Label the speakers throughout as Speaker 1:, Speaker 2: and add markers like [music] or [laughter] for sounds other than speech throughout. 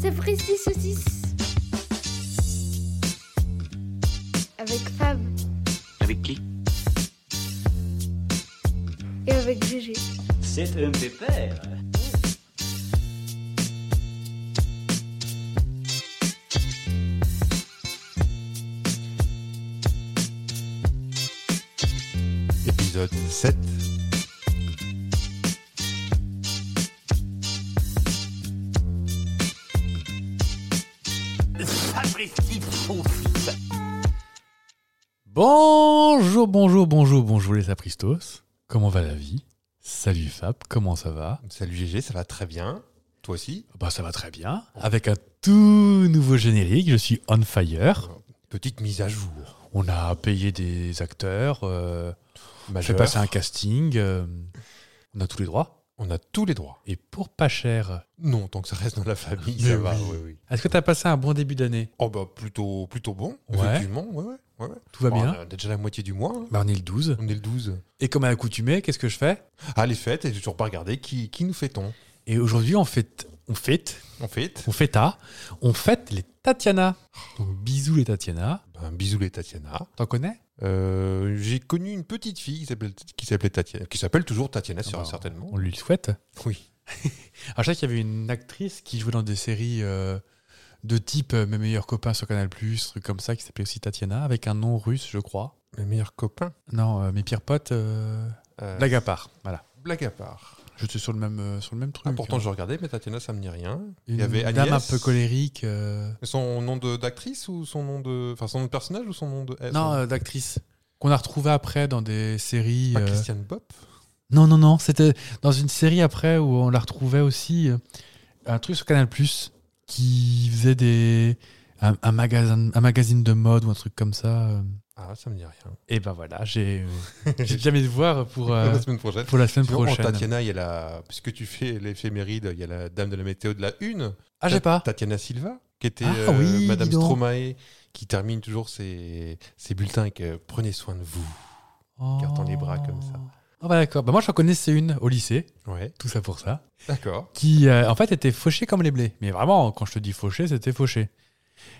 Speaker 1: C'est Fristy Saucisse. Avec Fab
Speaker 2: Avec qui
Speaker 1: et avec Gégé.
Speaker 3: C'est un pépère.
Speaker 4: Épisode 7. Bonjour, bonjour, bonjour, bonjour les sapristos. Comment va la vie Salut Fab, comment ça va
Speaker 5: Salut GG, ça va très bien. Toi aussi
Speaker 4: Bah ça va très bien. Avec un tout nouveau générique, je suis on fire.
Speaker 5: Petite mise à jour.
Speaker 4: On a payé des acteurs, euh, fait
Speaker 5: Majeur.
Speaker 4: passer un casting, euh, on a tous les droits.
Speaker 5: On a tous les droits.
Speaker 4: Et pour pas cher.
Speaker 5: Non, tant que ça reste dans la famille,
Speaker 4: Mais
Speaker 5: ça va.
Speaker 4: oui.
Speaker 5: oui, oui.
Speaker 4: Est-ce que t'as passé un bon début d'année
Speaker 5: Oh bah plutôt, plutôt bon,
Speaker 4: Ouais.
Speaker 5: effectivement. Ouais, ouais, ouais, ouais.
Speaker 4: Tout va
Speaker 5: Bon,
Speaker 4: bien
Speaker 5: On a déjà la moitié du mois. hein.
Speaker 4: Bah on est le 12.
Speaker 5: On est le 12.
Speaker 4: Et comme à l'accoutumée, qu'est-ce que je fais
Speaker 5: Ah, les fêtes, et j'ai toujours pas regardé. Qui, qui nous fait-on
Speaker 4: Et aujourd'hui on fête, on fête,
Speaker 5: On fête
Speaker 4: on fêta, on fête les Tatiana. Donc bisous les Tatiana.
Speaker 5: ben, Bisous les Tatiana.
Speaker 4: T'en connais
Speaker 5: Euh, j'ai connu une petite fille qui s'appelle- qui s'appelait Tatiana, qui s'appelle toujours Tatiana,
Speaker 4: Ah bah,
Speaker 5: certainement.
Speaker 4: On lui le souhaite.
Speaker 5: Oui.
Speaker 4: Alors, Ah, je sais qu'il y avait une actrice qui jouait dans des séries euh, de type euh, Mes meilleurs copains sur Canal, truc comme ça, qui s'appelait aussi Tatiana, avec un nom russe, je crois.
Speaker 5: Mes meilleurs copains.
Speaker 4: Non, euh, mes pires potes, euh,
Speaker 5: Euh,
Speaker 4: blague à part. Voilà.
Speaker 5: blague à part.
Speaker 4: J'étais sur le même, euh, sur le même truc.
Speaker 5: Ah, pourtant, je regardais, mais Tatiana, ça me dit rien.
Speaker 4: Une
Speaker 5: Il y avait
Speaker 4: dame un
Speaker 5: Agnès.
Speaker 4: peu colérique. euh,
Speaker 5: Son nom de- d'actrice ou son nom de. Enfin, son nom de personnage ou son nom de. eh,
Speaker 4: Non,
Speaker 5: son-
Speaker 4: euh, d'actrice. Qu'on a retrouvée après dans des séries.
Speaker 5: pas
Speaker 4: euh,
Speaker 5: Christiane Bop
Speaker 4: Non, non, non. C'était dans une série après où on la retrouvait aussi. euh, Un truc sur Canal qui faisait des. Un, un magasin, un magazine de mode ou un truc comme ça. euh.
Speaker 5: Ah, ça me dit rien.
Speaker 4: Et ben voilà, j'ai euh,
Speaker 5: [laughs]
Speaker 4: j'ai déjà mes devoirs pour, euh,
Speaker 5: la semaine prochaine.
Speaker 4: pour la semaine
Speaker 5: Sinon, en
Speaker 4: prochaine.
Speaker 5: Tatiana, il y a la. Puisque tu fais l'éphéméride, il y a la dame de la météo de la Une.
Speaker 4: Ah, j'ai pas.
Speaker 5: Tatiana Silva, qui était
Speaker 4: Ah
Speaker 5: euh,
Speaker 4: oui,
Speaker 5: Madame
Speaker 4: dis donc.
Speaker 5: Stromae, qui termine toujours ses, ses bulletins avec euh, Prenez soin de vous. Garde-en les bras comme ça.
Speaker 4: Oh. Ah bah d'accord. Bah moi, j'en connaissais une au lycée,
Speaker 5: Ouais,
Speaker 4: tout ça pour ça,
Speaker 5: d'accord.
Speaker 4: qui euh, en fait était fauchée comme les blés. Mais vraiment, quand je te dis fauchée, c'était fauchée.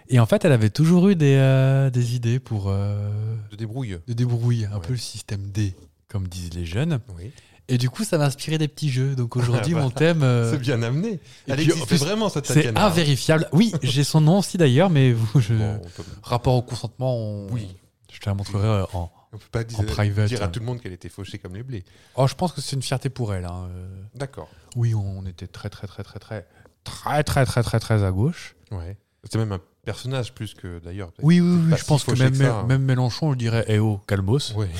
Speaker 4: Et en fait, elle avait toujours eu des, euh, des idées pour euh,
Speaker 5: De débrouille.
Speaker 4: de débrouiller un
Speaker 5: Ouais.
Speaker 4: peu le système D, comme disent les jeunes.
Speaker 5: Oui.
Speaker 4: Et du coup, ça m'a inspiré des petits jeux. [laughs] Donc aujourd'hui,
Speaker 5: Ah bah,
Speaker 4: mon thème, euh,
Speaker 5: C'est bien amené.
Speaker 4: et
Speaker 5: Elle
Speaker 4: puis, en
Speaker 5: existe
Speaker 4: plus,
Speaker 5: vraiment, cette
Speaker 4: c'est
Speaker 5: Tatiana.
Speaker 4: invérifiable. Oui, j'ai son nom aussi d'ailleurs, mais vous, je...
Speaker 5: Bon, on peut-
Speaker 4: Rapport au consentement, on-
Speaker 5: Oui.
Speaker 4: Je te la montrerai euh, en.
Speaker 5: on peut pas dire,
Speaker 4: private,
Speaker 5: dire à
Speaker 4: hein.
Speaker 5: tout le monde qu'elle était fauchée comme les blés.
Speaker 4: Oh, je pense que c'est une fierté pour elle. hein, euh.
Speaker 5: D'accord.
Speaker 4: Oui, on était très, très, très, très, très, très, très, très, très, très à gauche.
Speaker 5: Ouais. C'est même un personnage plus que d'ailleurs.
Speaker 4: Oui, oui, oui.
Speaker 5: pas
Speaker 4: Je
Speaker 5: si
Speaker 4: pense que
Speaker 5: fauché
Speaker 4: même,
Speaker 5: que ça, hein.
Speaker 4: même Mélenchon, le dirait Eh oh, calmos.
Speaker 5: Ouais.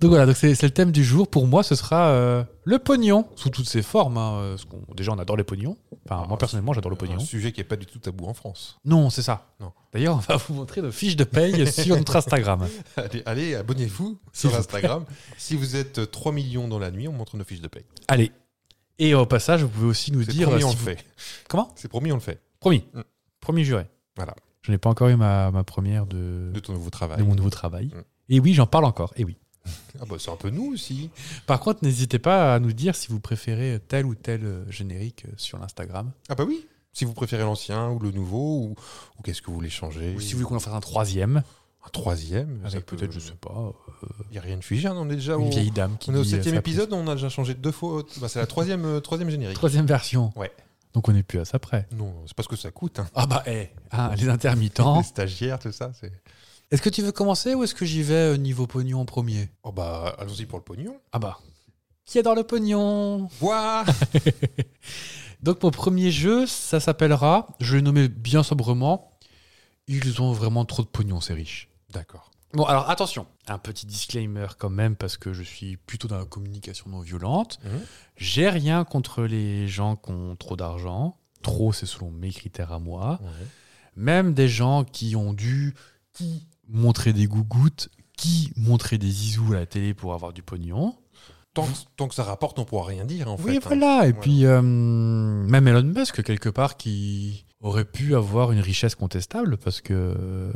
Speaker 4: Donc voilà, donc c'est c'est le thème du jour. Pour moi, ce sera euh, le pognon, sous toutes ses formes. hein, euh, parce qu'on- déjà, on adore les pognons. Enfin,
Speaker 5: Ah,
Speaker 4: moi, personnellement, j'adore le
Speaker 5: Un
Speaker 4: pognon.
Speaker 5: sujet qui n'est pas du tout tabou en France.
Speaker 4: Non, c'est ça.
Speaker 5: Ah, Non.
Speaker 4: D'ailleurs, on va vous montrer nos fiches de paye [laughs] sur notre Instagram.
Speaker 5: [laughs] Allez, allez, abonnez-vous
Speaker 4: S'il
Speaker 5: sur
Speaker 4: vous
Speaker 5: Instagram. si vous êtes euh, 3 millions dans la nuit, on montre nos fiches de paie.
Speaker 4: Allez. Et au passage, vous pouvez aussi nous
Speaker 5: C'est
Speaker 4: dire.
Speaker 5: promis,
Speaker 4: si
Speaker 5: on le
Speaker 4: vous-
Speaker 5: fait.
Speaker 4: Comment
Speaker 5: C'est promis, on le fait.
Speaker 4: Promis.
Speaker 5: Mm.
Speaker 4: Promis juré.
Speaker 5: Voilà.
Speaker 4: Je n'ai pas encore eu ma, ma première de,
Speaker 5: De ton nouveau travail.
Speaker 4: de mon nouveau travail.
Speaker 5: Mm.
Speaker 4: Et oui, j'en parle encore. Et oui.
Speaker 5: Ah bah, c'est un peu nous aussi.
Speaker 4: Par contre, n'hésitez pas à nous dire si vous préférez tel ou tel euh, générique euh, sur l'Instagram.
Speaker 5: Ah bah oui. Si vous préférez l'ancien ou le nouveau, ou, ou qu'est-ce que vous voulez changer.
Speaker 4: Ou si vous voulez qu'on en fasse un troisième.
Speaker 5: Un troisième.
Speaker 4: Avec euh, peut-être, je sais pas,
Speaker 5: euh, Il n'y a rien de figé. hein, On est déjà
Speaker 4: une
Speaker 5: au...
Speaker 4: vieille dame qui
Speaker 5: On est au
Speaker 4: dit, euh,
Speaker 5: septième
Speaker 4: ça, please.
Speaker 5: épisode, on a déjà changé deux fois. Bah, c'est la troisième, euh, troisième générique.
Speaker 4: Troisième version.
Speaker 5: Ouais.
Speaker 4: Donc on n'est plus à ça près.
Speaker 5: Non, c'est parce que ça coûte. Hein.
Speaker 4: Ah bah, hé, hein, les
Speaker 5: Les
Speaker 4: intermittents.
Speaker 5: stagiaires, tout ça. c'est...
Speaker 4: [laughs] est-ce que tu veux commencer ou est-ce que j'y vais euh, niveau pognon en premier
Speaker 5: Oh bah, allons-y pour le pognon.
Speaker 4: Ah bah. Qui adore le pognon
Speaker 5: Ouah
Speaker 4: Donc mon premier jeu, ça s'appellera, je l'ai nommé bien sobrement, ils ont vraiment trop de pognon, c'est riche.
Speaker 5: D'accord.
Speaker 4: Bon, alors attention, un petit disclaimer quand même, parce que je suis plutôt dans la communication non violente.
Speaker 5: Mhm.
Speaker 4: J'ai rien contre les gens qui ont trop d'argent. Trop, c'est selon mes critères à moi. Même des gens qui ont dû qui montrer des gougouttes, qui montrer des zizous à la télé pour avoir du pognon.
Speaker 5: Tant, que, tant que ça rapporte, on pourra rien dire en fait.
Speaker 4: Oui,
Speaker 5: hein.
Speaker 4: voilà.
Speaker 5: Voilà.
Speaker 4: Et puis, euh, même Elon Musk, quelque part, qui aurait pu avoir une richesse contestable parce que.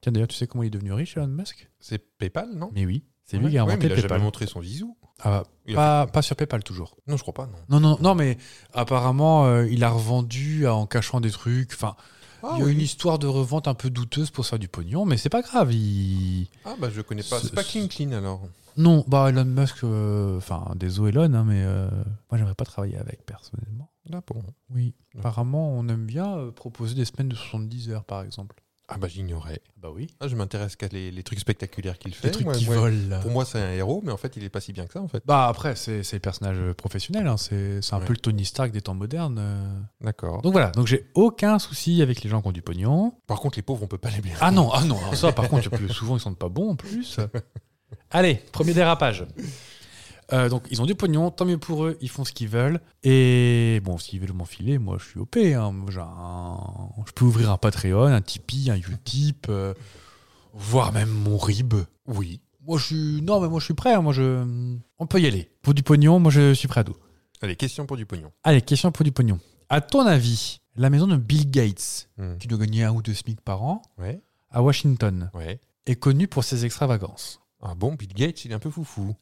Speaker 4: Tiens, d'ailleurs, tu sais comment il est devenu riche, Elon Musk
Speaker 5: C'est PayPal, non
Speaker 4: Mais oui, C'est lui qui a
Speaker 5: Ouais, mais
Speaker 4: inventé
Speaker 5: il a jamais
Speaker 4: PayPal.
Speaker 5: montré son visou.
Speaker 4: Ah,
Speaker 5: Il a
Speaker 4: pas, pas sur PayPal toujours.
Speaker 5: Non, je crois pas, non.
Speaker 4: Non, non, non, mais apparemment, euh, il a revendu euh, en cachant des trucs. Enfin,
Speaker 5: Ah
Speaker 4: il y a une histoire de revente un peu douteuse pour se faire du pognon, mais c'est pas grave. Il...
Speaker 5: Ah, bah je connais pas.
Speaker 4: Ce-
Speaker 5: C'est pas
Speaker 4: ce-
Speaker 5: Clean Clean alors.
Speaker 4: Non, bah Elon Musk, euh, enfin, désolé Elon, hein, mais euh, moi, j'aimerais pas travailler avec personnellement.
Speaker 5: Là, Ah, bon.
Speaker 4: Oui,
Speaker 5: Ouais.
Speaker 4: apparemment, on aime bien euh, proposer des semaines de 70 heures, par exemple.
Speaker 5: Ah, bah j'ignorais.
Speaker 4: Bah oui.
Speaker 5: Ah, je m'intéresse qu'à les, les trucs spectaculaires qu'il fait.
Speaker 4: Des trucs
Speaker 5: Ouais,
Speaker 4: qui
Speaker 5: ouais.
Speaker 4: volent. là.
Speaker 5: Pour moi, c'est un héros, mais en fait, il est pas si bien que ça, en fait.
Speaker 4: Bah après, c'est c'est le personnage professionnel, hein, c'est c'est un
Speaker 5: Ouais.
Speaker 4: peu le Tony Stark des temps modernes. euh.
Speaker 5: D'accord.
Speaker 4: Donc voilà, donc j'ai aucun souci avec les gens qui ont du pognon.
Speaker 5: Par contre, les pauvres, on peut pas les blairer.
Speaker 4: Ah non, ah non, alors ça par contre, plus souvent ils sont pas bons en plus. Allez, premier dérapage. Euh, donc ils ont du pognon, tant mieux pour eux, ils font ce qu'ils veulent. Et bon, s'ils veulent m'enfiler, moi je suis OP. hein. Moi, j'ai un- Je peux ouvrir un Patreon, un Tipeee, un Utip, euh, voire même mon RIB.
Speaker 5: Oui.
Speaker 4: Moi je suis... Non mais moi je suis prêt, hein. moi je... On peut y aller. Pour du pognon, moi je suis prêt à tout.
Speaker 5: Allez, question pour du pognon.
Speaker 4: Allez, question pour du pognon. À ton avis, la maison de Bill Gates, qui doit gagner un ou deux SMIC par an,
Speaker 5: Hmm. Ouais.
Speaker 4: à Washington,
Speaker 5: Ouais.
Speaker 4: est connue pour ses extravagances.
Speaker 5: Ah bon, Bill Gates, il est un peu foufou.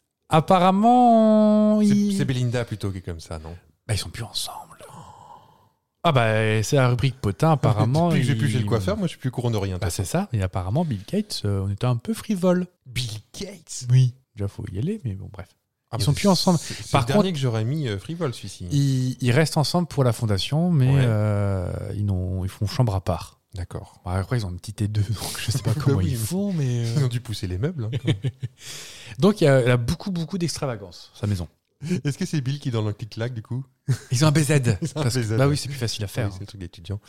Speaker 4: Apparemment,
Speaker 5: C'est-
Speaker 4: ils...
Speaker 5: C'est Belinda plutôt qui est comme ça, non
Speaker 4: Bah, ils sont plus ensemble. Ah bah, c'est la rubrique potin,
Speaker 5: Ah,
Speaker 4: apparemment.
Speaker 5: Depuis que j'ai plus
Speaker 4: il-
Speaker 5: chez le coiffeur, moi, je suis plus au courant de rien.
Speaker 4: Bah, c'est ça. Et apparemment, Bill Gates, euh, on était un peu frivole.
Speaker 5: Bill Gates
Speaker 4: Oui. Déjà, faut y aller, mais bon, bref.
Speaker 5: Ah,
Speaker 4: Ils
Speaker 5: bah,
Speaker 4: sont
Speaker 5: c'est-
Speaker 4: plus ensemble.
Speaker 5: c'est- C'est
Speaker 4: Par
Speaker 5: le dernier que j'aurais mis euh, frivole, celui-ci.
Speaker 4: Ils, ils restent ensemble pour la fondation, mais
Speaker 5: Ouais.
Speaker 4: euh, ils, n'ont- ils font chambre à part.
Speaker 5: D'accord.
Speaker 4: Bah, après, ils ont une petite et deux, [laughs] donc je sais pas
Speaker 5: [laughs] Bah
Speaker 4: comment
Speaker 5: oui,
Speaker 4: ils
Speaker 5: mais-
Speaker 4: font, mais... euh,
Speaker 5: [laughs] Ils ont dû pousser les meubles.
Speaker 4: [laughs]
Speaker 5: hein.
Speaker 4: Donc, il y a- elle a beaucoup, beaucoup d'extravagance, sa maison.
Speaker 5: Est-ce que c'est Bill qui est dans le clic-clac, du coup
Speaker 4: Ils ont un
Speaker 5: Ils
Speaker 4: BZ.
Speaker 5: ont un
Speaker 4: parce que-
Speaker 5: BZ,
Speaker 4: bah
Speaker 5: ouais.
Speaker 4: oui, c'est plus facile à faire.
Speaker 5: Oui, C'est le truc d'étudiant.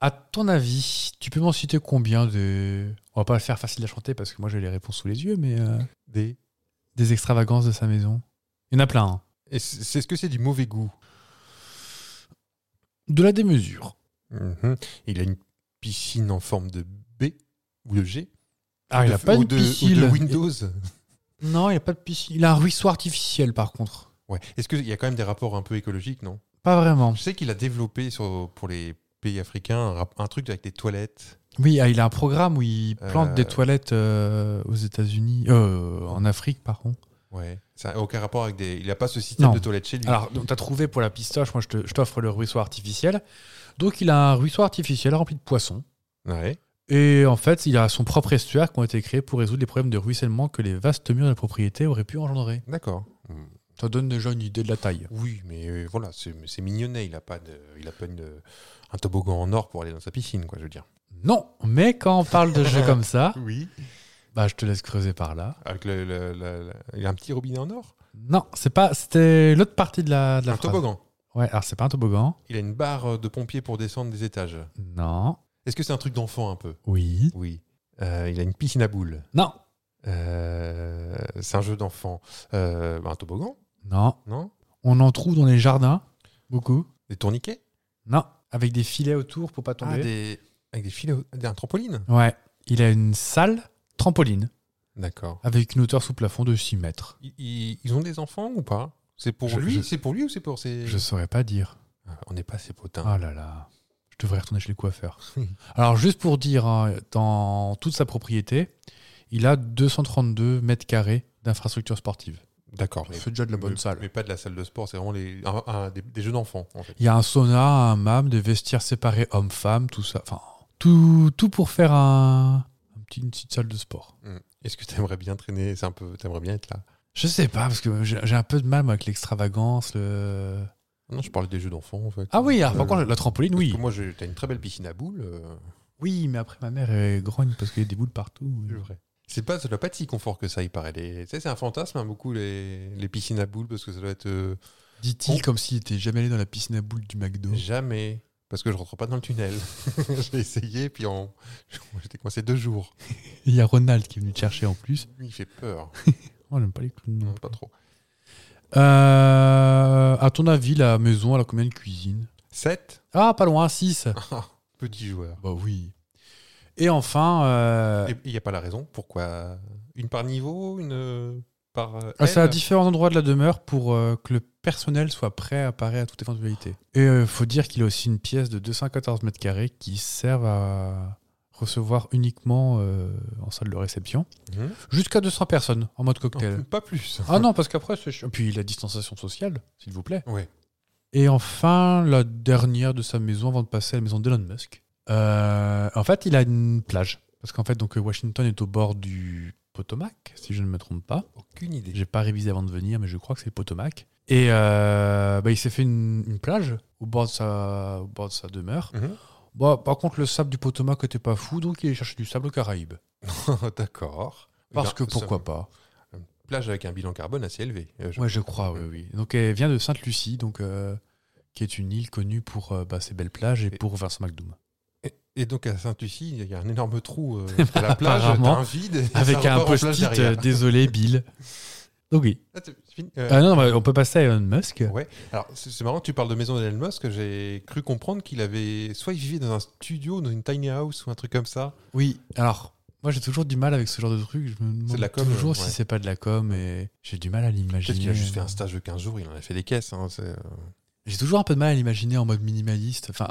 Speaker 4: À ton avis, tu peux m'en citer combien de. On va pas le faire facile à chanter parce que moi j'ai les réponses sous les yeux, mais euh,
Speaker 5: Des...
Speaker 4: des extravagances de sa maison. Il y en a plein. hein.
Speaker 5: Et c'est- c'est- Est-ce que c'est du mauvais goût
Speaker 4: De la démesure.
Speaker 5: Mhm. Il a une piscine en forme de B ou de G
Speaker 4: Ah, il
Speaker 5: De-
Speaker 4: a pas
Speaker 5: ou
Speaker 4: de
Speaker 5: de,
Speaker 4: piscine.
Speaker 5: ou de Windows.
Speaker 4: Non, il a pas de piscine. Il a un ruisseau artificiel par contre.
Speaker 5: Ouais. Est-ce qu'il y a quand même des rapports un peu écologiques, non
Speaker 4: Pas vraiment.
Speaker 5: Je sais qu'il a développé sur, pour les pays africains un, rap- un truc avec des toilettes.
Speaker 4: Oui, ah, il a un programme où il plante
Speaker 5: Euh.
Speaker 4: des toilettes euh, aux États-Unis, euh, en Afrique, pardon.
Speaker 5: Ouais. Ça n'a aucun rapport avec des. Il n'a pas ce système
Speaker 4: Non.
Speaker 5: de toilettes chez lui.
Speaker 4: Alors, donc, t'as trouvé pour la pistoche, moi je te- je t'offre le ruisseau artificiel. Donc, il a un ruisseau artificiel rempli de poissons.
Speaker 5: Ouais.
Speaker 4: Et en fait, il a son propre estuaire qui ont été créés pour résoudre les problèmes de ruissellement que les vastes murs de la propriété auraient pu engendrer.
Speaker 5: D'accord. Mm.
Speaker 4: Ça donne déjà une idée de la taille.
Speaker 5: Oui, mais euh, voilà, c'est mais c'est mignonnet. Il n'a pas, de, il a pas une- euh, un toboggan en or pour aller dans sa piscine, quoi, je veux dire.
Speaker 4: Non, mais quand on parle de jeux
Speaker 5: [laughs]
Speaker 4: comme ça,
Speaker 5: Oui.
Speaker 4: bah je te laisse creuser par là.
Speaker 5: Avec le, le- le- le- il a un petit robinet en or
Speaker 4: Non, c'est pas, c'était l'autre partie de la, de la
Speaker 5: Un
Speaker 4: phrase.
Speaker 5: toboggan.
Speaker 4: Ouais, alors c'est pas un toboggan.
Speaker 5: Il a une barre euh, de pompier pour descendre des étages.
Speaker 4: Non.
Speaker 5: Est-ce que c'est un truc d'enfant un peu
Speaker 4: Oui.
Speaker 5: Oui. Euh, il a une piscine à boules.
Speaker 4: Non.
Speaker 5: Euh, c'est un jeu d'enfant. Euh, bah, un toboggan,
Speaker 4: Non.
Speaker 5: non
Speaker 4: On en trouve dans les jardins. Beaucoup.
Speaker 5: Des tourniquets
Speaker 4: Non. Avec des filets autour pour pas tomber.
Speaker 5: Ah, des... Avec des filets, au- des- un trampoline
Speaker 4: Ouais. Il a une salle trampoline
Speaker 5: D'accord.
Speaker 4: avec une hauteur sous plafond de 6 mètres.
Speaker 5: I- i- Ils, ont des enfants ou pas C'est pour
Speaker 4: Je-
Speaker 5: lui
Speaker 4: je-
Speaker 5: C'est pour lui ou c'est pour ses...
Speaker 4: Je saurais pas dire.
Speaker 5: Ah, On n'est pas ses potins.
Speaker 4: Ah là là, je devrais retourner chez les coiffeurs.
Speaker 5: [laughs]
Speaker 4: Alors juste pour dire, hein, dans toute sa propriété, il a 232 mètres carrés d'infrastructures sportives.
Speaker 5: D'accord. mais-
Speaker 4: C'est déjà de la bonne
Speaker 5: mais-
Speaker 4: salle.
Speaker 5: Mais pas de la salle de sport, c'est vraiment les, un- un- des, des jeux d'enfants, en fait.
Speaker 4: Il y a un sauna, un MAM, des vestiaires séparés hommes-femmes, tout ça. Enfin, tout, tout pour faire un, un petit- une petite salle de sport.
Speaker 5: Hmm. Est-ce que t'aimerais bien traîner C'est un peu... T'aimerais bien être là
Speaker 4: Je sais pas, parce que j'ai j'ai un peu de mal moi, avec l'extravagance. le-
Speaker 5: Non, je parle des jeux d'enfants, en fait.
Speaker 4: Ah oui, alors,
Speaker 5: Euh,
Speaker 4: par contre, la trampoline,
Speaker 5: parce
Speaker 4: oui.
Speaker 5: que moi, j'ai- t'as une très belle piscine à boules. euh,
Speaker 4: Oui, mais après, ma mère elle grogne parce qu'il y a des boules partout.
Speaker 5: C'est vrai. C'est pas, ça doit pas être si confort que ça, il paraît. Les- tu sais, c'est un fantasme, hein, beaucoup, les, les piscines à boules, parce que ça doit être euh,
Speaker 4: Dit-il
Speaker 5: Bon.
Speaker 4: comme s'il était jamais allé dans la piscine à boules du McDo.
Speaker 5: jamais. Parce que je rentre pas dans le tunnel. [laughs] J'ai essayé, puis en... [laughs] j'étais coincé deux jours.
Speaker 4: Il y a Ronald qui est venu te chercher en plus.
Speaker 5: Il fait peur.
Speaker 4: Oh, j'aime pas les clowns.
Speaker 5: Non, pas trop.
Speaker 4: Euh, à ton avis, la maison, elle a combien de cuisines
Speaker 5: 7
Speaker 4: Ah, pas loin, 6.
Speaker 5: Petit joueur.
Speaker 4: bah oui. Et enfin, euh,
Speaker 5: Et il n'y a pas la raison. Pourquoi Une par niveau Une euh, par. euh,
Speaker 4: ah, c'est à
Speaker 5: aile
Speaker 4: différents endroits de la demeure pour euh, que le personnel soit prêt à parer à toute éventualité. Et euh, faut dire qu'il a aussi une pièce de 214 mètres carrés qui sert à recevoir uniquement euh, en salle de réception jusqu'à 200 personnes en mode
Speaker 5: [laughs]
Speaker 4: cocktail.
Speaker 5: Pas plus.
Speaker 4: Ah non, parce qu'après, c'est chiant. Puis la distanciation sociale, s'il vous plaît.
Speaker 5: Ouais.
Speaker 4: Et enfin, la dernière de sa maison avant de passer à la maison d'Elon Musk. Euh, en fait, il a une plage. Parce qu'en fait, donc, Washington est au bord du Potomac, si je ne me trompe pas.
Speaker 5: Aucune idée.
Speaker 4: J'ai pas révisé avant de venir, mais je crois que c'est le Potomac. Et euh, bah, il s'est fait une, une plage au bord de sa, au bord de sa demeure.
Speaker 5: Mhm.
Speaker 4: Bah, par contre, le sable du Potomac était pas fou, donc il est cherché du sable aux Caraïbes.
Speaker 5: [laughs] D'accord.
Speaker 4: Parce que
Speaker 5: Regarde, Eh ça-
Speaker 4: pourquoi pas
Speaker 5: Plage avec un bilan carbone assez élevé. euh, je-
Speaker 4: Ouais, je crois, oui, oui. Donc elle vient de Sainte-Lucie, donc euh, qui est une île connue pour euh, bah, ses belles plages et
Speaker 5: Et-
Speaker 4: pour Vincent McDoom.
Speaker 5: Et, et donc à Sainte-Lucie, il y a un énorme trou
Speaker 4: [laughs]
Speaker 5: euh, à la plage, t'as
Speaker 4: Apparemment.
Speaker 5: un vide. et ça
Speaker 4: Avec un
Speaker 5: repart en plage
Speaker 4: post-it, euh,
Speaker 5: derrière.
Speaker 4: désolé Bill. Donc oui.
Speaker 5: Ah, c'est fini Euh,
Speaker 4: Ah non, bah, on peut passer à Elon Musk.
Speaker 5: Ouais. Alors, c'est c'est marrant, tu parles de maison d'Elon Musk. J'ai cru comprendre qu'il avait. Soit il vivait dans un studio, dans une tiny house ou un truc comme ça.
Speaker 4: Oui, alors, moi j'ai toujours du mal avec ce genre de truc. Je me demande
Speaker 5: de la com,
Speaker 4: toujours
Speaker 5: euh, ouais.
Speaker 4: si c'est pas de la com et j'ai du mal à l'imaginer.
Speaker 5: Peut-être qu'il a juste fait un stage de 15 jours, il en a fait des caisses. hein, c'est, euh,
Speaker 4: J'ai toujours un peu de mal à l'imaginer en mode minimaliste. Enfin,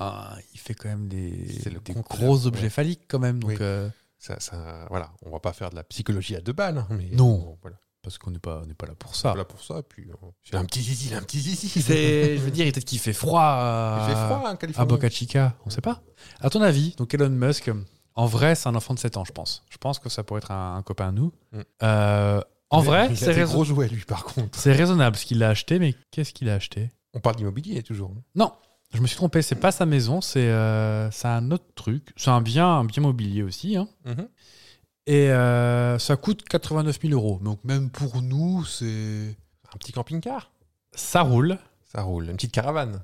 Speaker 4: il fait quand même des,
Speaker 5: C'est le
Speaker 4: des
Speaker 5: contraire,
Speaker 4: gros
Speaker 5: ouais.
Speaker 4: objets phalliques quand même. Donc,
Speaker 5: Oui.
Speaker 4: euh,
Speaker 5: ça, ça- voilà, on va pas faire de la psychologie à deux balles. hein, Mais
Speaker 4: Non.
Speaker 5: bon, voilà,
Speaker 4: parce qu'on n'est pas, on n'est pas là pour ça.
Speaker 5: Voilà pour ça. Puis, euh, j'ai un petit zizi, un petit zizi. Ah.
Speaker 4: C'est, je veux dire, peut-être qu'il fait froid.
Speaker 5: Il
Speaker 4: à-
Speaker 5: fait froid en
Speaker 4: à
Speaker 5: Californie.
Speaker 4: Ah, Boca Chica, on sait pas. À ton avis, donc Elon Musk, en vrai, c'est un enfant de 7 ans, je pense. Je pense que ça pourrait être un, un copain à nous.
Speaker 5: Mm.
Speaker 4: Euh, en
Speaker 5: Il a-
Speaker 4: vrai,
Speaker 5: il a
Speaker 4: c'est
Speaker 5: des
Speaker 4: raison-
Speaker 5: gros jouets, lui, par contre.
Speaker 4: c'est raisonnable ce qu'il a acheté, mais qu'est-ce qu'il a acheté
Speaker 5: On parle d'immobilier toujours. hein.
Speaker 4: Non, je me suis trompé, c'est pas sa maison, c'est euh, c'est un autre truc. C'est un bien, un bien mobilier aussi. hein. Et euh, ça coûte 89 000 euros. Donc même pour nous, c'est.
Speaker 5: Un petit camping-car.
Speaker 4: Ça roule.
Speaker 5: Ça roule. Une petite caravane.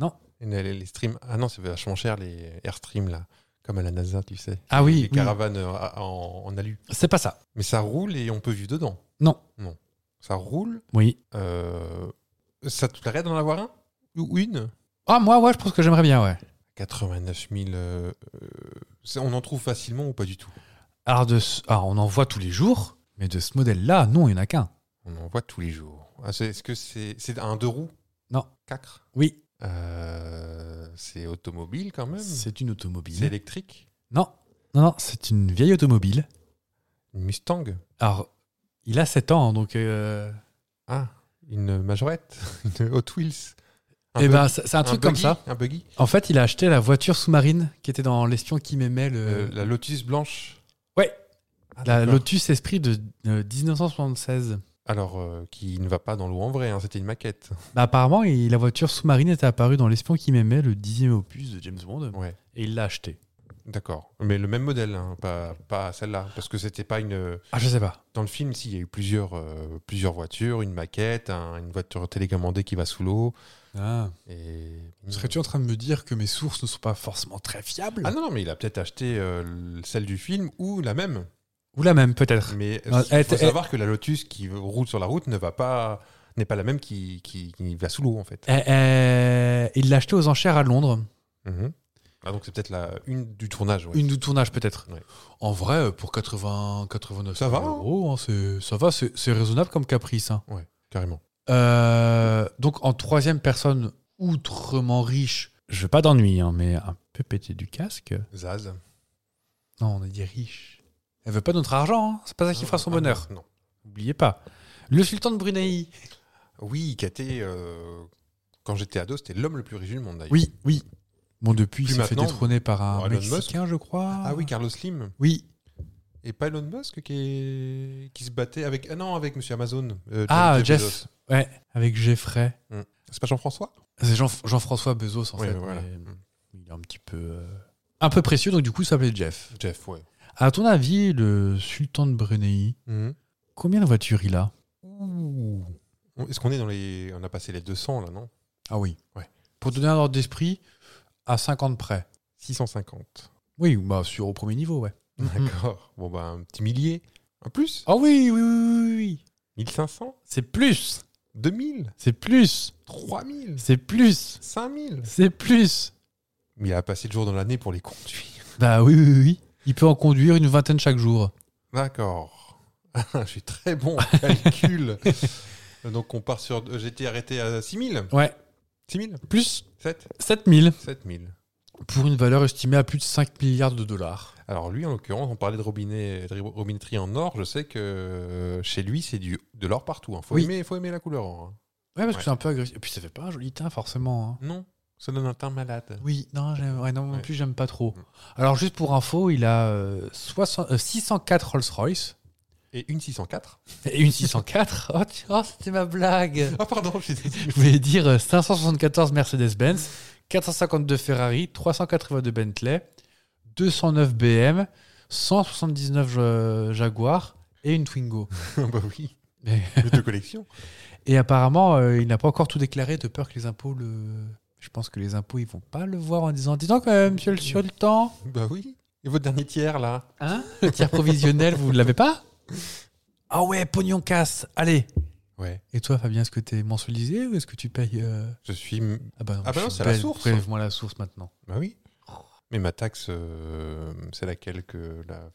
Speaker 4: Non.
Speaker 5: Et Les, les streams. Ah non, c'est vachement cher, les Airstream, là. Comme à la NASA, tu sais.
Speaker 4: Ah oui,
Speaker 5: les
Speaker 4: oui.
Speaker 5: caravanes euh, à- en, en alu.
Speaker 4: c'est pas ça.
Speaker 5: Mais ça roule et on peut vivre dedans.
Speaker 4: Non.
Speaker 5: Non. Ça roule.
Speaker 4: Oui.
Speaker 5: euh, Ça te plairait d'en avoir un Ou une
Speaker 4: Ah, moi, ouais, je pense que j'aimerais bien, ouais.
Speaker 5: 89 000. euh, euh, ça, on en trouve facilement ou pas du tout
Speaker 4: Alors, de ce- alors, on en voit tous les jours, mais de ce modèle-là, non, il n'y en a qu'un.
Speaker 5: On en voit tous les jours. Ah, c'est- Est-ce que c'est c'est un deux roues
Speaker 4: Non.
Speaker 5: Cacre
Speaker 4: Oui.
Speaker 5: Euh, C'est automobile quand même
Speaker 4: C'est une automobile.
Speaker 5: C'est électrique
Speaker 4: Non, non, non, c'est une vieille automobile.
Speaker 5: Une Mustang
Speaker 4: Alors, il a 7 ans, donc. euh,
Speaker 5: Ah, une majorette [laughs] Une Hot Wheels Un
Speaker 4: eh
Speaker 5: buggy
Speaker 4: ben, c'est c'est un truc comme
Speaker 5: buggy
Speaker 4: ça.
Speaker 5: Un buggy
Speaker 4: En fait, il a acheté la voiture sous-marine qui était dans l'espion qui m'aimait, le,
Speaker 5: Euh, La Lotus blanche
Speaker 4: Ouais.
Speaker 5: Ah,
Speaker 4: la
Speaker 5: d'accord.
Speaker 4: Lotus Esprit de euh, 1976.
Speaker 5: Alors, euh, qui ne va pas dans l'eau en vrai, hein, c'était une maquette.
Speaker 4: Bah, apparemment, il- la voiture sous-marine était apparue dans l'espion qui m'aimait, le dixième opus de James Bond,
Speaker 5: Ouais,
Speaker 4: et il l'a acheté.
Speaker 5: d'accord. Mais le même modèle, hein, pas, pas celle-là. Parce que c'était pas une.
Speaker 4: Ah, je sais pas.
Speaker 5: Dans le film, s'il y a eu plusieurs, euh, plusieurs voitures, une maquette, un- une voiture télécommandée qui va sous l'eau.
Speaker 4: Ah.
Speaker 5: Et...
Speaker 4: Serais-tu en train de me dire que mes sources ne sont pas forcément très fiables
Speaker 5: Ah non, non, mais il a peut-être acheté euh, celle du film ou la même.
Speaker 4: Ou la même, peut-être.
Speaker 5: Mais euh, il
Speaker 4: Non, elle
Speaker 5: faut
Speaker 4: était-
Speaker 5: savoir que la Lotus qui roule sur la route ne va pas. n'est pas la même qui, qui, qui va sous l'eau, en fait.
Speaker 4: Euh, euh, il l'a acheté aux enchères à Londres.
Speaker 5: Mhm. Ah, donc c'est peut-être la une du tournage. ouais.
Speaker 4: Une du tournage peut-être.
Speaker 5: Ouais.
Speaker 4: En vrai, pour 80, 89
Speaker 5: Ça va,
Speaker 4: euros, hein, c'est- ça va, c'est c'est raisonnable comme caprice. hein.
Speaker 5: Carrément.
Speaker 4: Euh, donc en troisième personne outrement riche, je veux pas d'ennui, hein, mais un peu pété du casque.
Speaker 5: Zaz.
Speaker 4: Non, on a dit riche. Elle veut pas notre argent, hein, c'est pas ça qui fera son
Speaker 5: Ah,
Speaker 4: bonheur.
Speaker 5: non, non.
Speaker 4: N'oubliez pas. Le sultan de Brunei.
Speaker 5: Oui, qui a été, euh, quand j'étais ado, c'était l'homme le plus riche du monde d'ailleurs.
Speaker 4: Oui, oui. Bon, depuis,
Speaker 5: Plus
Speaker 4: il s'est fait
Speaker 5: maintenant.
Speaker 4: détrôner par un
Speaker 5: Bon, Elon Musk.
Speaker 4: Mexicain, je crois.
Speaker 5: Ah oui, Carlos Slim.
Speaker 4: Oui.
Speaker 5: Et pas Elon Musk qui, est- qui se battait avec. Ah non, avec Monsieur Amazon. euh,
Speaker 4: Ah,
Speaker 5: Jeff Bezos.
Speaker 4: Jeff. Ouais, avec Jeffrey.
Speaker 5: C'est pas Jean-François
Speaker 4: C'est Jean- Jean-François Bezos, en
Speaker 5: Oui,
Speaker 4: fait.
Speaker 5: mais voilà.
Speaker 4: mais
Speaker 5: Mm.
Speaker 4: il est un petit peu. euh, Un peu précieux, donc du coup, il s'appelait Jeff.
Speaker 5: Jeff, ouais.
Speaker 4: À ton avis, le sultan de Brunei,
Speaker 5: Mhm.
Speaker 4: combien de voitures il a
Speaker 5: Ouh. Est-ce qu'on est dans les. On a passé les 200 là, non
Speaker 4: Ah oui.
Speaker 5: Ouais.
Speaker 4: Pour donner un ordre d'esprit, à 50 près.
Speaker 5: 650.
Speaker 4: Oui, bah, sur au premier niveau, ouais.
Speaker 5: [laughs] D'accord. Bon, bah, un petit millier. En plus
Speaker 4: Ah oui, oui, oui, oui, oui.
Speaker 5: 1500
Speaker 4: C'est plus
Speaker 5: 2000
Speaker 4: C'est plus
Speaker 5: 3000
Speaker 4: C'est plus
Speaker 5: 5000
Speaker 4: C'est plus
Speaker 5: Mais il a passé le jour dans l'année pour les conduire.
Speaker 4: Bah oui, oui, oui. Il peut en conduire une vingtaine chaque jour.
Speaker 5: D'accord. [laughs] Je suis très bon
Speaker 4: [laughs]
Speaker 5: en calcul. Donc, on part euh, sur. J'ai été arrêté à 6000
Speaker 4: Ouais.
Speaker 5: 6000
Speaker 4: Plus
Speaker 5: 7
Speaker 4: 7000.
Speaker 5: 7000.
Speaker 4: pour une valeur estimée à plus de 5 milliards de dollars.
Speaker 5: Alors lui, en l'occurrence, on parlait de, robinet, de robinetterie en or. Je sais que euh, chez lui, c'est du de l'or partout. hein. Faut
Speaker 4: Oui.
Speaker 5: aimer, faut aimer la couleur or. hein.
Speaker 4: Ouais, parce
Speaker 5: Ouais.
Speaker 4: que c'est un peu agressif. Et puis ça fait pas un joli teint, forcément. hein.
Speaker 5: Non, ça donne un teint malade.
Speaker 4: Oui, non, j'aime- ouais, non, non
Speaker 5: Ouais.
Speaker 4: plus, j'aime pas trop.
Speaker 5: Mm.
Speaker 4: Alors, juste pour info, il a euh, 60 euh, 604 Rolls-Royce
Speaker 5: Et une 604.
Speaker 4: et une [laughs] 604. oh, tu- oh, c'était ma blague.
Speaker 5: [laughs] Ah pardon, j'ai dit-
Speaker 4: Je voulais dire euh, 574 Mercedes-Benz, 452 Ferrari, 382 Bentley, 209 BM, 179 euh, Jaguar et une Twingo.
Speaker 5: Ah bah oui, [laughs]
Speaker 4: Mais-
Speaker 5: les deux collections.
Speaker 4: Et apparemment, euh, il n'a pas encore tout déclaré de peur que les impôts le. Je pense que les impôts, ils vont pas le voir en disant Dis donc, euh, monsieur le sultan,
Speaker 5: Bah oui. Et votre dernier tiers là
Speaker 4: hein le tiers provisionnel, vous ne l'avez pas Ah ouais, pognon casse, allez
Speaker 5: Ouais.
Speaker 4: Et toi, Fabien, est-ce que tu es mensualisé ou est-ce que tu payes. euh,
Speaker 5: Je suis. m-
Speaker 4: Ah bah non,
Speaker 5: Ah bah
Speaker 4: je
Speaker 5: non,
Speaker 4: suis
Speaker 5: c'est la
Speaker 4: belle,
Speaker 5: source.
Speaker 4: Prélève-moi la source maintenant.
Speaker 5: Bah oui. Mais ma taxe, euh, c'est laquelle que la.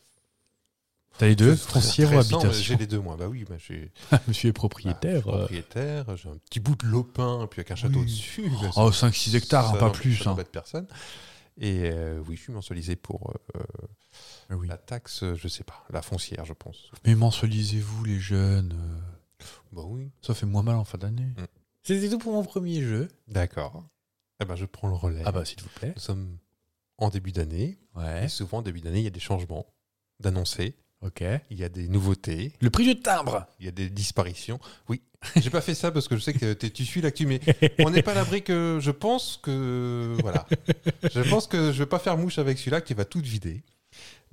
Speaker 4: T'as les deux
Speaker 5: Je-
Speaker 4: Foncière ou
Speaker 5: intéressant, mais
Speaker 4: habitation
Speaker 5: J'ai les deux moi. Bah oui, bah, j'ai.
Speaker 4: [laughs] Monsieur est
Speaker 5: bah, je
Speaker 4: propriétaire. euh.
Speaker 5: suis propriétaire. J'ai un petit bout de lopin, puis avec un château
Speaker 4: Oui.
Speaker 5: dessus.
Speaker 4: euh.
Speaker 5: bah,
Speaker 4: Oh, 5-6 hectares, hein,
Speaker 5: Ça
Speaker 4: pas
Speaker 5: n'empêche-
Speaker 4: plus.
Speaker 5: ça
Speaker 4: hein.
Speaker 5: n'embête personne. Et euh, oui, je suis mensualisé pour euh,
Speaker 4: Ah oui.
Speaker 5: la taxe, euh, je sais pas, la foncière, je pense.
Speaker 4: Mais mensualisez-vous, les jeunes. euh,
Speaker 5: Bah oui.
Speaker 4: Ça fait moins mal en fin d'année.
Speaker 5: Mm.
Speaker 4: C'était tout pour mon premier jeu.
Speaker 5: D'accord. Eh ben, je prends le relais.
Speaker 4: Ah bah, s'il vous plaît.
Speaker 5: Nous sommes en début d'année.
Speaker 4: Ouais.
Speaker 5: Et souvent, en début d'année, il y a des changements d'annoncés.
Speaker 4: Ok.
Speaker 5: Il y a des nouveautés.
Speaker 4: Le prix du timbre
Speaker 5: Il y a des disparitions. Oui. [laughs] J'ai pas fait ça parce que je sais que t'es- tu suis l'actu, mais on n'est pas à l'abri que je pense que. Voilà. Je pense que je vais pas faire mouche avec celui-là qui va tout vider.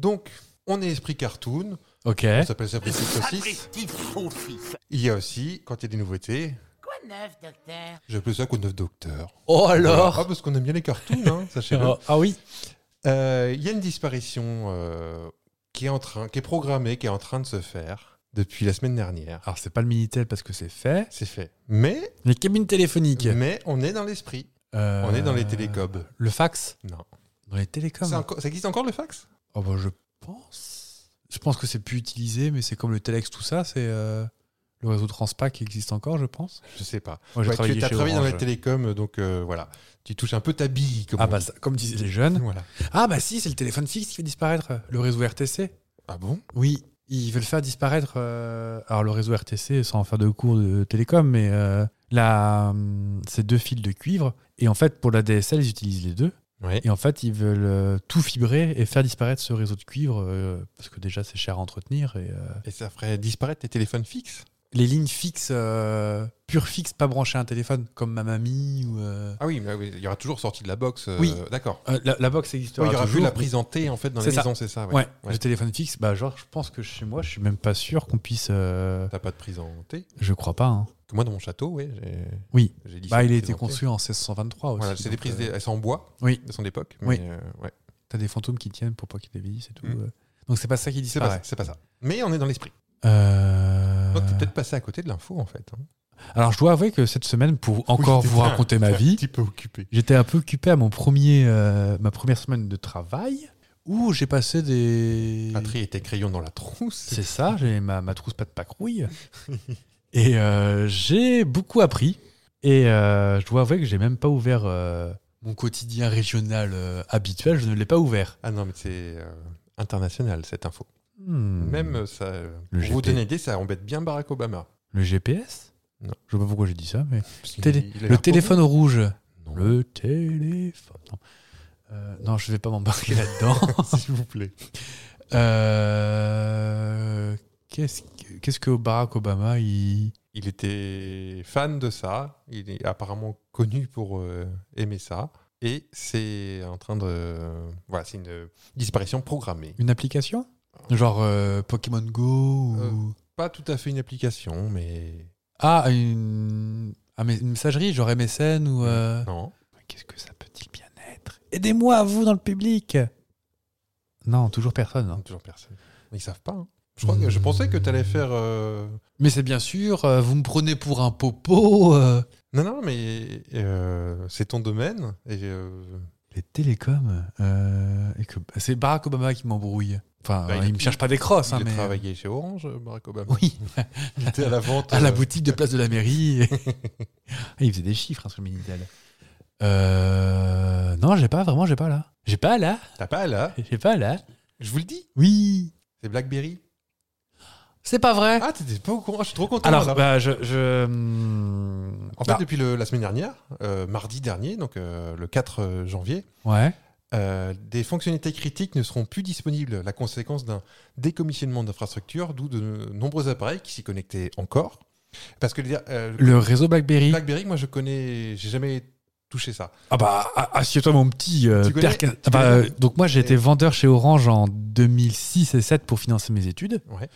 Speaker 5: Donc, on est esprit cartoon.
Speaker 4: Ok.
Speaker 5: On s'appelle ça Petit Saucisse. Il y a aussi, quand il y a des nouveautés,
Speaker 2: Quoi de neuf, docteur
Speaker 5: j'appelle ça Code 9 Docteur.
Speaker 4: Oh alors
Speaker 5: Ah, parce qu'on aime bien les cartoons, hein, sachez-le.
Speaker 4: Oh, Ah oui
Speaker 5: Euh, Il y a une disparition euh, qui, est en train, qui est programmée, qui est en train de se faire depuis la semaine dernière.
Speaker 4: Alors c'est pas le Minitel parce que c'est fait.
Speaker 5: C'est fait. Mais,
Speaker 4: Les cabines téléphoniques.
Speaker 5: mais on est dans l'esprit.
Speaker 4: Euh, ah
Speaker 5: On est dans les télécoms.
Speaker 4: Le fax
Speaker 5: Non.
Speaker 4: Dans les télécoms
Speaker 5: Ça, enco- ça existe encore le fax
Speaker 4: Oh bah je pense. Je pense que c'est plus utilisé, mais c'est comme le Telex, tout ça, c'est euh, le réseau Transpa qui existe encore, je pense.
Speaker 5: Je sais pas.
Speaker 4: Moi j'ai
Speaker 5: Ouais,
Speaker 4: travaillé
Speaker 5: tu as
Speaker 4: chez
Speaker 5: travaillé
Speaker 4: Orange.
Speaker 5: dans les télécoms, donc euh, voilà. Tu touches un peu ta bille. Comme
Speaker 4: Ah
Speaker 5: on
Speaker 4: bah
Speaker 5: dit.
Speaker 4: ça, comme disaient les jeunes.
Speaker 5: Voilà.
Speaker 4: Ah bah si, c'est le téléphone fixe qui fait disparaître le réseau RTC.
Speaker 5: Ah bon
Speaker 4: Oui, ils veulent faire disparaître. euh, alors, le réseau RTC, sans faire de cours de télécom, mais euh, la, hum, ces deux fils de cuivre. Et en fait, pour la DSL, ils utilisent les deux.
Speaker 5: Ouais.
Speaker 4: Et en fait, ils veulent euh, tout fibrer et faire disparaître ce réseau de cuivre, euh, parce que déjà, c'est cher à entretenir. Et, euh,
Speaker 5: Et ça ferait disparaître tes téléphones fixes
Speaker 4: les lignes fixes, euh, pure fixe, pas branchées à un téléphone, comme ma mamie ou. euh,
Speaker 5: Ah oui, mais oui, il y aura toujours sortie de la box. euh,
Speaker 4: Oui.
Speaker 5: D'accord.
Speaker 4: euh, la, la box
Speaker 5: Oui,
Speaker 4: existera
Speaker 5: il y aura plus
Speaker 4: toujours,
Speaker 5: la prise en thé en fait dans les
Speaker 4: C'est ça.
Speaker 5: maisons, c'est ça.
Speaker 4: Ouais,
Speaker 5: Ouais. Ouais.
Speaker 4: le téléphone fixe, bah genre, je pense que chez moi, je suis même pas sûr qu'on puisse. euh,
Speaker 5: T'as pas de prise en thé
Speaker 4: je crois pas. hein.
Speaker 5: Que Moi dans mon château, ouais, j'ai-
Speaker 4: Oui.
Speaker 5: j'ai dit.
Speaker 4: Bah, il a
Speaker 5: les
Speaker 4: été conçu en 1623 aussi.
Speaker 5: Voilà, c'est des
Speaker 4: donc,
Speaker 5: prises,
Speaker 4: euh,
Speaker 5: des- elles sont en bois.
Speaker 4: oui.
Speaker 5: De son époque.
Speaker 4: Oui.
Speaker 5: mais, euh, ouais.
Speaker 4: T'as des fantômes qui tiennent pour pas qu'ils dévissent et tout.
Speaker 5: Mm.
Speaker 4: euh. Donc c'est pas ça qui
Speaker 5: C'est pas,
Speaker 4: disparaît.
Speaker 5: ça, c'est pas ça. Mais on est dans l'esprit.
Speaker 4: Euh,
Speaker 5: Donc t'es peut-être passé à côté de l'info en fait. hein.
Speaker 4: Alors je dois avouer que cette semaine, pour encore
Speaker 5: t'étais
Speaker 4: vous
Speaker 5: un-
Speaker 4: raconter ma
Speaker 5: Un
Speaker 4: vie,
Speaker 5: petit peu occupé.
Speaker 4: j'étais un peu occupé à mon premier, euh, ma première semaine de travail où j'ai passé des.
Speaker 5: Patrie et tes crayons dans la trousse.
Speaker 4: C'est ça, j'ai ma, ma trousse pas de
Speaker 5: [laughs]
Speaker 4: pacrouille. et euh, j'ai beaucoup appris. Et euh, je dois avouer que j'ai même pas ouvert euh, mon quotidien régional euh, habituel, je ne l'ai pas ouvert.
Speaker 5: Ah non, mais c'est euh, international cette info.
Speaker 4: Hmm.
Speaker 5: Même euh, ça. euh,
Speaker 4: Le
Speaker 5: pour vous
Speaker 4: GP.
Speaker 5: donner une idée, ça embête bien Barack Obama.
Speaker 4: Le GPS
Speaker 5: Non.
Speaker 4: Je sais pas pourquoi j'ai dit ça, mais.
Speaker 5: Il-
Speaker 4: Télé-
Speaker 5: il a l'air
Speaker 4: le téléphone rouge.
Speaker 5: pauvre. Non.
Speaker 4: Le téléphone. Non, Euh, non, je vais
Speaker 5: [laughs]
Speaker 4: pas m'embarquer là-dedans.
Speaker 5: S'il vous plaît.
Speaker 4: Euh, Qu'est-ce que- qu'est-ce que Barack Obama, il.
Speaker 5: Il était fan de ça. Il est apparemment connu pour euh, aimer ça. Et c'est en train de. voilà, c'est une disparition programmée.
Speaker 4: Une application Genre euh, Pokémon Go ou...
Speaker 5: Euh. Pas tout à fait une application, mais.
Speaker 4: Ah, une... ah, mais une messagerie, genre MSN ou. euh,
Speaker 5: Non.
Speaker 4: Qu'est-ce que ça peut-il bien être Aidez-moi, vous, dans le public Non, toujours personne. hein.
Speaker 5: Toujours personne. Ils savent pas. hein. Je, crois que, je pensais que tu allais faire. euh,
Speaker 4: Mais c'est bien sûr, euh, vous me prenez pour un popo. euh.
Speaker 5: Non, non, mais euh, c'est ton domaine. Et, euh,
Speaker 4: Les télécoms euh, et que c'est Barack Obama qui m'embrouille. Enfin,
Speaker 5: Bah,
Speaker 4: euh,
Speaker 5: il-
Speaker 4: il, me cherche pas des crosses,
Speaker 5: il
Speaker 4: hein,
Speaker 5: a
Speaker 4: mais euh,
Speaker 5: travaillé chez Orange, Barack Obama.
Speaker 4: oui,
Speaker 5: Il était à la vente.
Speaker 4: [laughs] à
Speaker 5: euh,
Speaker 4: la
Speaker 5: [laughs]
Speaker 4: Ah, boutique de place de la mairie. Et... il faisait des chiffres hein, sur le minitel. Euh, non, j'ai pas, vraiment, j'ai pas là. J'ai pas là.
Speaker 5: T'as pas là
Speaker 4: J'ai pas là.
Speaker 5: Je vous le dis,
Speaker 4: Oui.
Speaker 5: c'est Blackberry.
Speaker 4: C'est pas vrai.
Speaker 5: Ah, t'étais pas au courant, je suis trop content.
Speaker 4: Alors,
Speaker 5: alors.
Speaker 4: bah, je. je, hum,
Speaker 5: Ah, en fait,
Speaker 4: bah,
Speaker 5: depuis le- la semaine dernière, euh, mardi dernier, donc euh, le 4 janvier,
Speaker 4: ouais.
Speaker 5: Euh, des fonctionnalités critiques ne seront plus disponibles, la conséquence d'un décommissionnement d'infrastructures, d'où de nombreux appareils qui s'y connectaient encore. Parce que euh,
Speaker 4: Le réseau Blackberry.
Speaker 5: BlackBerry, moi je connais, j'ai jamais touché ça.
Speaker 4: Ah bah, a- assieds-toi mon petit euh,
Speaker 5: Tu connais-
Speaker 4: Perkin.
Speaker 5: tu
Speaker 4: Ah bah,
Speaker 5: connais-
Speaker 4: euh, donc moi, j'ai été vendeur chez Orange en 2006 et 2007 pour financer mes études.
Speaker 5: Ouais.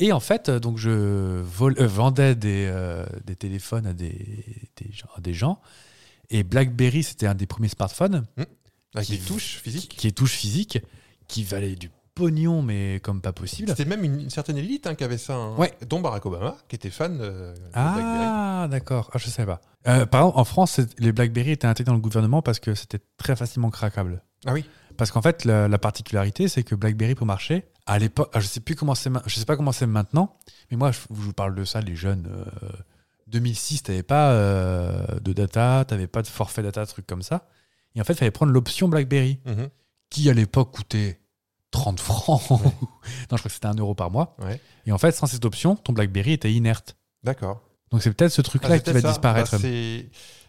Speaker 4: Et en fait, euh, donc je vol- euh, vendais des, euh, des téléphones à des, des, gens, à des gens. Et BlackBerry, c'était un des premiers smartphones
Speaker 5: Avec
Speaker 4: Qui-
Speaker 5: des touches physiques.
Speaker 4: qui est touche physique, qui valait du pognon, mais comme pas possible.
Speaker 5: C'était même une, une certaine élite hein, qui avait ça, hein,
Speaker 4: Ouais.
Speaker 5: dont Barack Obama, qui était fan euh, de BlackBerry.
Speaker 4: Ah, d'accord. Ah, je sais pas. Euh, par exemple, en France, c'est- les BlackBerry étaient intégrés dans le gouvernement parce que c'était très facilement craquable.
Speaker 5: Ah oui.
Speaker 4: Parce qu'en fait, la, la particularité, c'est que BlackBerry pour marché, à l'époque, ah, je sais plus comment c'est, ma- je sais pas comment c'est maintenant, mais moi, je, je vous parle de ça, les jeunes. euh, 2006, t'avais pas euh, de data, t'avais pas de forfait data, truc comme ça. Et en fait, il fallait prendre l'option BlackBerry,
Speaker 5: Mhm.
Speaker 4: qui à l'époque coûtait 30 francs. [laughs] non, je crois que c'était un euro par mois.
Speaker 5: Ouais.
Speaker 4: Et en fait, sans cette option, ton BlackBerry était inerte.
Speaker 5: D'accord.
Speaker 4: Donc c'est peut-être ce
Speaker 5: Ah,
Speaker 4: truc-là
Speaker 5: c'est
Speaker 4: qui va
Speaker 5: peut-être ça.
Speaker 4: disparaître.
Speaker 5: Bah, c'est,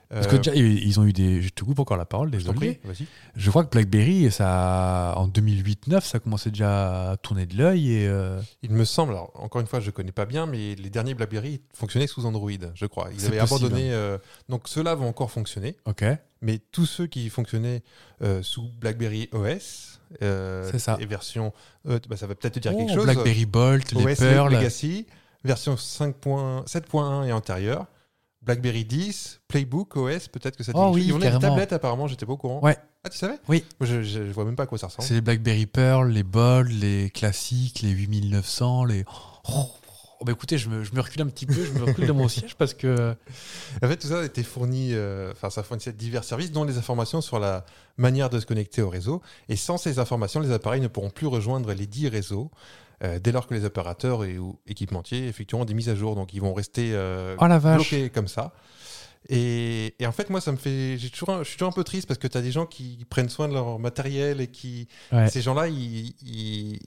Speaker 4: Parce
Speaker 5: euh,
Speaker 4: que déjà, ils ils ont eu des. Je te coupe encore la parole,
Speaker 5: je t'en
Speaker 4: désolé.
Speaker 5: prie, vas-y.
Speaker 4: Je crois que BlackBerry, ça, en 2008-2009, ça commençait déjà à tourner de l'œil. Et, euh,
Speaker 5: Il me semble, alors encore une fois, je ne connais pas bien, mais les derniers BlackBerry fonctionnaient sous Android, je crois. Ils
Speaker 4: C'est
Speaker 5: avaient
Speaker 4: possible.
Speaker 5: abandonné. euh, donc ceux-là vont encore fonctionner,
Speaker 4: Ok.
Speaker 5: mais tous ceux qui fonctionnaient euh, sous BlackBerry OS, euh,
Speaker 4: C'est ça.
Speaker 5: et version, euh, bah, ça va peut-être te dire
Speaker 4: Oh,
Speaker 5: quelque chose.
Speaker 4: BlackBerry Bolt, les
Speaker 5: OS
Speaker 4: Pearl.
Speaker 5: Legacy, version 5.7.1 et antérieure, BlackBerry 10, Playbook OS, peut-être que ça. te dit
Speaker 4: Oh
Speaker 5: quelque
Speaker 4: oui,
Speaker 5: chose. Ils vendaient des
Speaker 4: carrément.
Speaker 5: tablettes apparemment, j'étais pas au courant.
Speaker 4: Ouais.
Speaker 5: Ah, tu savais
Speaker 4: Oui.
Speaker 5: Moi, Je, je, je vois même pas à quoi ça ressemble.
Speaker 4: C'est les BlackBerry Pearl, les Bolt, les classiques, les 8900, les. Oh, oh, bah écoutez, je me, je me recule un petit peu, je me
Speaker 5: [laughs]
Speaker 4: recule de mon siège parce que.
Speaker 5: En fait, tout ça était fourni, euh, enfin, ça fournissait divers services, dont les informations sur la manière de se connecter au réseau. Et sans ces informations, les appareils ne pourront plus rejoindre les dix réseaux euh, dès lors que les opérateurs et ou équipementiers effectueront des mises à jour. Donc, ils vont rester euh,
Speaker 4: Oh la vache.
Speaker 5: bloqués comme ça. Et, et en fait, moi, ça me fait. j'ai Toujours un- je suis toujours un peu triste parce que tu as des gens qui prennent soin de leur matériel et qui.
Speaker 4: Ouais.
Speaker 5: Ces gens-là, ils. ils-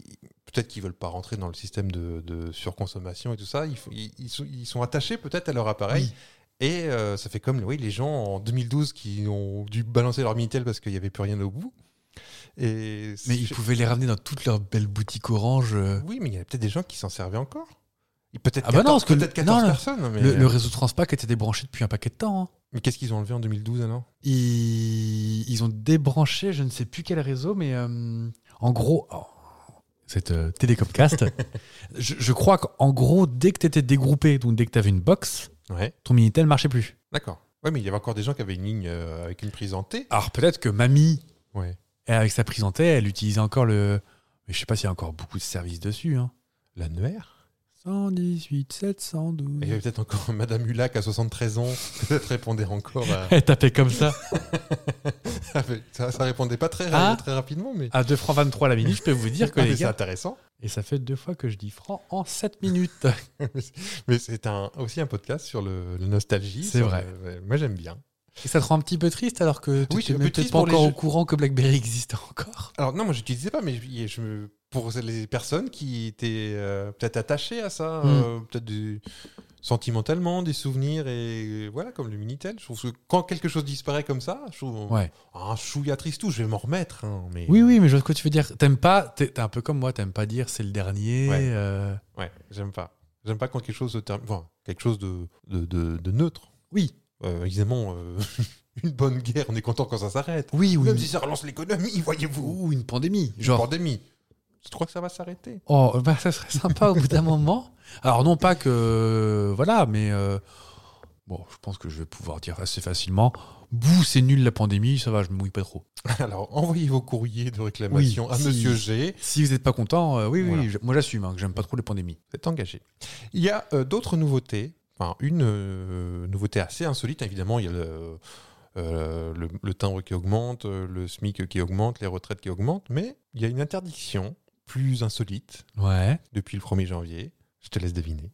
Speaker 5: Peut-être qu'ils veulent pas rentrer dans le système de, de surconsommation et tout ça. Ils, font- ils- ils sont, ils sont attachés peut-être à leur appareil. Et euh, ça fait comme oui, les gens en 2012 qui ont dû balancer leur Minitel parce qu'il n'y avait plus rien au bout. Et
Speaker 4: Mais ils
Speaker 5: c'est-
Speaker 4: pouvaient les ramener dans toutes leurs belles boutiques orange. euh,
Speaker 5: Oui, mais il y a peut-être des gens qui s'en servaient encore. Et Peut-être
Speaker 4: Ah bah non,
Speaker 5: 14,
Speaker 4: parce que le-
Speaker 5: peut-être 14
Speaker 4: non, le-
Speaker 5: personnes. Mais, euh,
Speaker 4: Le, le réseau Transpac était débranché depuis un paquet de temps. hein.
Speaker 5: mais qu'est-ce qu'ils ont enlevé en 2012 alors
Speaker 4: ils, ils ont débranché, je ne sais plus quel réseau, mais euh, en gros, oh, cette euh, [laughs] Télécomcast, je, je crois qu'en gros, dès que tu étais dégroupé, donc dès que tu avais une box,
Speaker 5: Ouais,
Speaker 4: ton Minitel marchait plus.
Speaker 5: d'accord. Ouais, mais il y avait encore des gens qui avaient une ligne euh, avec une prise en T.
Speaker 4: Alors peut-être que mamie,
Speaker 5: Ouais.
Speaker 4: elle, avec sa prise en T, elle utilisait encore le. Mais je sais pas s'il y a encore beaucoup de services dessus. Hein.
Speaker 5: L'annuaire
Speaker 4: 118, 712.
Speaker 5: Il y avait peut-être encore [laughs] Madame Hulac à 73 ans, [laughs] peut-être répondait encore
Speaker 4: [laughs]
Speaker 5: à.
Speaker 4: [laughs] Elle tapait comme ça.
Speaker 5: ça, ça répondait pas très,
Speaker 4: Ah.
Speaker 5: très rapidement, mais.
Speaker 4: À 2 francs 23 la minute, je peux vous dire que
Speaker 5: Ah, mais
Speaker 4: les
Speaker 5: c'est
Speaker 4: gars. [laughs]
Speaker 5: intéressant.
Speaker 4: Et ça fait deux fois que je dis francs en 7 minutes.
Speaker 5: [laughs] Mais c'est un, aussi un podcast sur le, la nostalgie.
Speaker 4: C'est
Speaker 5: sur
Speaker 4: vrai.
Speaker 5: le- moi, j'aime bien.
Speaker 4: Et ça te rend un petit peu triste alors que tu
Speaker 5: Oui, je suis un
Speaker 4: n'es
Speaker 5: peu
Speaker 4: peut-être
Speaker 5: triste
Speaker 4: pas
Speaker 5: pour les
Speaker 4: encore au
Speaker 5: jeux.
Speaker 4: courant que BlackBerry existait encore.
Speaker 5: Alors, non, moi, j'utilisais pas, mais je, je me- pour les personnes qui étaient euh, peut-être attachées à ça,
Speaker 4: Mm.
Speaker 5: euh, peut-être du- sentimentalement, des souvenirs, et euh, voilà, comme le Minitel. Je trouve que quand quelque chose disparaît comme ça, je trouve
Speaker 4: Ouais.
Speaker 5: un chouïa tristou, je vais m'en remettre. hein, mais...
Speaker 4: Oui, oui, mais je vois ce que tu veux dire. T'aimes pas, t'es t'es un peu comme moi, t'aimes pas dire c'est le dernier.
Speaker 5: Ouais.
Speaker 4: euh,
Speaker 5: Ouais, j'aime pas. J'aime pas quand quelque chose de, term- enfin, quelque chose de, de, de- de neutre.
Speaker 4: Oui.
Speaker 5: Euh, évidemment, euh, [laughs] une bonne guerre, on est content quand ça s'arrête.
Speaker 4: Oui, oui.
Speaker 5: Même si ça relance l'économie, voyez-vous.
Speaker 4: Ou une pandémie. Genre,
Speaker 5: Pandémie. Je crois que ça va s'arrêter.
Speaker 4: oh, bah, ça serait sympa au bout d'un [laughs] moment. Alors, non pas que. euh, Voilà, mais. euh, Bon, je pense que je vais pouvoir dire assez facilement. Bouh, c'est nul la pandémie, ça va, je me mouille pas trop.
Speaker 5: Alors, envoyez vos courriers de réclamation
Speaker 4: Oui,
Speaker 5: à
Speaker 4: si.
Speaker 5: Monsieur G.
Speaker 4: Si vous n'êtes pas content, euh, oui, oui,
Speaker 5: Voilà.
Speaker 4: je- moi j'assume hein, que j'aime pas trop les pandémies.
Speaker 5: Vous êtes engagé. Il y a euh, d'autres nouveautés. Enfin, une euh, nouveauté assez insolite, évidemment. Il y a le, euh, le, le timbre qui augmente, euh, le SMIC qui augmente, les retraites qui augmentent. Mais il y a une interdiction plus insolite
Speaker 4: Ouais.
Speaker 5: depuis le 1er janvier. Je te laisse deviner.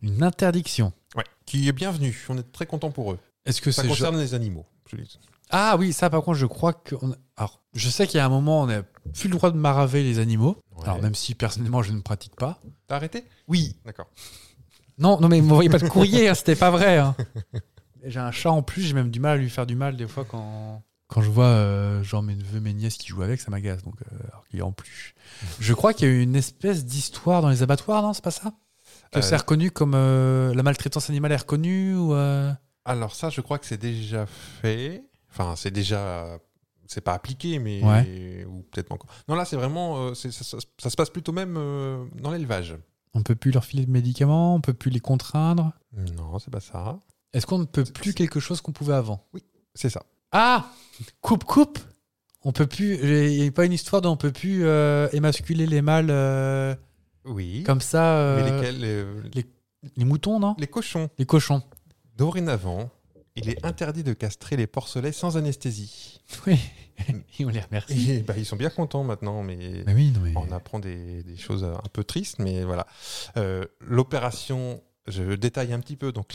Speaker 4: Une interdiction.
Speaker 5: Ouais. Qui est bienvenue. On est très contents pour eux.
Speaker 4: Est-ce que
Speaker 5: Ça
Speaker 4: c'est.
Speaker 5: concerne les animaux. je dis.
Speaker 4: Ah oui, ça par contre, je crois que. on- Alors, je sais qu'il y a un moment, on n'a plus le droit de maraver les animaux.
Speaker 5: Ouais.
Speaker 4: Alors, même si personnellement, je ne pratique pas.
Speaker 5: T'as arrêté
Speaker 4: Oui.
Speaker 5: D'accord.
Speaker 4: Non, non, mais vous voyez pas
Speaker 5: [laughs]
Speaker 4: de courrier, hein, c'était pas vrai. hein. J'ai un chat en plus, j'ai même du mal à lui faire du mal des fois quand. Quand je vois euh, genre mes neveux, mes nièces qui jouent avec, ça m'agace. Donc, euh, alors qu'il est en plus. Je crois qu'il y a eu une espèce d'histoire dans les abattoirs, non C'est pas ça Que
Speaker 5: Euh,
Speaker 4: c'est reconnu comme euh, la maltraitance animale est reconnue ou euh,
Speaker 5: Alors ça, je crois que c'est déjà fait. Enfin, c'est déjà, c'est pas appliqué, mais ou peut-être pas encore. Non, là, c'est vraiment, euh, c'est- ça, ça- ça se passe plutôt même euh, dans l'élevage.
Speaker 4: on peut plus leur filer de médicaments, on peut plus les contraindre.
Speaker 5: Non, c'est pas ça.
Speaker 4: Est-ce qu'on ne peut plus quelque chose qu'on pouvait avant
Speaker 5: C'est ça.
Speaker 4: Ah Coupe, coupe On peut plus. Il n'y a pas une histoire dont on peut plus euh, émasculer les mâles euh,
Speaker 5: Oui.
Speaker 4: comme ça.
Speaker 5: Mais
Speaker 4: euh,
Speaker 5: lesquels euh, les,
Speaker 4: Les moutons, non
Speaker 5: cochons.
Speaker 4: Les cochons.
Speaker 5: Dorénavant, il est interdit de castrer les porcelets sans [laughs] anesthésie.
Speaker 4: Oui. Et on les remercie.
Speaker 5: Et Oh. bah, ils sont bien contents maintenant, mais
Speaker 4: Mais Bah oui, non, mais.
Speaker 5: on apprend des, des choses euh, un peu tristes, mais voilà. Euh, L'opération, je détaille un petit peu. Donc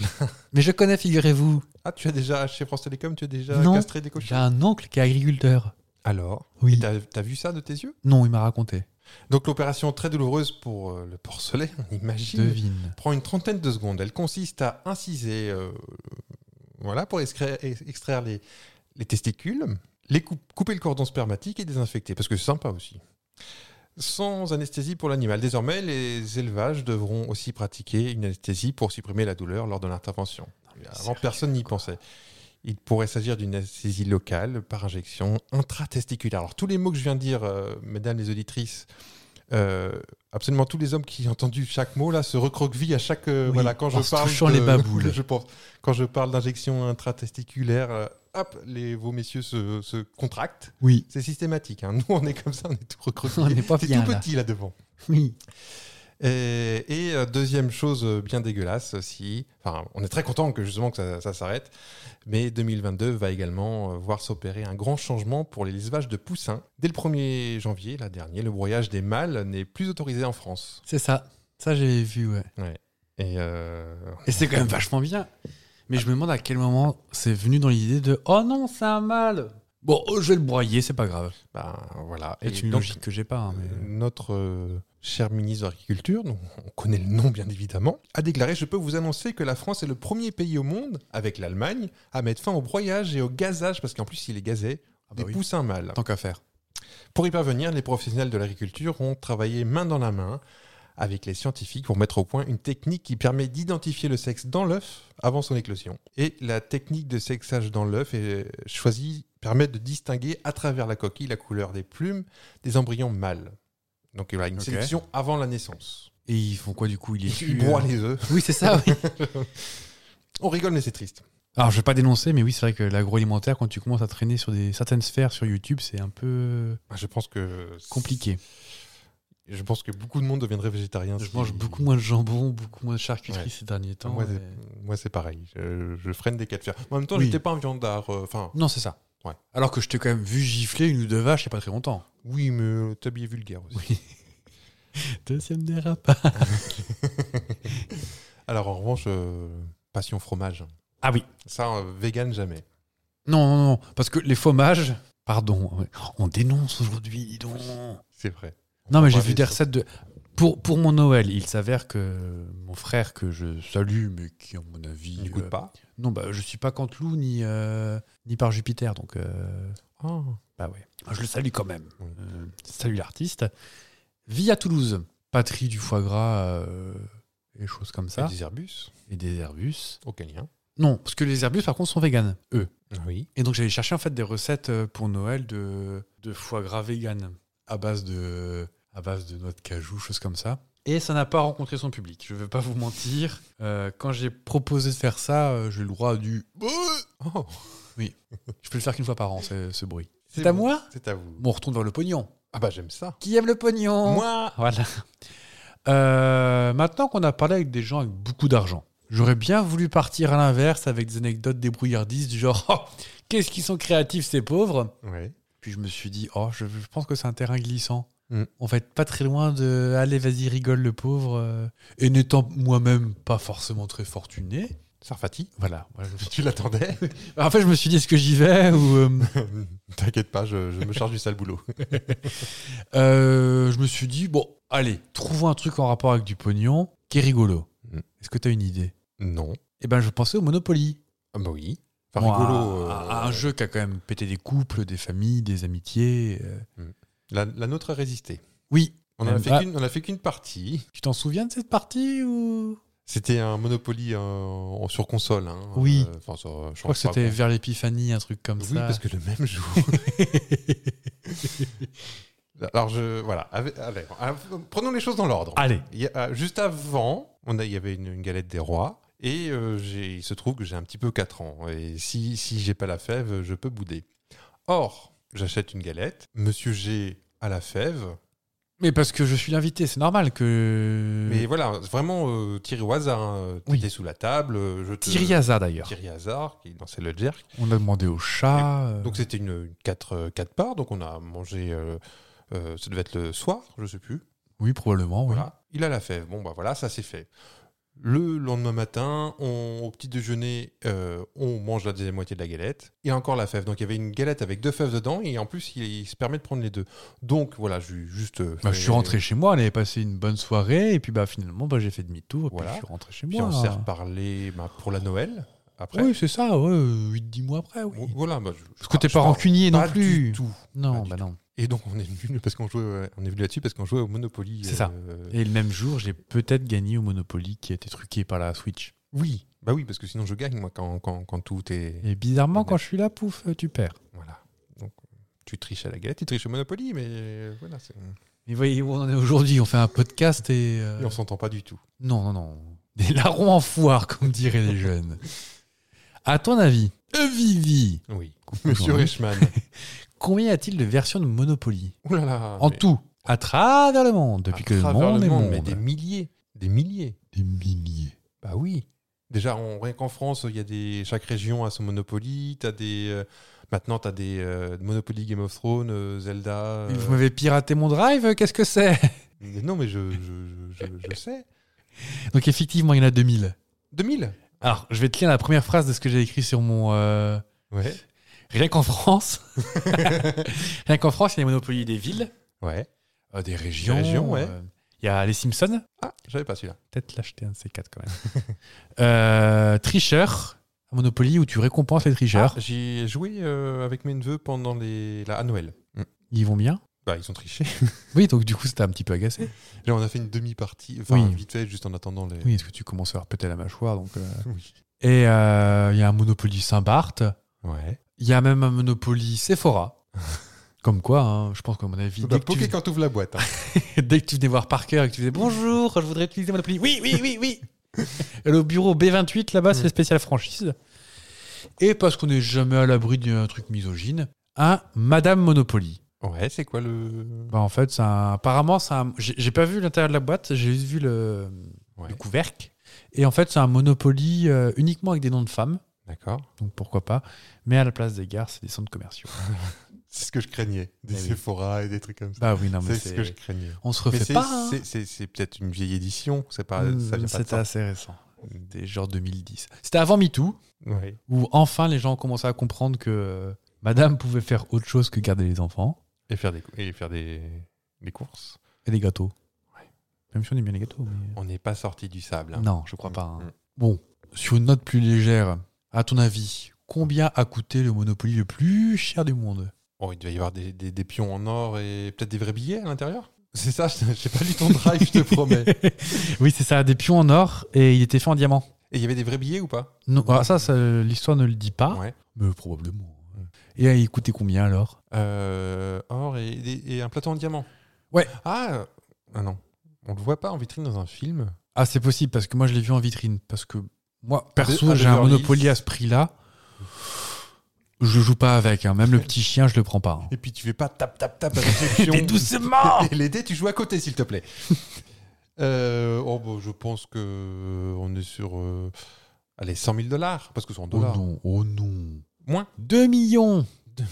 Speaker 4: Mais je connais, figurez-vous.
Speaker 5: Ah, tu as déjà, chez France Télécom, tu as déjà
Speaker 4: Non.
Speaker 5: castré des cochons
Speaker 4: J'ai un oncle qui est agriculteur.
Speaker 5: Alors
Speaker 4: Oui.
Speaker 5: T'as t'as vu ça de tes yeux
Speaker 4: Non, il m'a raconté.
Speaker 5: Donc l'opération très douloureuse pour euh, le porcelet, on imagine,
Speaker 4: Devine.
Speaker 5: prend une trentaine de secondes. Elle consiste à inciser, euh, voilà, pour extraire, ex- extraire les, les testicules, les coup- couper le cordon spermatique et désinfecter, parce que c'est sympa aussi. Sans anesthésie pour l'animal. Désormais, les élevages devront aussi pratiquer une anesthésie pour supprimer la douleur lors de l'intervention. Avant,
Speaker 4: sérieux,
Speaker 5: personne n'y pensait. Il pourrait s'agir d'une anesthésie locale par injection intratesticulaire. Alors, tous les mots que je viens de dire, euh, mesdames les auditrices, euh, absolument tous les hommes qui ont entendu chaque mot là se recroquevillent à chaque euh,
Speaker 4: Oui,
Speaker 5: voilà quand je
Speaker 4: en se
Speaker 5: parle
Speaker 4: touchant les baboules.
Speaker 5: [laughs] je pense quand je parle d'injection intratesticulaire euh, hop les vos messieurs se, se contractent
Speaker 4: Oui.
Speaker 5: c'est systématique hein. nous on est comme ça on est tout
Speaker 4: On
Speaker 5: recroquevillés
Speaker 4: n'est pas
Speaker 5: c'est
Speaker 4: bien
Speaker 5: tout
Speaker 4: là.
Speaker 5: petit là devant
Speaker 4: Oui.
Speaker 5: et, et, euh, deuxième chose euh, bien dégueulasse, si, enfin, on est très content que justement que ça, ça s'arrête, mais 2022 va également euh, voir s'opérer un grand changement pour l'élevages de poussins. Dès le 1er janvier, la dernière, le broyage des mâles n'est plus autorisé en France.
Speaker 4: C'est ça. Ça, j'avais vu, ouais.
Speaker 5: Et euh,
Speaker 4: Et c'est quand même vachement bien. Mais je me demande à quel moment c'est venu dans l'idée de Oh non, c'est un mâle Bon, oh, je vais le broyer, c'est pas grave.
Speaker 5: ben, voilà.
Speaker 4: C'est une
Speaker 5: donc,
Speaker 4: logique que j'ai pas. hein, mais-
Speaker 5: euh, notre euh, cher ministre de l'Agriculture, dont on connaît le nom bien évidemment, a déclaré Je peux vous annoncer que la France est le premier pays au monde, avec l'Allemagne, à mettre fin au broyage et au gazage, parce qu'en plus il est gazé,
Speaker 4: Ah bah
Speaker 5: des
Speaker 4: oui.
Speaker 5: poussins mâles.
Speaker 4: Tant qu'à faire.
Speaker 5: Pour y parvenir, les professionnels de l'agriculture ont travaillé main dans la main avec les scientifiques pour mettre au point une technique qui permet d'identifier le sexe dans l'œuf avant son éclosion. Et la technique de sexage dans l'œuf est choisie permet de distinguer à travers la coquille la couleur des plumes des embryons mâles. Donc il y a une
Speaker 4: Ok.
Speaker 5: sélection avant la naissance.
Speaker 4: Et ils font quoi du coup Il est euh,
Speaker 5: Ils broient
Speaker 4: [laughs]
Speaker 5: les œufs.
Speaker 4: Oui, c'est ça. [laughs] oui.
Speaker 5: On rigole mais c'est triste.
Speaker 4: Alors, je vais pas dénoncer, mais oui, c'est vrai que l'agroalimentaire, quand tu commences à traîner sur des certaines sphères sur YouTube, c'est un peu
Speaker 5: Je pense que
Speaker 4: compliqué.
Speaker 5: Je pense que beaucoup de monde deviendrait végétarien.
Speaker 4: Je
Speaker 5: si-
Speaker 4: mange beaucoup moins de jambon, beaucoup moins de charcuterie
Speaker 5: Ouais.
Speaker 4: ces derniers temps.
Speaker 5: Moi, c'est-
Speaker 4: et-
Speaker 5: moi, c'est pareil. Je, je freine des cas de fer. En même temps,
Speaker 4: Oui.
Speaker 5: j'étais pas un viandard. euh, Enfin,
Speaker 4: Non, c'est ça.
Speaker 5: Ouais.
Speaker 4: Alors que je t'ai quand même vu gifler une ou deux vaches il y a pas très longtemps.
Speaker 5: Oui, mais t'habillais vulgaire aussi.
Speaker 4: Deuxième dérapage.
Speaker 5: Alors en revanche, euh, passion fromage.
Speaker 4: Ah oui.
Speaker 5: Ça, euh, vegan jamais.
Speaker 4: Non, non, non. Parce que les fromages. Pardon, ouais. on dénonce aujourd'hui, dis donc.
Speaker 5: C'est vrai.
Speaker 4: Non, mais j'ai
Speaker 5: parler
Speaker 4: vu des
Speaker 5: sur-
Speaker 4: recettes de. Pour, pour mon Noël, il s'avère que mon frère, que je salue, mais qui, à mon avis.
Speaker 5: Il n'écoute
Speaker 4: euh,
Speaker 5: pas.
Speaker 4: Non, bah, je suis pas Canteloup ni, euh, ni par Jupiter, donc. euh, bah ouais. Je le salue quand même.
Speaker 5: Oui.
Speaker 4: Euh, salut l'artiste. Vit à Toulouse. Patrie du foie gras euh, et choses comme
Speaker 5: Ça.
Speaker 4: ça.
Speaker 5: Des herbus.
Speaker 4: Et des herbus.
Speaker 5: Aucun lien.
Speaker 4: Non, parce que les herbus, par contre, sont véganes, eux.
Speaker 5: Oui.
Speaker 4: Et donc j'allais chercher en fait des recettes euh, pour Noël de, de foie gras vegan à base de à base de noix de cajou, choses comme ça. Et ça n'a pas rencontré son public. Je ne vais pas vous mentir. Euh, quand j'ai proposé de faire ça, euh, j'ai eu le droit à du.
Speaker 5: Oh,
Speaker 4: Je peux le faire qu'une fois par an, ce, ce bruit.
Speaker 5: C'est
Speaker 4: C'est à
Speaker 5: bon.
Speaker 4: moi
Speaker 5: c'est à vous.
Speaker 4: Bon, On retourne vers le pognon.
Speaker 5: Ah bah j'aime ça.
Speaker 4: Qui aime le pognon
Speaker 5: Moi.
Speaker 4: Voilà. Euh, maintenant qu'on a parlé avec des gens avec beaucoup d'argent, j'aurais bien voulu partir à l'inverse avec des anecdotes débrouillardistes du genre Oh, qu'est-ce qu'ils sont créatifs ces pauvres
Speaker 5: Ouais.
Speaker 4: Puis je me suis dit, oh, je, je pense que c'est un terrain glissant.
Speaker 5: Mm.
Speaker 4: On va être pas très loin de allez, vas-y, rigole le pauvre. euh. Et n'étant moi-même pas forcément très fortuné,
Speaker 5: Sarfati.
Speaker 4: Voilà. voilà, je-
Speaker 5: [laughs] Tu l'attendais [laughs]
Speaker 4: En fait, je me suis dit, est-ce que j'y vais ou euh,
Speaker 5: T'inquiète pas, je, je me charge du sale boulot.
Speaker 4: euh, je me suis dit, bon, allez, trouvons un truc en rapport avec du pognon qui est rigolo.
Speaker 5: Mm.
Speaker 4: Est-ce que tu as une idée
Speaker 5: Non.
Speaker 4: Eh ben, je pensais au Monopoly.
Speaker 5: Ah bah oui. Enfin,
Speaker 4: Bon,
Speaker 5: rigolo.
Speaker 4: à-
Speaker 5: euh,
Speaker 4: à un jeu qui a quand même pété des couples, des familles, des amitiés. euh.
Speaker 5: La, la nôtre a résisté.
Speaker 4: Oui.
Speaker 5: On en a
Speaker 4: Euh,
Speaker 5: fait
Speaker 4: bah-
Speaker 5: qu'une- on a fait qu'une partie.
Speaker 4: Tu t'en souviens de cette partie ou
Speaker 5: C'était un Monopoly euh, en- sur console. hein.
Speaker 4: Oui.
Speaker 5: Euh, enfin, sur-
Speaker 4: Je crois que c'était vers l'épiphanie, un truc comme
Speaker 5: Oui,
Speaker 4: ça.
Speaker 5: parce que le même
Speaker 4: [laughs]
Speaker 5: jour. Alors, je. Voilà. Avec- avec- alors, prenons les choses dans l'ordre.
Speaker 4: Allez.
Speaker 5: Il y a- ah, juste avant, on a, il y avait une, une galette des rois. Et euh, j'ai- il se trouve que j'ai un petit peu 4 ans. Et si, si j'ai pas la fève, je peux bouder. Or, j'achète une galette. Monsieur G a la
Speaker 4: Euh.
Speaker 5: fève.
Speaker 4: Mais parce que je suis l'invité, c'est normal que.
Speaker 5: Mais voilà, c'est vraiment euh, tiré au hasard. hein.
Speaker 4: Oui.
Speaker 5: T'étais sous la table. euh, Je te...
Speaker 4: Thierry Hazard d'ailleurs.
Speaker 5: Thierry Hazard, qui dansait le jerk.
Speaker 4: On a demandé au chat. euh,
Speaker 5: Donc c'était une, une quatre, euh, quatre parts. Donc on a mangé. euh, euh, ça devait être le soir, je sais plus.
Speaker 4: Oui, probablement. oui.
Speaker 5: Voilà. Il a la fève. Bon, bah voilà, ça c'est fait. Le lendemain matin, on- au petit déjeuner, euh, on mange la deuxième moitié de la galette. Il y a encore la fève. Donc il y avait une galette avec deux fèves dedans et en plus il, il se permet de prendre les deux. Donc voilà, je lui- juste. euh,
Speaker 4: Bah,
Speaker 5: fait-
Speaker 4: je suis rentré chez moi, on avait passé une bonne soirée, et puis bah, finalement bah, j'ai fait demi-tour, et
Speaker 5: Voilà.
Speaker 4: puis je suis rentré chez
Speaker 5: Puis
Speaker 4: moi.
Speaker 5: on s'est reparlé bah, pour la Noël après.
Speaker 4: oui, c'est ça, ouais, 8-10 mois après. Oui.
Speaker 5: Voilà. bah, je- je
Speaker 4: Parce que t'es
Speaker 5: je
Speaker 4: pas
Speaker 5: parle
Speaker 4: rancunier non
Speaker 5: pas
Speaker 4: plus.
Speaker 5: Du tout.
Speaker 4: Non,
Speaker 5: Pas
Speaker 4: bah non.
Speaker 5: Et donc on est venu parce qu'on jouait, on est venu là-dessus parce qu'on jouait au Monopoly.
Speaker 4: C'est ça.
Speaker 5: euh,
Speaker 4: Et le même jour, j'ai peut-être gagné au Monopoly qui a été truqué par la Switch.
Speaker 5: Oui. Bah oui, parce que sinon je gagne moi quand, quand, quand tout est.
Speaker 4: Et bizarrement, quand je suis là, pouf, euh, tu perds.
Speaker 5: Voilà. Donc tu triches à la galette, tu triches au Monopoly, mais euh, voilà. c'est-
Speaker 4: Mais voyez où on en est aujourd'hui, on fait un podcast et. euh,
Speaker 5: Et on s'entend pas du tout.
Speaker 4: Non, non, non. Des larrons en foire, [laughs] comme diraient les jeunes. À ton avis, euh, Vivi,
Speaker 5: Oui.
Speaker 4: coupe-le,
Speaker 5: Monsieur
Speaker 4: Jean-Louis, [laughs]
Speaker 5: Reichmann.
Speaker 4: combien y a-t-il de versions de Monopoly
Speaker 5: Ouh là là.
Speaker 4: En
Speaker 5: mais
Speaker 4: tout, à travers le monde, depuis
Speaker 5: à
Speaker 4: que le
Speaker 5: travers
Speaker 4: monde est monde.
Speaker 5: mais des milliers, des milliers.
Speaker 4: Des milliers.
Speaker 5: Bah oui. Déjà, on, rien qu'en France, il y a des chaque région a son Monopoly. T'as des euh, maintenant t'as des euh, Monopoly Game of Thrones, euh, Zelda. euh,
Speaker 4: Vous m'avez piraté mon drive, euh, qu'est-ce que c'est
Speaker 5: mais non, mais je je, je, je- je sais.
Speaker 4: [laughs] Donc effectivement, il y en a 2000.
Speaker 5: 2000.
Speaker 4: Alors, je vais te lire la première phrase de ce que j'ai écrit sur mon... euh,
Speaker 5: Ouais.
Speaker 4: Rien
Speaker 5: [laughs]
Speaker 4: qu'en France. Rien qu'en France, il y a les Monopoly des villes,
Speaker 5: Ouais.
Speaker 4: euh, des régions.
Speaker 5: régions, ouais.
Speaker 4: euh, Il y a les Simpsons.
Speaker 5: Ah, j'avais pas celui-là.
Speaker 4: Peut-être l'acheter un de ces quatre quand même.
Speaker 5: [laughs]
Speaker 4: euh, tricheur, un Monopoly où tu récompenses les tricheurs.
Speaker 5: Ah, J'ai joué euh, avec mes neveux pendant les la à Noël. Mm.
Speaker 4: Ils vont bien
Speaker 5: Bah ils ont
Speaker 4: [laughs]
Speaker 5: triché.
Speaker 4: Oui, donc du coup, c'était un petit peu agacé.
Speaker 5: Là, on a fait une demi-partie, enfin
Speaker 4: Oui.
Speaker 5: vite fait, juste en attendant les.
Speaker 4: Oui, est-ce que tu commences à avoir péter la mâchoire donc, euh.
Speaker 5: Oui.
Speaker 4: Et euh, il y a un Monopoly Saint-Barth.
Speaker 5: Ouais.
Speaker 4: Il y a même un
Speaker 5: [laughs]
Speaker 4: Monopoly Sephora. Comme quoi, hein, je pense qu'à mon
Speaker 5: Bah,
Speaker 4: avis, dès que, tu,
Speaker 5: quand tu ouvres la boîte.
Speaker 4: hein. [laughs] dès que tu venais voir Parker et que tu faisais bonjour, je voudrais utiliser Monopoly. Oui, oui, oui, oui. [laughs] Et le bureau B28, là-bas, c'est
Speaker 5: Mm.
Speaker 4: spécial franchise. Et parce qu'on n'est jamais à l'abri d'un truc misogyne, un Madame Monopoly.
Speaker 5: [laughs] Ouais, c'est quoi le.
Speaker 4: Bah, en fait, c'est un- apparemment, c'est un... j'ai j'ai pas vu l'intérieur de la boîte, j'ai juste vu le...
Speaker 5: Ouais.
Speaker 4: le couvercle. Et en fait, c'est un Monopoly euh, uniquement avec des noms de femmes,
Speaker 5: D'accord.
Speaker 4: donc pourquoi pas. Mais à la place des gares, c'est des
Speaker 5: [laughs]
Speaker 4: centres commerciaux.
Speaker 5: C'est ce que je craignais. Des
Speaker 4: Eh oui.
Speaker 5: Sephora et des trucs comme ça.
Speaker 4: bah oui, non, mais
Speaker 5: c'est ce
Speaker 4: c'est-
Speaker 5: que je craignais.
Speaker 4: on se
Speaker 5: Mais
Speaker 4: refait
Speaker 5: c'est-
Speaker 4: pas. hein.
Speaker 5: c'est- c'est c'est peut-être une vieille édition. C'est pas.
Speaker 4: Hmm,
Speaker 5: ça vient pas de
Speaker 4: C'était
Speaker 5: ça.
Speaker 4: assez récent. C'était genre 2010. C'était avant MeToo,
Speaker 5: Ouais.
Speaker 4: où enfin les gens ont commencé à comprendre que euh, madame pouvait faire autre chose que garder les enfants
Speaker 5: Et faire des cou- et faire des, des courses.
Speaker 4: et des gâteaux.
Speaker 5: Ouais.
Speaker 4: Même si on aime bien les gâteaux. mais-
Speaker 5: On n'est pas sorti du sable. hein.
Speaker 4: Non, je crois pas. hein.
Speaker 5: Mm.
Speaker 4: Bon, sur une note plus légère, à ton avis, combien a coûté le Monopoly le plus cher du monde
Speaker 5: Oh, il devait y avoir des, des- des pions en or et peut-être des vrais billets à l'intérieur. C'est ça. [laughs] je- J'ai pas lu ton drive, je te [laughs] promets.
Speaker 4: [laughs] Oui, c'est ça, des pions en or et il était fait en diamant.
Speaker 5: Et il y avait des vrais billets ou pas
Speaker 4: Non, ah, ça, ça, l'histoire ne le dit pas,
Speaker 5: Ouais.
Speaker 4: mais probablement. Et euh, il coûtait combien alors
Speaker 5: Euh, or et, et- et un plateau en diamant.
Speaker 4: Ouais.
Speaker 5: Ah, ah non. On le voit pas en vitrine dans un film.
Speaker 4: Ah, c'est possible parce que moi je l'ai vu en vitrine parce que moi perso
Speaker 5: à
Speaker 4: j'ai un
Speaker 5: Beverly
Speaker 4: Monopoly
Speaker 5: Hills.
Speaker 4: à ce prix-là. Je joue pas avec, hein. même le petit chien je le prends pas. hein.
Speaker 5: Et puis tu fais pas tap tap tap avec les [laughs] pions.
Speaker 4: Mais doucement
Speaker 5: Et les dés, tu joues à côté, s'il te plaît. [laughs] Euh, oh, bon, je pense que on est sur euh, allez 100 000 dollars parce que c'est en
Speaker 4: Oh
Speaker 5: dollars.
Speaker 4: non, oh non.
Speaker 5: Moins.
Speaker 4: 2 millions
Speaker 5: 2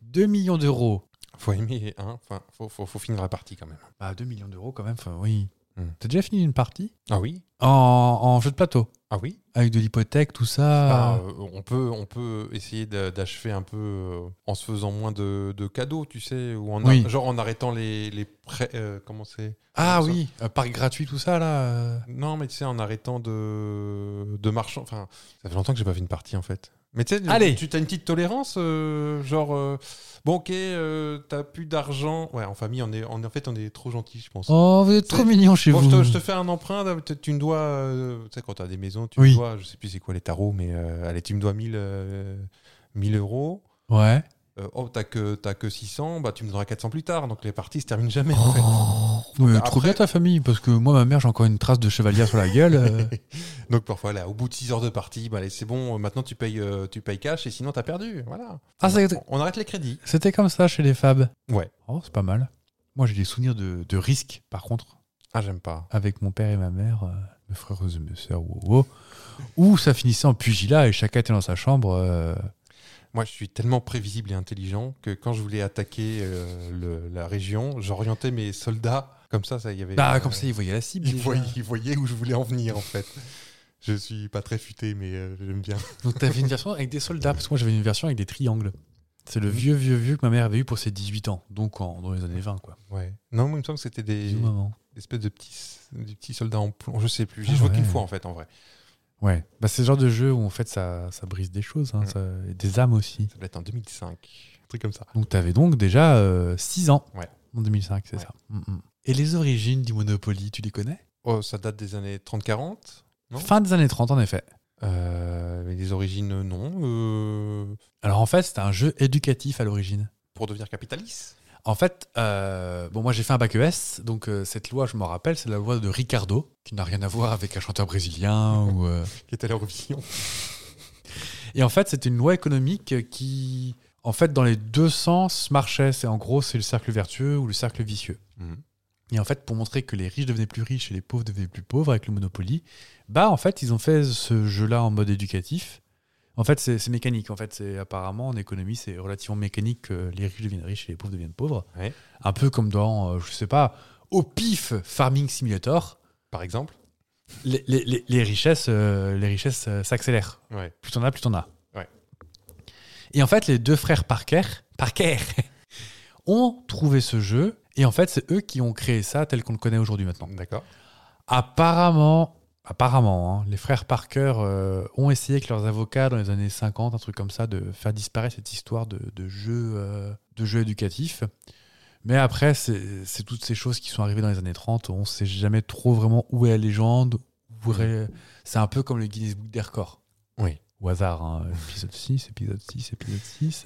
Speaker 4: 2 millions d'euros.
Speaker 5: Faut aimer, hein. Enfin,
Speaker 4: Ah,
Speaker 5: faut, faut, faut finir la partie quand même.
Speaker 4: Bah 2 millions d'euros quand même, enfin, oui.
Speaker 5: Hmm.
Speaker 4: T'as déjà fini une partie
Speaker 5: Ah oui.
Speaker 4: en, en jeu de plateau,
Speaker 5: Ah oui
Speaker 4: avec de l'hypothèque, tout ça.
Speaker 5: Bah, euh, on, peut, on peut essayer d'a- d'achever un peu euh, en se faisant moins de, de cadeaux, tu sais, ou en a-
Speaker 4: Oui.
Speaker 5: genre en arrêtant les, les prêts. euh, comment c'est
Speaker 4: ah
Speaker 5: ça.
Speaker 4: oui, un parc gratuit, tout ça, là. euh.
Speaker 5: Non, mais tu sais, en arrêtant de, de marchands. Enfin, ça fait longtemps que j'ai pas fait une partie en fait. Mais tu sais,
Speaker 4: Allez.
Speaker 5: tu as une petite tolérance, euh, genre, euh, bon, ok, euh, t'as plus d'argent. Ouais, en famille, on est, on- en fait, on est trop gentil, je pense.
Speaker 4: Oh, vous êtes
Speaker 5: C'est-
Speaker 4: trop mignon chez
Speaker 5: Bon, je
Speaker 4: vous.
Speaker 5: te, je te fais un emprunt, là, tu- tu me dois, euh, tu sais, quand t'as des maisons, tu
Speaker 4: Oui.
Speaker 5: me dois, je sais plus c'est quoi les tarots, mais euh, allez, tu me dois 1000, euh, 1000 euros.
Speaker 4: Ouais.
Speaker 5: Euh, oh, t'as que, t'as que 600, bah tu me donneras 400 plus tard, donc les parties se terminent jamais.
Speaker 4: Oh.
Speaker 5: en fait.
Speaker 4: Ouais,
Speaker 5: bah,
Speaker 4: trop
Speaker 5: après-
Speaker 4: bien ta famille, parce que moi, ma mère, j'ai encore une trace de chevalière sur la
Speaker 5: [laughs]
Speaker 4: gueule. euh.
Speaker 5: Donc parfois, là, au bout de 6 heures de partie, bah, allez, c'est bon, euh, maintenant tu payes, euh, tu payes cash et sinon t'as perdu. Voilà.
Speaker 4: Ah, ça-
Speaker 5: On, on arrête les crédits.
Speaker 4: c'était comme ça chez les Fab.
Speaker 5: Ouais.
Speaker 4: Oh, c'est pas mal. Moi, j'ai des souvenirs de, de risque, par contre,
Speaker 5: Ah, j'aime pas.
Speaker 4: avec mon père et ma mère, euh, mes frères et mes sœurs, wow, wow, où ça finissait en pugilat et chacun était dans sa chambre. euh,
Speaker 5: Moi, je suis tellement prévisible et intelligent que quand je voulais attaquer euh, le- la région, j'orientais mes soldats. Comme ça, ça il y avait.
Speaker 4: Bah,
Speaker 5: euh,
Speaker 4: comme ça, ils voyaient la cible.
Speaker 5: ils
Speaker 4: déjà.
Speaker 5: voyaient, ils voyaient où je voulais en venir, en fait. Je suis pas très futé, mais euh, j'aime bien.
Speaker 4: Donc, t'avais une version avec des soldats, parce que moi, j'avais une version avec des triangles. C'est
Speaker 5: Mm.
Speaker 4: le vieux, vieux, vieux que ma mère avait eu pour ses 18 ans, donc en- dans les années 20, quoi.
Speaker 5: Ouais. Non, moi, il me semble que c'était des
Speaker 4: Bisous, maman.
Speaker 5: espèces de petits, des petits soldats en plomb. Je sais plus. J'ai
Speaker 4: Ah,
Speaker 5: joué
Speaker 4: ouais.
Speaker 5: qu'une fois, en fait, en vrai.
Speaker 4: Ouais, bah, c'est le genre de jeu où en fait ça, ça brise des choses, hein,
Speaker 5: Mm.
Speaker 4: ça- et des âmes aussi.
Speaker 5: Ça doit être en 2005, un truc comme ça.
Speaker 4: Donc t'avais donc déjà 6 ans
Speaker 5: Ouais.
Speaker 4: en 2005, c'est
Speaker 5: Ouais.
Speaker 4: ça. Mm, mm. Et les origines du Monopoly, tu les connais
Speaker 5: Oh, ça date des années 30-40 Non.
Speaker 4: Fin des années 30 en effet.
Speaker 5: euh, Mais les origines, euh, non. Euh,
Speaker 4: Alors en fait c'était un jeu éducatif à l'origine.
Speaker 5: pour devenir capitaliste
Speaker 4: En fait, euh, bon moi j'ai fait un bac ES, donc euh, cette loi je m'en rappelle, c'est la loi de Ricardo, qui n'a rien à voir avec un chanteur brésilien [laughs] ou... euh,
Speaker 5: Qui est à l'Eurovision.
Speaker 4: Et en fait, c'était une loi économique qui, en fait, dans les deux sens marchait. C'est en gros, c'est le cercle vertueux ou le cercle vicieux.
Speaker 5: Mhm.
Speaker 4: Et en fait, pour montrer que les riches devenaient plus riches et les pauvres devenaient plus pauvres avec le Monopoly, bah en fait, ils ont fait ce jeu-là en mode éducatif. En fait, c'est c'est mécanique. En fait, c'est apparemment en économie, c'est relativement mécanique que les riches deviennent riches et les pauvres deviennent pauvres.
Speaker 5: Ouais.
Speaker 4: Un peu comme dans, euh, je sais pas, au pif Farming Simulator,
Speaker 5: [laughs] Par exemple
Speaker 4: les, les- les- les richesses, euh, les richesses euh, s'accélèrent
Speaker 5: Ouais.
Speaker 4: plus t'en as, plus t'en as.
Speaker 5: Ouais.
Speaker 4: Et en fait, les deux frères Parker, Parker [laughs] ont trouvé ce jeu. Et en fait, c'est eux qui ont créé ça tel qu'on le connaît aujourd'hui maintenant.
Speaker 5: D'accord.
Speaker 4: Apparemment, apparemment, hein, les frères Parker euh, ont essayé avec leurs avocats dans les années 50, un truc comme ça, de faire disparaître cette histoire de, de jeu, euh, de jeu éducatif. Mais après, c'est c'est toutes ces choses qui sont arrivées dans les années 30. On ne sait jamais trop vraiment où est la légende. où est- C'est un peu comme le Guinness Book des records.
Speaker 5: Mm. Oui.
Speaker 4: Au hasard, hein, épisode 6, épisode 6, épisode 6.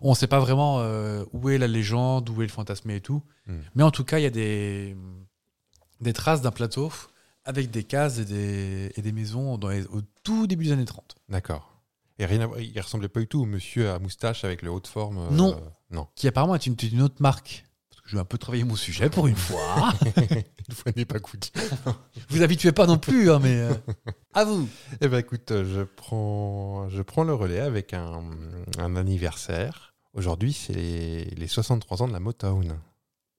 Speaker 4: On ne sait pas vraiment euh, où est la légende, où est le fantasmé et tout.
Speaker 5: Mm.
Speaker 4: Mais en tout cas, il y a des, des traces d'un plateau avec des cases et des, et des maisons dans les- au tout début des années 30.
Speaker 5: D'accord. Et rien à voir- il ressemblait pas du tout au monsieur à moustache avec le haut de forme. euh,
Speaker 4: Non.
Speaker 5: [laughs] Non.
Speaker 4: Qui apparemment est une, une autre marque. Parce que je vais un peu travailler mon sujet pour une fois. [laughs]
Speaker 5: Une fois n'est pas coûte.
Speaker 4: Vous habituez pas non plus, hein, mais. euh, à vous
Speaker 5: Eh ben écoute, euh, je prends, je prends le relais avec un, un anniversaire. Aujourd'hui, c'est les, les 63 ans de la Motown.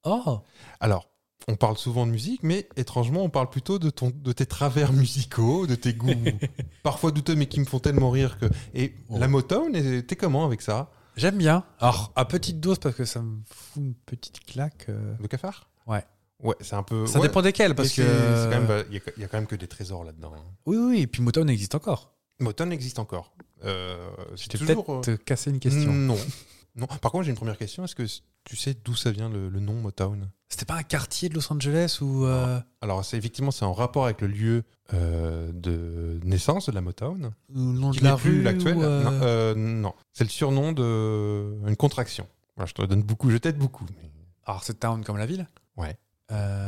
Speaker 4: Oh
Speaker 5: Alors, on parle souvent de musique, mais étrangement, on parle plutôt de, ton, de tes travers musicaux, de tes
Speaker 4: [laughs]
Speaker 5: goûts parfois douteux, mais qui me font tellement rire que. Et
Speaker 4: Oh.
Speaker 5: la Motown, et t'es comment avec ça
Speaker 4: J'aime bien. Alors, à petite dose, parce que ça me fout une petite claque. euh.
Speaker 5: Le cafard
Speaker 4: Ouais.
Speaker 5: Ouais, c'est un peu.
Speaker 4: Ça
Speaker 5: ouais,
Speaker 4: dépend desquels,
Speaker 5: mais
Speaker 4: parce
Speaker 5: c'est-
Speaker 4: que. euh,
Speaker 5: c'est quand même, bah, Il y, a- il y a quand même que des trésors là-dedans. hein.
Speaker 4: Oui, oui, et puis Motown existe encore.
Speaker 5: Motown existe encore. Euh, c'est
Speaker 4: J'ai
Speaker 5: toujours.
Speaker 4: peut-être
Speaker 5: euh,
Speaker 4: te cassé une question.
Speaker 5: Non. non. Par contre, j'ai une première question. Est-ce que tu sais d'où ça vient le, le nom Motown
Speaker 4: C'était pas un quartier de Los Angeles ou. euh,
Speaker 5: Alors, c'est effectivement, c'est en rapport avec le lieu euh, de naissance de la Motown.
Speaker 4: ou le nom
Speaker 5: Qui
Speaker 4: de la
Speaker 5: n'est plus
Speaker 4: rue
Speaker 5: l'actuel.
Speaker 4: ou, euh,
Speaker 5: Non, euh, non. c'est le surnom de euh, une contraction. Voilà, je te donne beaucoup, je t'aide beaucoup. mais-
Speaker 4: Alors, c'est town comme la ville
Speaker 5: Ouais.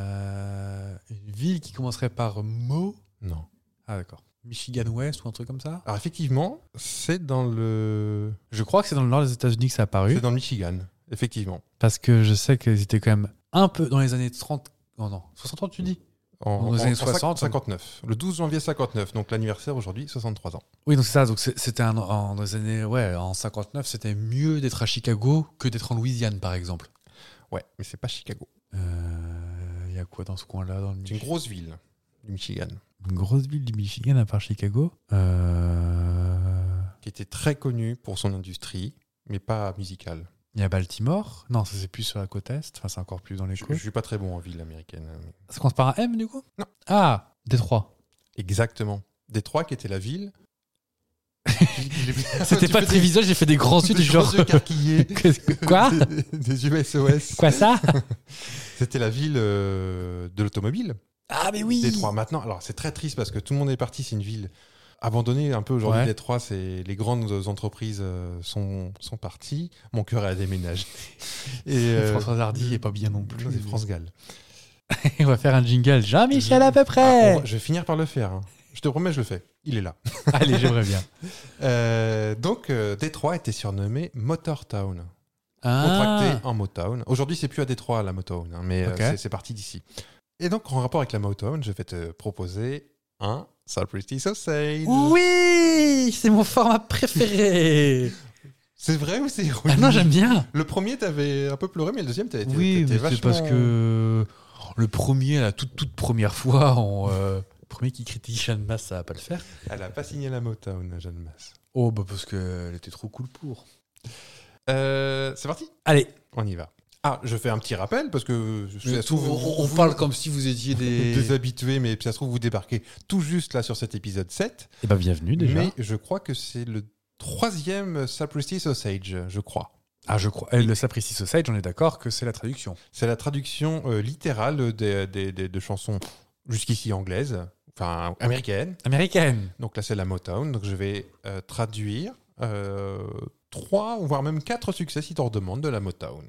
Speaker 4: Euh, une ville qui commencerait par Mo.
Speaker 5: Non.
Speaker 4: Ah, d'accord. Michigan West ou un truc comme ça
Speaker 5: Alors effectivement, c'est dans le,
Speaker 4: Je crois que c'est dans le nord des États-Unis que ça a apparu.
Speaker 5: c'est dans le Michigan. Effectivement.
Speaker 4: Parce que je sais qu'ils étaient quand même un peu dans les années 30. Non, non, 60 ans, tu dis
Speaker 5: En,
Speaker 4: Dans les années 60,
Speaker 5: 59. Le 12 janvier 59, donc l'anniversaire aujourd'hui, 63 ans.
Speaker 4: Oui, donc c'est ça. Donc c'est- c'était un- en, dans les années. Ouais, en 59, c'était mieux d'être à Chicago que d'être en Louisiane, par exemple.
Speaker 5: Ouais, mais c'est pas Chicago.
Speaker 4: Euh, Il y a quoi dans ce coin-là dans le
Speaker 5: C'est une grosse ville du Michigan.
Speaker 4: Une grosse ville du Michigan à part Chicago Euh,
Speaker 5: qui était très connu pour son industrie, mais pas musicale.
Speaker 4: Il y a Baltimore Non, ça c'est plus sur la côte est. Enfin, c'est encore plus dans les
Speaker 5: Je,
Speaker 4: côtes.
Speaker 5: je suis pas très bon en ville américaine. hein, mais-
Speaker 4: Ça commence par un M du coup
Speaker 5: Non.
Speaker 4: Ah, Détroit.
Speaker 5: Exactement. Détroit, qui était la
Speaker 4: [laughs]
Speaker 5: ville. [laughs]
Speaker 4: C'était pas très visuel, j'ai fait [laughs] des grands yeux
Speaker 5: Ensuite,
Speaker 4: du genre.
Speaker 5: Des carquillés.
Speaker 4: Qu'est-ce que- [laughs] Quoi
Speaker 5: [laughs] Des- Des USOS.
Speaker 4: Quoi ça
Speaker 5: C'était la ville euh, de l'automobile.
Speaker 4: Ah, mais oui
Speaker 5: Détroit. Maintenant, alors c'est très triste parce que tout le monde est parti. C'est une ville abandonnée un peu aujourd'hui.
Speaker 4: Ouais.
Speaker 5: Détroit, c'est les grandes entreprises euh, sont, sont parties. Mon cœur a
Speaker 4: [laughs]
Speaker 5: déménagé. Et euh,
Speaker 4: François Hardy est pas bien non plus.
Speaker 5: ça, c'est France Gall.
Speaker 4: [laughs] On va faire un jingle. Jean-Michel à peu
Speaker 5: Ah,
Speaker 4: près
Speaker 5: on va- je vais finir par le faire. hein. Je te promets, je le fais. Il est là.
Speaker 4: [laughs] Allez, j'aimerais bien.
Speaker 5: Euh, donc, euh, Détroit était surnommé Motor Town.
Speaker 4: Ah,
Speaker 5: contracté en Motown. Aujourd'hui, c'est plus à Détroit la Motown, hein, mais euh,
Speaker 4: Ok.
Speaker 5: c'est- c'est parti d'ici. Et donc, en rapport avec la Motown, je vais te proposer un Celebrity Sausage.
Speaker 4: oui C'est mon format [laughs] préféré
Speaker 5: C'est vrai ou c'est
Speaker 4: Ah
Speaker 5: ironique
Speaker 4: non, j'aime bien
Speaker 5: Le premier, t'avais un peu pleuré, mais le deuxième, t'avais été
Speaker 4: Oui,
Speaker 5: t'étais
Speaker 4: mais c'est
Speaker 5: vachement...
Speaker 4: parce que le premier, la toute, toute première fois, on, euh, le premier qui critique Jeanne Masse, ça va pas le faire.
Speaker 5: Elle a pas signé la Motown, Jeanne Masse.
Speaker 4: Oh, bah parce qu'elle était trop cool pour.
Speaker 5: Euh, c'est parti
Speaker 4: Allez,
Speaker 5: On y va. Ah, je fais un petit rappel, parce que je ça se
Speaker 4: on,
Speaker 5: trouve,
Speaker 4: on- on parle comme si vous étiez des...
Speaker 5: des habitués, mais ça se trouve, vous débarquez tout juste là sur cet épisode 7.
Speaker 4: Eh ben, bienvenue déjà.
Speaker 5: Mais je crois que c'est le troisième Sapristi Sausage, je crois.
Speaker 4: Ah, je crois. eh, Le Sapristi Sausage, on est d'accord que c'est la traduction.
Speaker 5: C'est la traduction euh, littérale des, des- des- de chansons jusqu'ici anglaises, enfin américaines.
Speaker 4: Américaine
Speaker 5: Donc là, c'est la Motown. Donc je vais euh, traduire euh, trois, voire même quatre succès si t'en demandes de la Motown.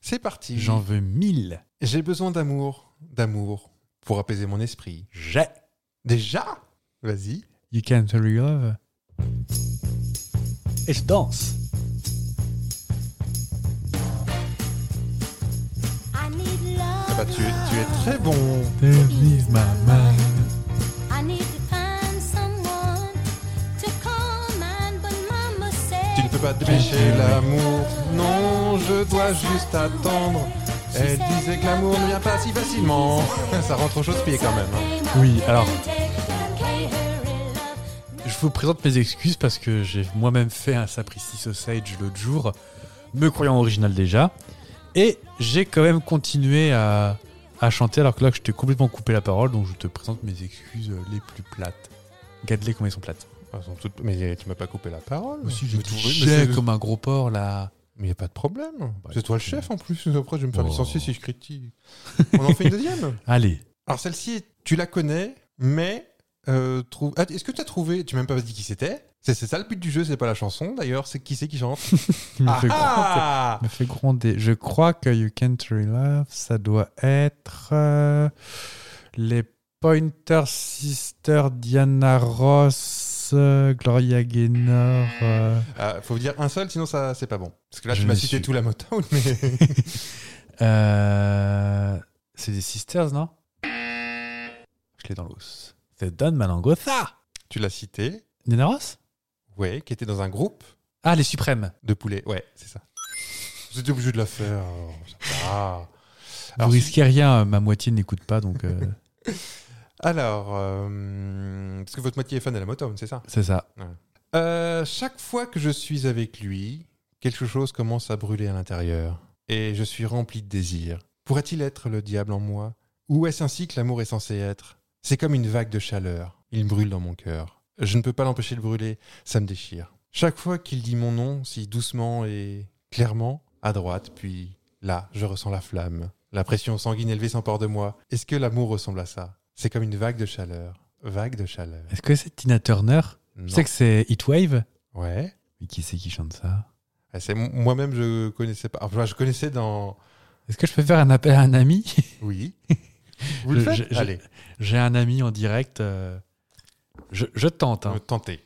Speaker 5: C'est parti.
Speaker 4: J'en veux mille.
Speaker 5: J'ai besoin d'amour, d'amour, pour apaiser mon esprit.
Speaker 4: J'ai.
Speaker 5: Déjà Vas-y.
Speaker 4: You can't hurry love. Et je danse.
Speaker 6: I need
Speaker 5: Ah bah,
Speaker 6: love.
Speaker 5: tu, es- tu es très bon.
Speaker 4: Leave my mind.
Speaker 6: I need to find someone to call mine, but mama said
Speaker 5: Tu ne peux pas dépêcher l'amour, non, je dois juste attendre. Elle disait que l'amour ne vient pas si facilement. [laughs] Ça rentre au chausse-pied quand même. hein.
Speaker 4: Oui, alors.
Speaker 6: Take and pay her in love.
Speaker 4: Je vous présente mes excuses parce que j'ai moi-même fait un Sapristi Sausage l'autre jour, me croyant original déjà. Et j'ai quand même continué à, à chanter alors que là, je t'ai complètement coupé la parole, donc je te présente mes excuses euh, les plus plates. Regarde-les comme elles sont plates.
Speaker 5: Elles sont toutes- Ah, Mais tu m'as pas coupé la parole. Mais tu- mais
Speaker 4: j'ai
Speaker 5: c'est-
Speaker 4: comme un gros porc là.
Speaker 5: Mais y a pas de problème.
Speaker 4: Bah,
Speaker 5: C'est toi le chef en plus. Après, je vais me faire
Speaker 4: Oh.
Speaker 5: licencier si je critique. On en fait une deuxième.
Speaker 4: Allez.
Speaker 5: [laughs] Alors celle-ci, tu la connais, mais euh, trouve. Ah, Est-ce que tu as trouvé Tu m'as même pas dit qui c'était. C'est c'est ça le but du jeu. C'est pas la chanson d'ailleurs. C'est qui c'est qui [laughs] chante.
Speaker 4: Il me
Speaker 5: Ah,
Speaker 4: fait gronder.
Speaker 5: ah
Speaker 4: Il me fait gronder. Je crois que You Can't Really Love, ça doit être euh, les Pointer Sisters, Diana Ross, euh, Gloria Gaynor. euh.
Speaker 5: Ah, faut dire un seul, sinon ça c'est pas bon. Parce que là,
Speaker 4: Je
Speaker 5: tu m'as
Speaker 4: l'ai
Speaker 5: cité
Speaker 4: su.
Speaker 5: tout la Motown, [laughs] mais.
Speaker 4: Euh, c'est des Sisters, non Je l'ai dans l'os. C'est Don Malangosa.
Speaker 5: Tu l'as cité,
Speaker 4: Diana Ross
Speaker 5: ouais, qui était dans un groupe
Speaker 4: Ah, les Suprêmes.
Speaker 5: de poulets. Ouais, c'est ça. Vous étiez obligé de la faire. alors, ça va.
Speaker 4: Vous
Speaker 5: Alors,
Speaker 4: risquez rien, euh, ma moitié n'écoute pas, donc euh,
Speaker 5: Alors, euh, parce que votre moitié est fan de la Motown, c'est ça
Speaker 4: [laughs] c'est ça.
Speaker 5: Euh, Chaque fois que je suis avec lui, quelque chose commence à brûler à l'intérieur. Et je suis rempli de désir. Pourrait-il être le diable en moi Ou est-ce ainsi que l'amour est censé être C'est comme une vague de chaleur. Il brûle dans mon cœur. Je ne peux pas l'empêcher de brûler. Ça me déchire. Chaque fois qu'il dit mon nom, si doucement et clairement, à droite, puis là, je ressens la flamme. La pression sanguine élevée s'empare de moi. Est-ce que l'amour ressemble à ça C'est comme une vague de chaleur. Vague de chaleur.
Speaker 4: Est-ce que c'est Tina Turner
Speaker 5: Non.
Speaker 4: Je sais que c'est Heatwave.
Speaker 5: Ouais.
Speaker 4: Mais qui c'est qui chante ça
Speaker 5: Ah, c'est- Moi-même, je connaissais pas. Enfin, je connaissais dans.
Speaker 4: Est-ce que je peux faire un appel à un ami [laughs]
Speaker 5: Oui. Vous le
Speaker 4: Je-
Speaker 5: faites
Speaker 4: je- je-
Speaker 5: Allez,
Speaker 4: J'ai un ami en direct. euh, Je, je tente. hein.
Speaker 5: me tentez.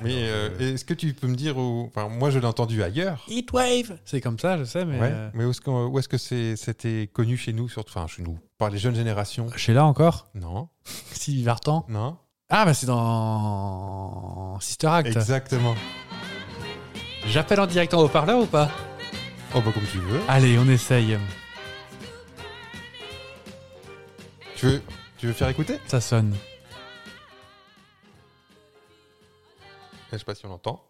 Speaker 5: Mais
Speaker 4: Alors,
Speaker 5: euh, est-ce que tu peux me dire où. Enfin, moi, je l'ai entendu ailleurs.
Speaker 4: Heatwave C'est comme ça, je sais, mais.
Speaker 5: Ouais.
Speaker 4: euh,
Speaker 5: Mais où est-ce qu'on- où est-ce que c'est- c'était connu chez nous, surtout Enfin, chez nous. Par les jeunes générations
Speaker 4: Sheila encore
Speaker 5: Non.
Speaker 4: Sylvie Vartan
Speaker 5: Non.
Speaker 4: Ah, bah c'est dans. Sister Act.
Speaker 5: Exactement.
Speaker 4: J'appelle en direct en haut-parleur ou pas
Speaker 5: Oh, bah, comme tu veux.
Speaker 4: Allez, on essaye.
Speaker 5: Tu veux, tu veux faire écouter
Speaker 4: Ça sonne.
Speaker 5: Je sais pas si on l'entend.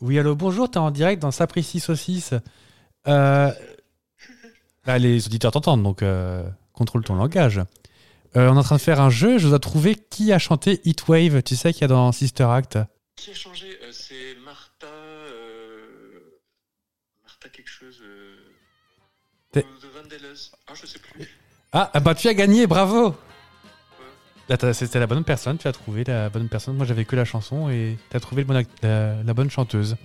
Speaker 4: Oui, allô, bonjour, t'es en direct dans Sapristi Saucisse. Euh, bah, les auditeurs t'entendent, donc euh, contrôle ton langage. Euh, on est en train de faire un jeu, je dois trouver qui a chanté Heat Wave, tu sais, qu'il y a dans Sister Act.
Speaker 7: Qui a changé Euh, C'est Martha. euh, Martha quelque chose. euh,
Speaker 4: T'es-
Speaker 7: ou de Vandelleuse. Ah, je sais plus.
Speaker 4: Ah, ah bah tu as gagné, bravo Là, t'as- C'était la bonne personne, tu as trouvé la bonne personne. Moi, j'avais que la chanson et t'as trouvé le bon act- la, la bonne chanteuse.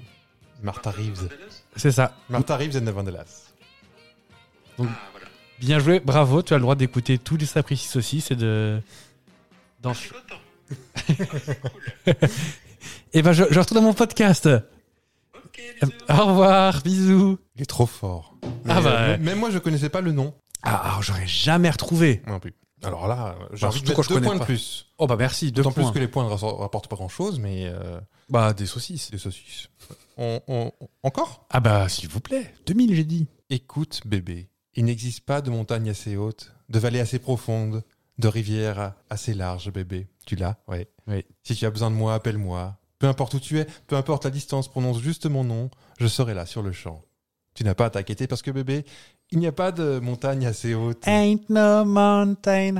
Speaker 5: Martha Reeves.
Speaker 7: Vandelleuse
Speaker 4: C'est ça.
Speaker 5: Martha Reeves et Navandelas.
Speaker 7: Ah, voilà.
Speaker 4: Bien joué, bravo, tu as le droit d'écouter tous les Sapristi Saucisse et de... d'en-
Speaker 7: Je suis content. Ah, c'est cool.
Speaker 4: Eh ben, je, je retourne dans mon podcast.
Speaker 7: Ok,
Speaker 4: Euh,
Speaker 7: bisous.
Speaker 4: Au revoir, bisous
Speaker 5: Il est trop fort.
Speaker 4: Ah
Speaker 5: Mais,
Speaker 4: bah.
Speaker 5: euh, même moi, je connaissais pas le nom.
Speaker 4: Ah, alors, j'aurais jamais retrouvé.
Speaker 5: Non plus. Alors là, j'ai
Speaker 4: Bah,
Speaker 5: envie de
Speaker 4: surtout quand
Speaker 5: mettre
Speaker 4: je
Speaker 5: deux
Speaker 4: connais
Speaker 5: points de
Speaker 4: pas.
Speaker 5: plus.
Speaker 4: Oh bah merci, deux
Speaker 5: D'autant plus
Speaker 4: points.
Speaker 5: que les points ne rassor- rapportent pas grand-chose, mais euh,
Speaker 4: Bah des saucisses.
Speaker 5: des saucisses. On- on- on- encore
Speaker 4: Ah bah s'il vous plaît, 2000 j'ai dit.
Speaker 5: Écoute, bébé, il n'existe pas de montagne assez haute, de vallée assez profonde, de rivière assez large, bébé. Tu l'as ouais.
Speaker 4: Oui.
Speaker 5: Si tu as besoin de moi, appelle-moi. Peu importe où tu es, peu importe la distance, prononce juste mon nom, je serai là sur le champ. Tu n'as pas à t'inquiéter parce que, bébé, il n'y a pas de montagne assez haute.
Speaker 4: Ain't no mountain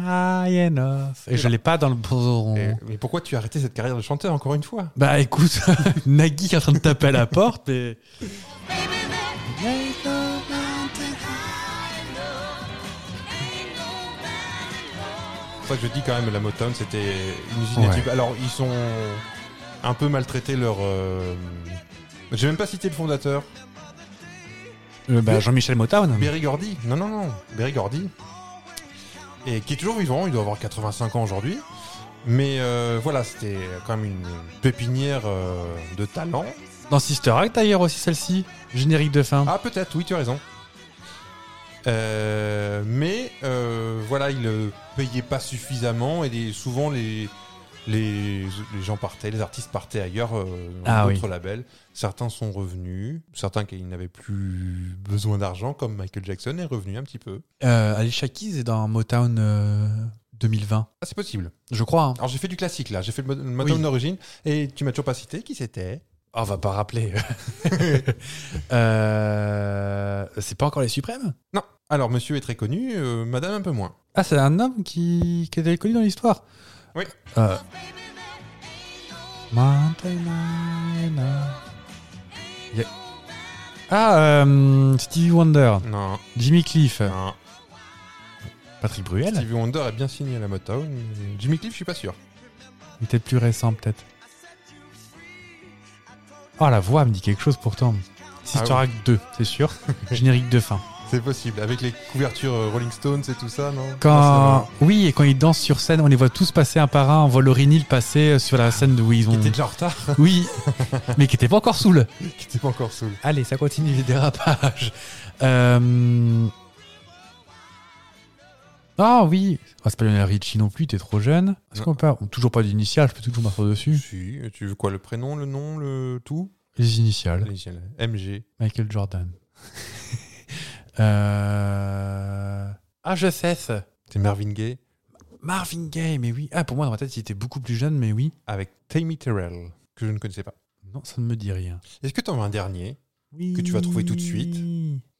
Speaker 4: high enough. Et je l'ai pas dans le
Speaker 5: Et-
Speaker 4: bon.
Speaker 5: mais pourquoi tu as arrêté cette carrière de chanteur encore une fois
Speaker 4: Bah écoute, [laughs] Nagui qui est en train de taper à la porte et...
Speaker 5: C'est pour ça que je dis quand même, la Motown, c'était une usine à
Speaker 4: Ouais.
Speaker 5: tubes. Alors, ils sont un peu maltraités leur. euh, J'ai même pas cité le fondateur.
Speaker 4: Euh, bah Jean-Michel Motown.
Speaker 5: Berry Gordy, non, non, non, Berry Gordy, et qui est toujours vivant, il doit avoir 85 ans aujourd'hui. Mais euh, voilà, c'était quand même une pépinière euh, de talent.
Speaker 4: Dans Sister Act d'ailleurs aussi celle-ci. Générique de fin.
Speaker 5: Ah, peut-être, oui, tu as raison. Euh, mais euh, voilà, il ne payait pas suffisamment et les- souvent les, les, les gens partaient, les artistes partaient ailleurs euh, dans
Speaker 4: Ah
Speaker 5: d'autres labels. Certains sont revenus, certains qui n'avaient plus besoin d'argent, comme Michael Jackson est revenu un petit peu.
Speaker 4: Euh, Alicia Keys est dans Motown euh, 2020.
Speaker 5: Ah, c'est possible.
Speaker 4: Je crois. hein.
Speaker 5: Alors j'ai fait du classique là, j'ai fait le mo- le Motown
Speaker 4: Oui.
Speaker 5: d'origine et tu m'as toujours pas cité qui c'était.
Speaker 4: Ah, on va pas rappeler. [laughs] Euh, C'est pas encore les Suprêmes
Speaker 5: Non, alors monsieur est très connu, euh, madame un peu moins.
Speaker 4: Ah, c'est un homme qui, qui était connu dans l'histoire.
Speaker 5: Oui.
Speaker 4: Euh. Mountain Lion. Il y a- Ah, euh, Stevie Wonder,
Speaker 5: Non,
Speaker 4: Jimmy Cliff,
Speaker 5: non.
Speaker 4: Patrick Bruel.
Speaker 5: Stevie Wonder a bien signé à la Motown. mais Jimmy Cliff, je suis pas sûr.
Speaker 4: Il était plus récent, peut-être. Oh, la voix me dit quelque chose pourtant. Sister
Speaker 5: Ah oui.
Speaker 4: Act 2,
Speaker 5: [laughs]
Speaker 4: c'est sûr. Générique de fin.
Speaker 5: C'est possible, avec les couvertures euh, Rolling Stones et tout ça, non euh,
Speaker 4: Quand...
Speaker 5: Non,
Speaker 4: Oui, et quand ils dansent sur scène, on les voit tous passer un par un. On voit Lorinil passer euh, sur la scène où ils
Speaker 5: c'est-
Speaker 4: ont.
Speaker 5: Qui était déjà en [laughs] retard,
Speaker 4: Oui, mais qui était pas encore saoul.
Speaker 5: qui était pas encore saoul.
Speaker 4: Allez, ça continue les dérapages. Euh, Ah oui, Ah, c'est pas Lionel Richie non plus, t'es trop jeune. Est-ce
Speaker 5: Non.
Speaker 4: qu'on peut toujours pas d'initiales, je peux toujours m'asseoir dessus.
Speaker 5: Si, tu veux quoi Le prénom, le nom, le tout
Speaker 4: Les initiales.
Speaker 5: Les- MG.
Speaker 4: Michael Jordan. [laughs] Euh, Ah, je sais. ça.
Speaker 5: C'est Marvin Gaye
Speaker 4: Marvin Gaye, mais oui. Ah, pour moi dans ma tête, il était beaucoup plus jeune, mais oui.
Speaker 5: avec Tammy Terrell, que je ne connaissais pas.
Speaker 4: Non, ça ne me dit rien.
Speaker 5: Est-ce que t'en as un dernier
Speaker 4: Oui.
Speaker 5: Que tu vas trouver tout de suite.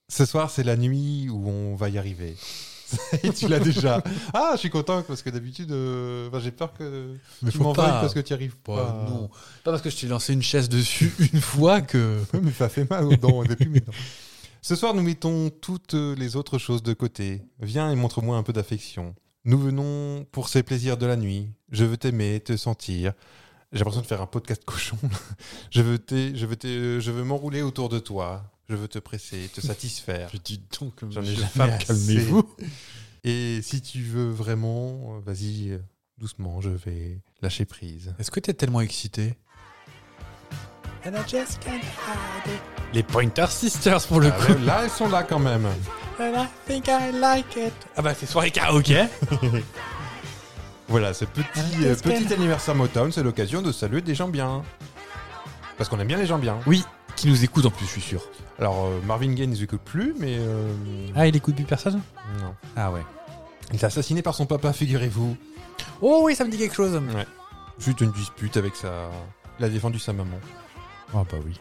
Speaker 5: Ce soir, c'est la nuit où on va y arriver. [laughs] Et tu l'as déjà. Ah, je suis content parce que d'habitude, euh, enfin, j'ai peur que
Speaker 4: Mais
Speaker 5: tu
Speaker 4: faut
Speaker 5: m'en
Speaker 4: pas.
Speaker 5: veuilles parce que Ah. tu n'y arrives
Speaker 4: Bah,
Speaker 5: pas.
Speaker 4: Non, pas parce que je t'ai lancé une chaise dessus [laughs] une fois que.
Speaker 5: Ouais, [laughs] mais ça fait mal aux dents au début. mais non. Ce soir, nous mettons toutes les autres choses de côté. Viens et montre-moi un peu d'affection. Nous venons pour ces plaisirs de la nuit. Je veux t'aimer, te sentir. J'ai l'impression de faire un podcast cochon. Je veux, t'ai- je veux, t'ai- je veux m'enrouler autour de toi. Je veux te presser, te satisfaire.
Speaker 4: Je dis donc,
Speaker 5: J'en ai
Speaker 4: monsieur
Speaker 5: jamais
Speaker 4: Fab,
Speaker 5: assez.
Speaker 4: calmez-vous.
Speaker 5: Et si tu veux vraiment, euh, vas-y, euh, doucement, je vais lâcher prise.
Speaker 4: Est-ce que t'es tellement excité Les Pointer Sisters pour le
Speaker 5: Ah,
Speaker 4: coup.
Speaker 5: là, là, elles sont là quand même.
Speaker 4: Ah bah c'est soirée karaoké.
Speaker 5: Voilà, ce petit, euh, petit anniversaire Motown, c'est l'occasion de saluer des gens bien. Parce qu'on aime bien les gens bien.
Speaker 4: [laughs] Oui, qui nous écoute en plus, je suis sûr.
Speaker 5: Alors, euh, Marvin Gaye ne les écoute plus, mais... euh,
Speaker 4: Ah, il écoute plus personne
Speaker 5: Non.
Speaker 4: Ah ouais.
Speaker 5: Il est assassiné par son papa, figurez-vous.
Speaker 4: Oh oui, ça me dit quelque chose.
Speaker 5: Ouais. Suite à une dispute avec sa. Il a défendu sa maman.
Speaker 4: Ah bah oui.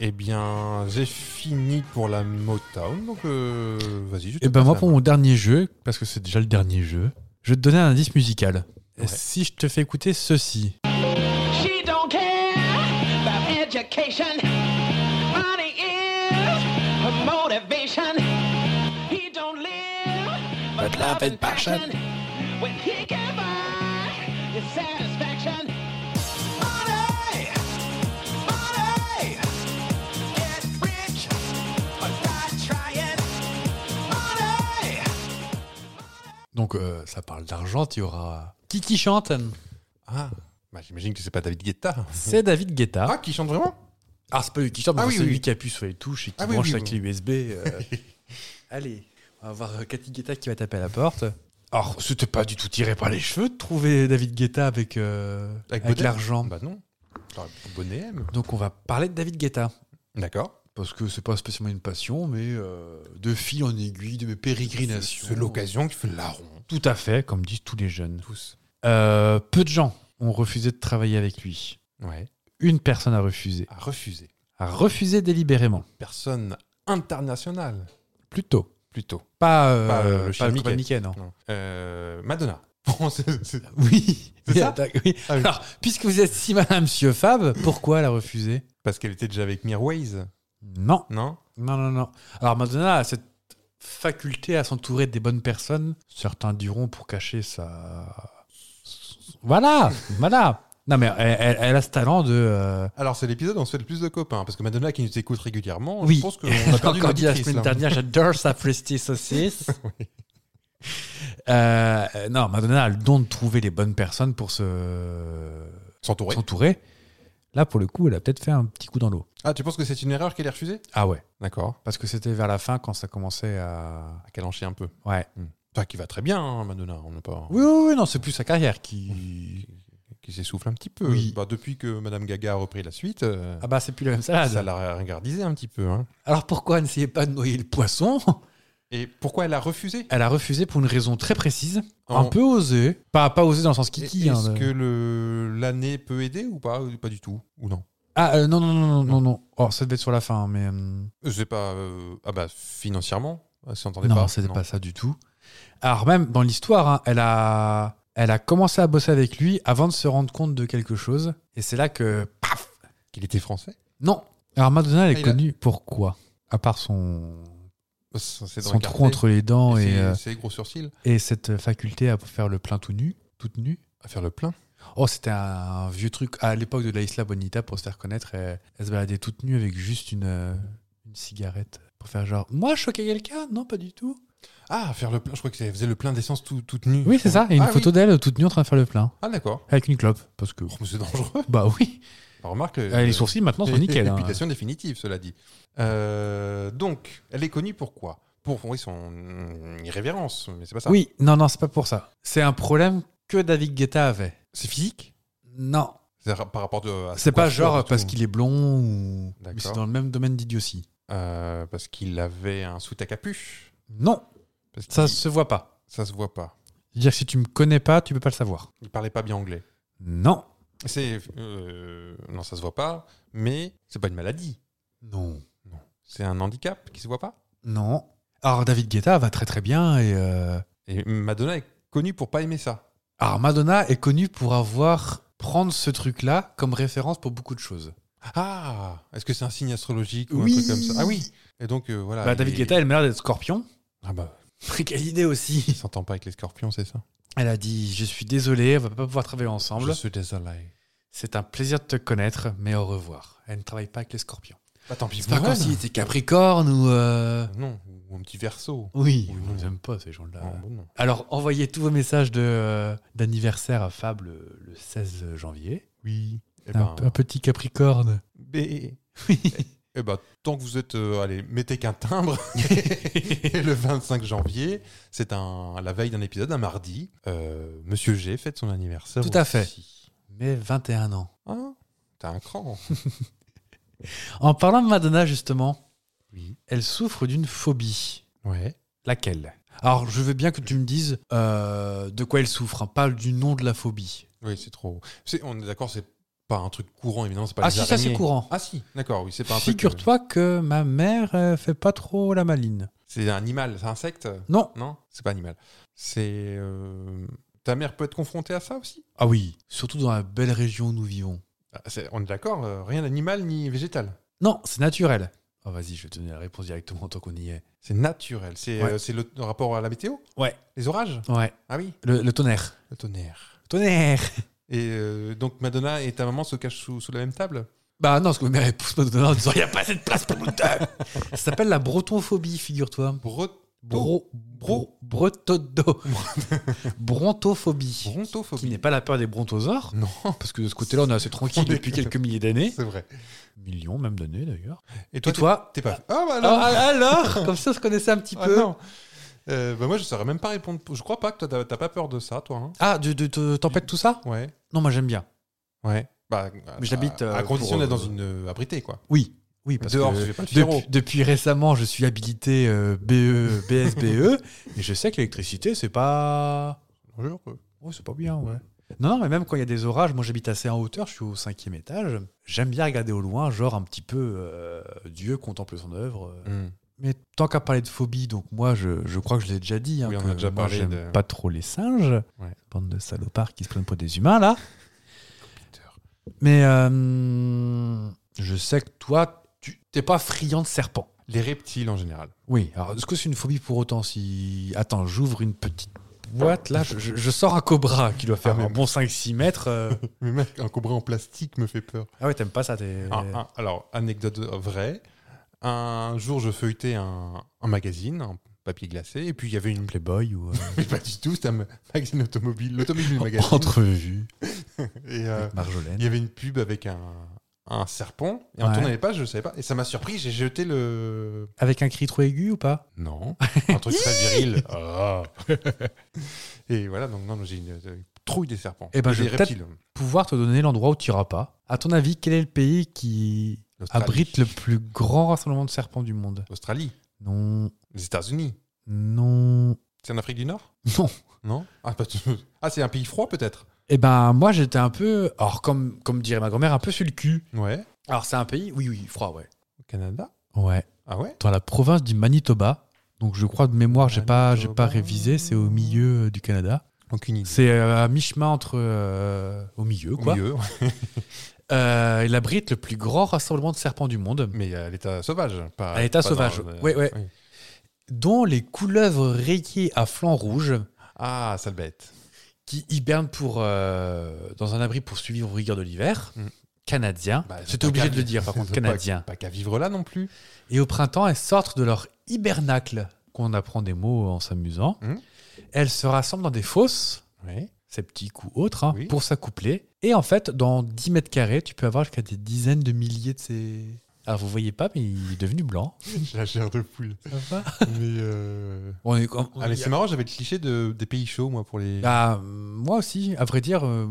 Speaker 5: Eh bien, j'ai fini pour la Motown, donc euh, vas-y. je te
Speaker 4: Et ben
Speaker 5: passe
Speaker 4: moi
Speaker 5: la
Speaker 4: pour
Speaker 5: main.
Speaker 4: mon dernier jeu, parce que c'est déjà le dernier jeu, je vais te donner un indice musical. Et
Speaker 5: Ouais.
Speaker 4: Si je te fais écouter ceci,
Speaker 8: She don't care about education. Money is her motivation. He don't live but love and passion. When he can buy his satisfaction. Money, money, get rich or die trying. Money.
Speaker 4: donc euh, ça parle d'argent, il y aura... Qui qui chante
Speaker 5: Ah, bah, j'imagine que c'est pas David Guetta.
Speaker 4: C'est David Guetta.
Speaker 5: [laughs] Ah, qui chante vraiment
Speaker 4: Ah, c'est pas lui qui chante, mais
Speaker 5: Ah oui,
Speaker 4: c'est
Speaker 5: oui,
Speaker 4: lui
Speaker 5: oui.
Speaker 4: qui appuie sur les touches et qui
Speaker 5: Ah oui,
Speaker 4: branche
Speaker 5: oui,
Speaker 4: la
Speaker 5: oui.
Speaker 4: clé USB. euh.
Speaker 5: [laughs]
Speaker 4: Allez, on va voir euh, Cathy Guetta qui va taper à la porte. Alors, c'était pas du tout tiré par les cheveux de trouver David Guetta avec, euh, avec,
Speaker 5: Bonnet
Speaker 4: l'argent.
Speaker 5: Bah non. J'aurais pu Bonnet M.
Speaker 4: Donc, on va parler de David Guetta.
Speaker 5: D'accord.
Speaker 4: Parce que c'est pas spécialement une passion, mais euh, de fil en aiguille, de mes pérégrinations.
Speaker 5: C'est l'occasion qui fait la ronde.
Speaker 4: Tout à fait, comme disent tous les jeunes.
Speaker 5: Tous.
Speaker 4: Euh, peu de gens ont refusé de travailler avec lui.
Speaker 5: Ouais.
Speaker 4: Une personne a refusé.
Speaker 5: À refuser.
Speaker 4: A refusé délibérément.
Speaker 5: Personne internationale,
Speaker 4: Plutôt.
Speaker 5: plutôt.
Speaker 4: Pas, euh,
Speaker 5: Pas,
Speaker 4: pas,
Speaker 5: euh,
Speaker 4: le
Speaker 5: Shane Mickey.
Speaker 4: Copa Mickey, non.
Speaker 5: Non. Euh, Madonna. [laughs] Bon, c'est- c'est-
Speaker 4: [laughs] Oui.
Speaker 5: C'est ça
Speaker 4: D'accord, oui.
Speaker 5: Ah oui.
Speaker 4: Alors, puisque vous êtes si malin, monsieur Fab, pourquoi la refuser
Speaker 5: [laughs] Parce qu'elle était déjà avec Mirways,
Speaker 4: Non,
Speaker 5: non
Speaker 4: non, non, non. Alors, Madonna a cette faculté à s'entourer des bonnes personnes. Certains diront pour cacher sa. Voilà, voilà. Non, mais elle, elle- elle a ce talent de. euh,
Speaker 5: Alors, c'est l'épisode où on se fait le plus de copains. Parce que Madonna, qui nous écoute régulièrement,
Speaker 4: Oui.
Speaker 5: je pense
Speaker 4: [laughs]
Speaker 5: qu'on a perdu une
Speaker 4: Encore dit hein. la
Speaker 5: auditrice.
Speaker 4: semaine
Speaker 5: là.
Speaker 4: dernière, j'adore sa Fristy [laughs] saucisse. Euh, euh, non, Madonna a le don de trouver les bonnes personnes pour se
Speaker 5: S'entourer.
Speaker 4: s'entourer. Là, pour le coup, elle a peut-être fait un petit coup dans l'eau.
Speaker 5: Ah, tu penses que c'est une erreur qu'elle ait refusée
Speaker 4: Ah ouais.
Speaker 5: D'accord.
Speaker 4: Parce que c'était vers la fin quand ça commençait à.
Speaker 5: À calancher un peu.
Speaker 4: Ouais.
Speaker 5: Enfin, qui va très bien, hein, Madonna. On n'a pas...
Speaker 4: Oui, oui, oui, non, c'est plus sa carrière qui.
Speaker 5: Qui s'essouffle un petit peu.
Speaker 4: Oui.
Speaker 5: Bah, depuis que Madame Gaga a repris la suite, euh,
Speaker 4: Ah bah, c'est plus la même salade.
Speaker 5: ça l'a ringardisé un petit peu. hein.
Speaker 4: Alors pourquoi n'essayez pas de noyer le poisson
Speaker 5: Et pourquoi elle a refusé
Speaker 4: [laughs] Elle a refusé pour une raison très précise, un
Speaker 5: En-
Speaker 4: peu osée. Pas, pas osée dans le sens
Speaker 5: Et-
Speaker 4: kiki.
Speaker 5: Est-ce
Speaker 4: hein, de-
Speaker 5: que le- l'année peut aider ou pas Ou Pas du tout. Ou non
Speaker 4: Ah euh, non, non, non, non, non, non. Oh, ça devait être sur la fin, mais. hum,
Speaker 5: C'est pas. euh, Ah bah, financièrement Ah, Si on entendait
Speaker 4: Non,
Speaker 5: pas.
Speaker 4: c'était pas ça du tout. Alors même dans l'histoire, hein, elle a. Elle a commencé à bosser avec lui avant de se rendre compte de quelque chose. Et c'est là que. Paf
Speaker 5: Qu'il était français
Speaker 4: Non Alors Madonna, elle
Speaker 5: Ah,
Speaker 4: est
Speaker 5: il a-
Speaker 4: connue pour quoi À part son.
Speaker 5: C'est dans
Speaker 4: son
Speaker 5: le
Speaker 4: trou
Speaker 5: quartier.
Speaker 4: entre les dents et,
Speaker 5: Et ses-
Speaker 4: euh,
Speaker 5: ses gros sourcils.
Speaker 4: et cette faculté à faire le plein tout nu, toute nue.
Speaker 5: À faire le plein.
Speaker 4: Oh, c'était un vieux truc à l'époque de la Isla Bonita pour se faire connaître. Elle, elle se baladait toute nue avec juste une, euh, une cigarette pour faire genre Moi, choquer quelqu'un Non, pas du tout.
Speaker 5: Ah, faire le plein. Je crois que ça faisait le plein d'essence tout, toute nue.
Speaker 4: Oui, c'est ça. Et une
Speaker 5: Ah oui.
Speaker 4: photo d'elle toute nue en train de faire le plein
Speaker 5: Ah, d'accord.
Speaker 4: avec une clope. Parce que.
Speaker 5: Oh, mais C'est dangereux.
Speaker 4: Bah oui.
Speaker 5: Bah, Remarque.
Speaker 4: Euh, les sourcils maintenant sont nickel. hein.
Speaker 5: Réputation définitive, cela dit. Euh, donc, elle est connue pour quoi Pour oui, son irrévérence, mais c'est pas ça.
Speaker 4: Oui, non, non, c'est pas pour ça. C'est un problème que David Guetta avait.
Speaker 5: C'est physique
Speaker 4: Non.
Speaker 5: C'est ra- par rapport de- à sa
Speaker 4: Ah, C'est pas
Speaker 5: coiffure,
Speaker 4: genre
Speaker 5: tout.
Speaker 4: parce qu'il est blond ou. mais
Speaker 5: D'accord.
Speaker 4: c'est dans le même domaine d'idiotie.
Speaker 5: Euh, parce qu'il avait un soute à capuche.
Speaker 4: Non,
Speaker 5: Parce
Speaker 4: ça
Speaker 5: qu'il-
Speaker 4: se voit pas.
Speaker 5: ça se voit pas.
Speaker 4: Dire que si tu me connais pas, tu peux pas le savoir.
Speaker 5: Il parlait pas bien anglais.
Speaker 4: Non.
Speaker 5: C'est euh, non, ça se voit pas, mais c'est pas une maladie.
Speaker 4: Non.
Speaker 5: C'est un handicap qui se voit pas.
Speaker 4: Non. Alors David Guetta va très très bien et euh,
Speaker 5: Et Madonna est connue pour pas aimer ça.
Speaker 4: alors Madonna est connue pour avoir prendre ce truc là comme référence pour beaucoup de choses.
Speaker 5: Ah, est-ce que c'est un signe astrologique ou un truc comme ça Ah oui. Et donc euh, voilà.
Speaker 4: Bah, David
Speaker 5: Et-
Speaker 4: Guetta, elle m'a l'air d'être Scorpion. [laughs]
Speaker 5: Ah bah,
Speaker 4: Quelle idée
Speaker 5: il
Speaker 4: aussi.
Speaker 5: s'entend pas avec les Scorpions, c'est ça
Speaker 4: Elle a dit je suis désolée, on va pas pouvoir travailler ensemble.
Speaker 5: suis désolé.
Speaker 4: C'est un plaisir de te connaître, mais au revoir. Elle ne travaille pas avec les Scorpions.
Speaker 5: Bah tant pis.
Speaker 4: C'est pas
Speaker 5: pour
Speaker 4: comme
Speaker 5: elle.
Speaker 4: s'il était Capricorne ou. euh,
Speaker 5: Non, ou un petit verso.
Speaker 4: Oui.
Speaker 5: Ou
Speaker 4: On
Speaker 5: non.
Speaker 4: les aime pas ces gens-là.
Speaker 5: Non, bon, non.
Speaker 4: Alors, envoyez tous vos messages de, euh, d'anniversaire à Fab le, le 16 janvier.
Speaker 5: Oui. Eh
Speaker 4: un,
Speaker 5: ben,
Speaker 4: un petit Capricorne.
Speaker 5: bé.
Speaker 4: Oui.
Speaker 5: Eh ben, tant que vous êtes, euh, allez, mettez qu'un
Speaker 4: [laughs]
Speaker 5: timbre. et le 25 janvier, c'est un, la veille d'un épisode, un mardi. euh, Monsieur G fête son anniversaire.
Speaker 4: Tout à fait.
Speaker 5: aussi.
Speaker 4: Mais 21 ans.
Speaker 5: Hein T'as un cran.
Speaker 4: En parlant de Madonna, justement,
Speaker 5: Oui.
Speaker 4: elle souffre d'une phobie.
Speaker 5: Ouais.
Speaker 4: Laquelle Alors, je veux bien que tu me dises euh, de quoi elle souffre. hein. Parle du nom de la phobie.
Speaker 5: Oui, c'est trop. c'est- on est d'accord, c'est pas un truc courant, évidemment. c'est Pas
Speaker 4: Ah,
Speaker 5: les
Speaker 4: si, ça, c'est
Speaker 5: araignées.
Speaker 4: courant.
Speaker 5: Ah, si, d'accord, oui, c'est pas un truc. euh,
Speaker 4: Figure-toi que ma mère euh, fait pas trop la maline.
Speaker 5: C'est un animal, c'est un insecte
Speaker 4: Non.
Speaker 5: Non, c'est pas animal. C'est. euh, Ta mère peut être confrontée à ça aussi
Speaker 4: Ah oui, surtout dans la belle région où nous vivons.
Speaker 5: Ah, c'est- On est d'accord, euh, rien d'animal ni végétal.
Speaker 4: Non, c'est naturel. Ah, vas-y, je vais te donner la réponse directement tant qu'on y est.
Speaker 5: C'est naturel. C'est
Speaker 4: Ouais.
Speaker 5: euh, c'est le, le rapport à la météo
Speaker 4: Ouais.
Speaker 5: Les orages
Speaker 4: Ouais,
Speaker 5: Ah oui,
Speaker 4: le, le tonnerre.
Speaker 5: le tonnerre.
Speaker 4: Tonnerre
Speaker 5: Et euh, donc Madonna et ta maman se cachent sous, sous la même table
Speaker 4: Bah non, parce que ma mère elle pousse pas de tonnerre en disant il n'y a pas assez de place pour nous deux. [laughs] Ça s'appelle la bretonphobie, figure-toi.
Speaker 5: Bro-
Speaker 4: Bro, bro, [laughs] bretodo. Brontophobie. Qui
Speaker 5: Brontophobie.
Speaker 4: n'est pas la peur des brontosaures.
Speaker 5: Non,
Speaker 4: Parce que de ce côté-là, on est assez tranquille
Speaker 5: On est-
Speaker 4: depuis quelques milliers d'années.
Speaker 5: c'est vrai.
Speaker 4: Millions même d'années d'ailleurs.
Speaker 5: Et
Speaker 4: Et
Speaker 5: toi,
Speaker 4: toi
Speaker 5: t'es t'es pas. Ah bah
Speaker 4: Ah,
Speaker 5: non
Speaker 4: ah, Alors Comme ça, on se connaissait un petit
Speaker 5: Ah,
Speaker 4: peu.
Speaker 5: non. Euh, bah moi je saurais même pas répondre. Je crois pas que toi t'as- t'as pas peur de ça, toi. hein.
Speaker 4: Ah, de, de, de tempête, tout ça
Speaker 5: ouais.
Speaker 4: Non, moi j'aime bien.
Speaker 5: Ouais. Bah,
Speaker 4: Mais j'habite,
Speaker 5: À, à
Speaker 4: euh,
Speaker 5: condition
Speaker 4: pour,
Speaker 5: d'être dans
Speaker 4: euh,
Speaker 5: une euh, abritée, quoi.
Speaker 4: Oui. Oui, parce
Speaker 5: Dehors,
Speaker 4: que
Speaker 5: tu fais pas le
Speaker 4: depuis,
Speaker 5: fierro.
Speaker 4: depuis récemment, je suis habilité euh, BE, BSBE, E, et je sais que l'électricité, c'est pas.
Speaker 5: Bonjour. euh.
Speaker 4: Ouais, c'est pas bien, ouais. Non, non, mais même quand il y a des orages, moi j'habite assez en hauteur, je suis au cinquième étage. J'aime bien regarder au loin, genre un petit peu euh, Dieu contemple son œuvre. euh.
Speaker 5: Hmm.
Speaker 4: Mais tant qu'à parler de phobie, donc moi je, je crois que je l'ai déjà dit, hein,
Speaker 5: Oui, on
Speaker 4: que
Speaker 5: en a déjà
Speaker 4: moi,
Speaker 5: parlé
Speaker 4: j'aime
Speaker 5: de-
Speaker 4: pas trop les singes,
Speaker 5: Ouais.
Speaker 4: bande de salopards qui se prennent pour des humains là. Mais euh, je sais que toi, tu t'es pas friand de serpents.
Speaker 5: Les reptiles en général.
Speaker 4: Oui, alors est-ce que c'est une phobie pour autant si... Attends, j'ouvre une petite boîte, là, je, je- je sors un cobra qui doit faire
Speaker 5: Ah, mais-
Speaker 4: un bon 5-6 mètres.
Speaker 5: [laughs]
Speaker 4: euh.
Speaker 5: Mais mec, un cobra en plastique me fait peur.
Speaker 4: Ah ouais, t'aimes pas ça, t'es...
Speaker 5: Un- un- ah, alors, anecdote vraie. Un jour, je feuilletais un, un magazine, un papier glacé, et puis il y avait une.
Speaker 4: Playboy ou... euh,
Speaker 5: [laughs] Mais pas du tout, c'était un ma- magazine automobile, l'automobile magazine.
Speaker 4: [laughs] Entrevue,
Speaker 5: Et euh,
Speaker 4: avec Marjolaine.
Speaker 5: il y avait une pub avec un, un serpent, et en
Speaker 4: Ouais.
Speaker 5: tournant les pages, je savais pas. Et ça m'a surpris, j'ai jeté le.
Speaker 4: Avec un cri trop aigu ou pas
Speaker 5: Non. [laughs] Un truc très viril. Ah. [laughs] Et voilà, donc non, j'ai une, une trouille des serpents.
Speaker 4: Eh ben, je
Speaker 5: des
Speaker 4: vais peut-être-
Speaker 5: reptiles.
Speaker 4: Pouvoir te donner l'endroit où tu iras pas. À ton avis, quel est le pays qui
Speaker 5: L'Australie.
Speaker 4: abrite le plus grand rassemblement de serpents du monde
Speaker 5: L'Australie,
Speaker 4: Non,
Speaker 5: les États-Unis.
Speaker 4: non,
Speaker 5: C'est en Afrique du Nord
Speaker 4: non.
Speaker 5: Non Ah, pas du tout. [laughs] Ah, c'est un pays froid peut-être
Speaker 4: Eh ben, moi, j'étais un peu... Alors, comme, comme dirait ma grand-mère, un peu sur le cul.
Speaker 5: Ouais.
Speaker 4: Alors, c'est un pays... Oui, oui, froid, ouais.
Speaker 5: Au Canada
Speaker 4: Ouais.
Speaker 5: Ah ouais
Speaker 4: dans la province du Manitoba. Donc je crois de mémoire, j'ai pas, j'ai pas
Speaker 5: Manitoba.
Speaker 4: révisé, c'est au milieu euh, du Canada.
Speaker 5: Aucune idée.
Speaker 4: C'est euh, à mi-chemin entre... euh, au milieu,
Speaker 5: Au
Speaker 4: quoi.
Speaker 5: milieu,
Speaker 4: Euh, il abrite le plus grand rassemblement de serpents du monde,
Speaker 5: mais à l'état sauvage. Pas,
Speaker 4: À Ah, l'état
Speaker 5: pas
Speaker 4: sauvage,
Speaker 5: euh,
Speaker 4: ouais, ouais. dont les couleuvres rayées à flanc rouge,
Speaker 5: Ah, sale bête.
Speaker 4: qui hibernent pour, euh, dans un abri pour survivre aux rigueurs de l'hiver,
Speaker 5: Mm.
Speaker 4: canadien.
Speaker 5: Bah, elles
Speaker 4: C'était
Speaker 5: ont
Speaker 4: obligé
Speaker 5: pas
Speaker 4: de
Speaker 5: qu'à-
Speaker 4: le
Speaker 5: [laughs]
Speaker 4: dire, par
Speaker 5: elles
Speaker 4: contre,
Speaker 5: ont pas-
Speaker 4: canadien.
Speaker 5: Pas, qu'à vivre là non
Speaker 4: [laughs]
Speaker 5: plus.
Speaker 4: Et au printemps, elles sortent de leur hibernacle, qu'on apprend des mots en s'amusant.
Speaker 5: Mm.
Speaker 4: Elles se rassemblent dans des fosses
Speaker 5: Ouais.
Speaker 4: sceptique ou autre, hein,
Speaker 5: Oui.
Speaker 4: pour s'accoupler. Et en fait, dans 10 mètres carrés, tu peux avoir jusqu'à des dizaines de milliers de ces... Alors, vous voyez pas, mais il est devenu blanc.
Speaker 5: J'ai la chair de poule. [laughs] mais euh,
Speaker 4: On est comme-
Speaker 5: Ah, mais c'est marrant, j'avais le cliché de, des pays chauds, moi, pour les.
Speaker 4: Ah, euh, moi aussi, à vrai dire... euh,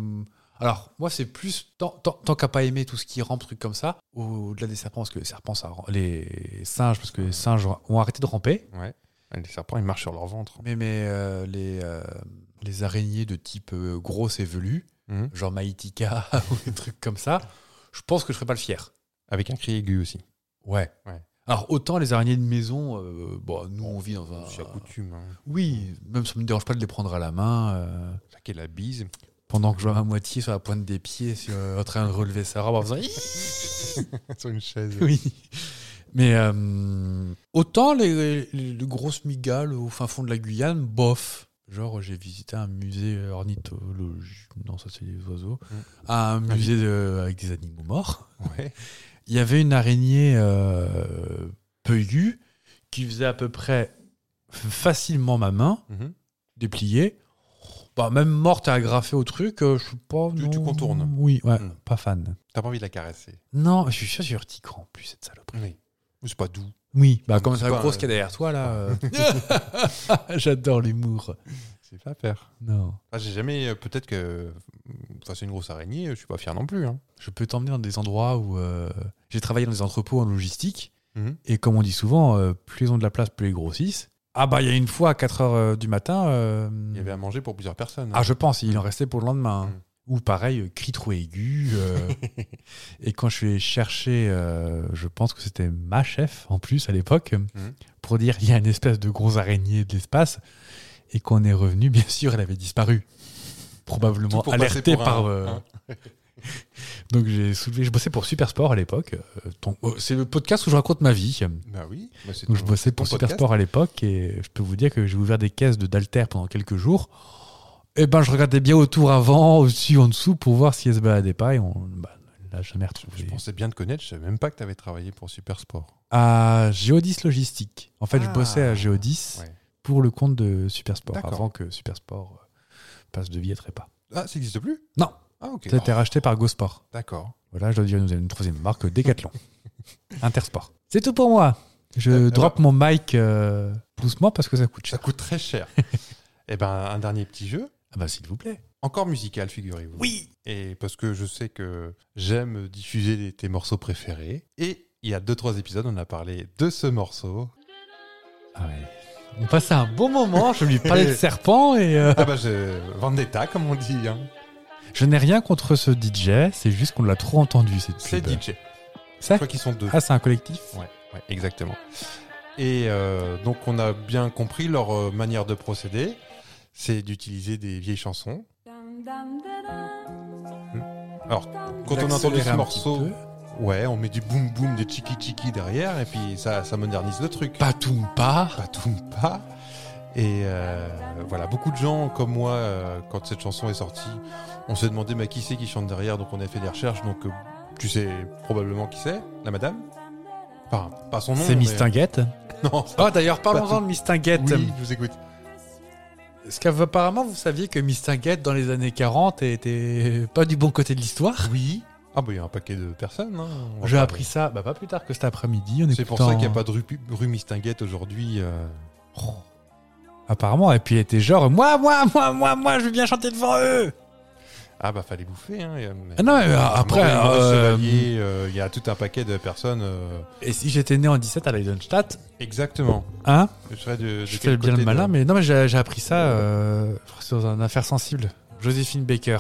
Speaker 4: Alors, moi, c'est plus, tant, tant- tant qu'à pas aimer tout ce qui rampe, truc comme ça, au- au-delà des serpents, parce que les serpents, ça, ram- les singes, parce que les singes ont- ont arrêté de ramper,
Speaker 5: Les serpents, ils marchent sur leur ventre.
Speaker 4: mais, mais euh, les, euh, les araignées de type euh, grosse et velue,
Speaker 5: Mhm.
Speaker 4: genre Maïtika [laughs] ou des trucs comme ça, je pense que je serais pas le fier.
Speaker 5: Avec un cri aigu aussi.
Speaker 4: Ouais.
Speaker 5: Ouais.
Speaker 4: Alors, autant les araignées de maison, euh, bon, nous, on vit dans un.
Speaker 5: C'est la coutume. Hein.
Speaker 4: Oui, même ça me dérange pas de les prendre à la main euh,
Speaker 5: Claquer la
Speaker 4: [laughs]
Speaker 5: bise.
Speaker 4: pendant que je vois ma moitié sur la pointe des pieds sur- euh, en train de relever sa robe en faisant.
Speaker 5: [laughs] sur une chaise.
Speaker 4: Oui. Mais euh, autant les, les- les grosses migales au fin fond de la Guyane, bof. Genre, j'ai visité un musée ornithologique. Non, ça, c'est les oiseaux.
Speaker 5: Mm.
Speaker 4: Un musée de- avec des animaux morts.
Speaker 5: Ouais.
Speaker 4: [laughs] il y avait une araignée euh, peluche qui faisait à peu près f- facilement ma main,
Speaker 5: Mhm.
Speaker 4: dépliée. Bah, même morte et agrafée au truc, euh, je suis pas.
Speaker 5: Tu-
Speaker 4: non.
Speaker 5: tu contournes.
Speaker 4: Oui, ouais,
Speaker 5: Mm.
Speaker 4: pas fan.
Speaker 5: T'as pas envie de la caresser.
Speaker 4: Non, je suis sûr, j'ai urticaire en plus, cette saloperie.
Speaker 5: Oui. C'est pas doux.
Speaker 4: Oui, bah, comme
Speaker 5: C'est
Speaker 4: ça, la
Speaker 5: pas,
Speaker 4: grosse
Speaker 5: euh,
Speaker 4: qu'il y a derrière toi,
Speaker 5: [laughs]
Speaker 4: là. euh. [laughs] J'adore l'humour.
Speaker 5: C'est pas faire.
Speaker 4: Non.
Speaker 5: Ah, j'ai jamais. euh, Peut-être que. mm, Enfin, c'est une grosse araignée, je suis pas fier non plus. hein.
Speaker 4: Je peux t'emmener dans des endroits où. euh, J'ai travaillé dans des entrepôts en logistique.
Speaker 5: Mhm.
Speaker 4: Et comme on dit souvent, euh, plus ils ont de la place, plus ils grossissent. Ah bah il y a une fois à 4 heures euh, du matin. euh,
Speaker 5: Il y avait à manger pour plusieurs personnes.
Speaker 4: Ah je pense, il en restait pour le lendemain. hein.
Speaker 5: hein. Mm.
Speaker 4: Ou pareil, euh, cri trop aigu.
Speaker 5: [laughs]
Speaker 4: euh, et quand je suis allé chercher, euh, je pense que c'était ma chef en plus à l'époque, euh,
Speaker 5: Mm.
Speaker 4: pour dire il y a une espèce de gros araignée de l'espace. Et quand on est revenu, bien sûr, elle avait disparu. Probablement
Speaker 5: Tout pour passer
Speaker 4: alertée
Speaker 5: pour un- hein.
Speaker 4: par. euh,
Speaker 5: un-
Speaker 4: [laughs] Donc j'ai soulevé, je bossais pour Super Sport à l'époque. Euh, ton- oh, C'est le podcast où je raconte ma vie.
Speaker 5: Bah oui. bah c'est
Speaker 4: Donc je
Speaker 5: ton-
Speaker 4: bossais
Speaker 5: ton
Speaker 4: pour Super
Speaker 5: podcast.
Speaker 4: Sport à l'époque et je peux vous dire que j'ai ouvert des caisses de Dalter pendant quelques jours. Et ben je regardais bien autour avant, au-dessus, en dessous pour voir si elle se baladait pas et on bah, elle l'a jamais
Speaker 5: Je
Speaker 4: retrouvée.
Speaker 5: pensais bien te connaître, je savais même pas que tu avais travaillé pour Super Sport.
Speaker 4: À Geodis Logistique. En fait, je
Speaker 5: Ah.
Speaker 4: bossais à Geodis
Speaker 5: Ouais.
Speaker 4: pour le compte de Super Sport
Speaker 5: D'accord.
Speaker 4: avant que Super Sport euh, passe de vie à Trépas.
Speaker 5: Ah, ça n'existe plus
Speaker 4: Non,
Speaker 5: Ah, ok.
Speaker 4: ça a été
Speaker 5: Oh,
Speaker 4: racheté par GoSport.
Speaker 5: D'accord.
Speaker 4: Voilà, je dois dire, nous avons une troisième marque,
Speaker 5: [laughs]
Speaker 4: euh, Decathlon. Intersport. C'est tout pour moi. Je
Speaker 5: Euh,
Speaker 4: drop mon mic euh, doucement parce que ça coûte
Speaker 5: Ça
Speaker 4: cher.
Speaker 5: coûte très
Speaker 4: [laughs]
Speaker 5: cher. Eh ben, un dernier petit jeu.
Speaker 4: Ah bah s'il vous plaît.
Speaker 5: Encore musical, figurez-vous. Oui. Et parce que je sais que j'aime diffuser les- tes morceaux préférés. Et il y a deux trois épisodes, on a parlé de ce morceau.
Speaker 4: Ah ouais. On passe à un bon moment, je lui parlais de serpent et euh,
Speaker 5: Ah bah, je... Vendetta, comme on dit. hein.
Speaker 4: je n'ai rien contre ce DJ, c'est juste qu'on l'a trop entendu cette
Speaker 5: C'est
Speaker 4: pub.
Speaker 5: DJ.
Speaker 4: bah, Ça
Speaker 5: Je crois qu'ils sont deux.
Speaker 4: Ah c'est un collectif
Speaker 5: Ouais, ouais, exactement. Et euh, donc, on a bien compris leur euh, manière de procéder. C'est d'utiliser des vieilles chansons. Alors, quand on a entendu
Speaker 4: D'accélérer un
Speaker 5: ce
Speaker 4: petit
Speaker 5: morceau,
Speaker 4: peu.
Speaker 5: ouais, on met du boom boom, des chiki chiki derrière, et puis ça, ça modernise le truc.
Speaker 4: Patoum pas.
Speaker 5: Patoum pas. Et euh, voilà, beaucoup de gens comme moi, euh, quand cette chanson est sortie, on s'est demandé mais qui c'est qui chante derrière, donc on a fait des recherches, donc euh, tu sais probablement qui c'est, la madame. Enfin, pas son nom.
Speaker 4: C'est
Speaker 5: mais-
Speaker 4: Mistinguette.
Speaker 5: Non,
Speaker 4: Oh d'ailleurs
Speaker 5: parlons-en
Speaker 4: de Mistinguette.
Speaker 5: oui, je vous écoute.
Speaker 4: Parce qu'apparemment vous saviez que Mistinguette dans les années 40 était pas du bon côté de l'histoire.
Speaker 5: Oui. Ah bah il y a un paquet de personnes. hein. On va
Speaker 4: J'ai
Speaker 5: pas-
Speaker 4: appris ça bah, pas plus tard que cet après-midi. en
Speaker 5: C'est pour
Speaker 4: écoutant-
Speaker 5: ça qu'il n'y a pas de rue, rue Mistinguette aujourd'hui. euh.
Speaker 4: Oh. Apparemment, et puis elle était genre moi, moi, moi, moi, moi, je veux bien chanter devant eux.
Speaker 5: Ah bah fallait bouffer. Hein. et, euh,
Speaker 4: Ah non, mais, euh, après,
Speaker 5: Maurice- Maurice
Speaker 4: euh,
Speaker 5: Chevalier, euh, il y a tout un paquet de personnes. euh,
Speaker 4: Et si j'étais né en 17 à Leidenstadt,
Speaker 5: Exactement.
Speaker 4: hein,
Speaker 5: Je serais de, de quel
Speaker 4: je fais bien
Speaker 5: côté
Speaker 4: le
Speaker 5: de-
Speaker 4: malin, mais non, mais j'ai j'ai appris ça euh, je crois que c'est dans une affaire sensible. Joséphine Baker.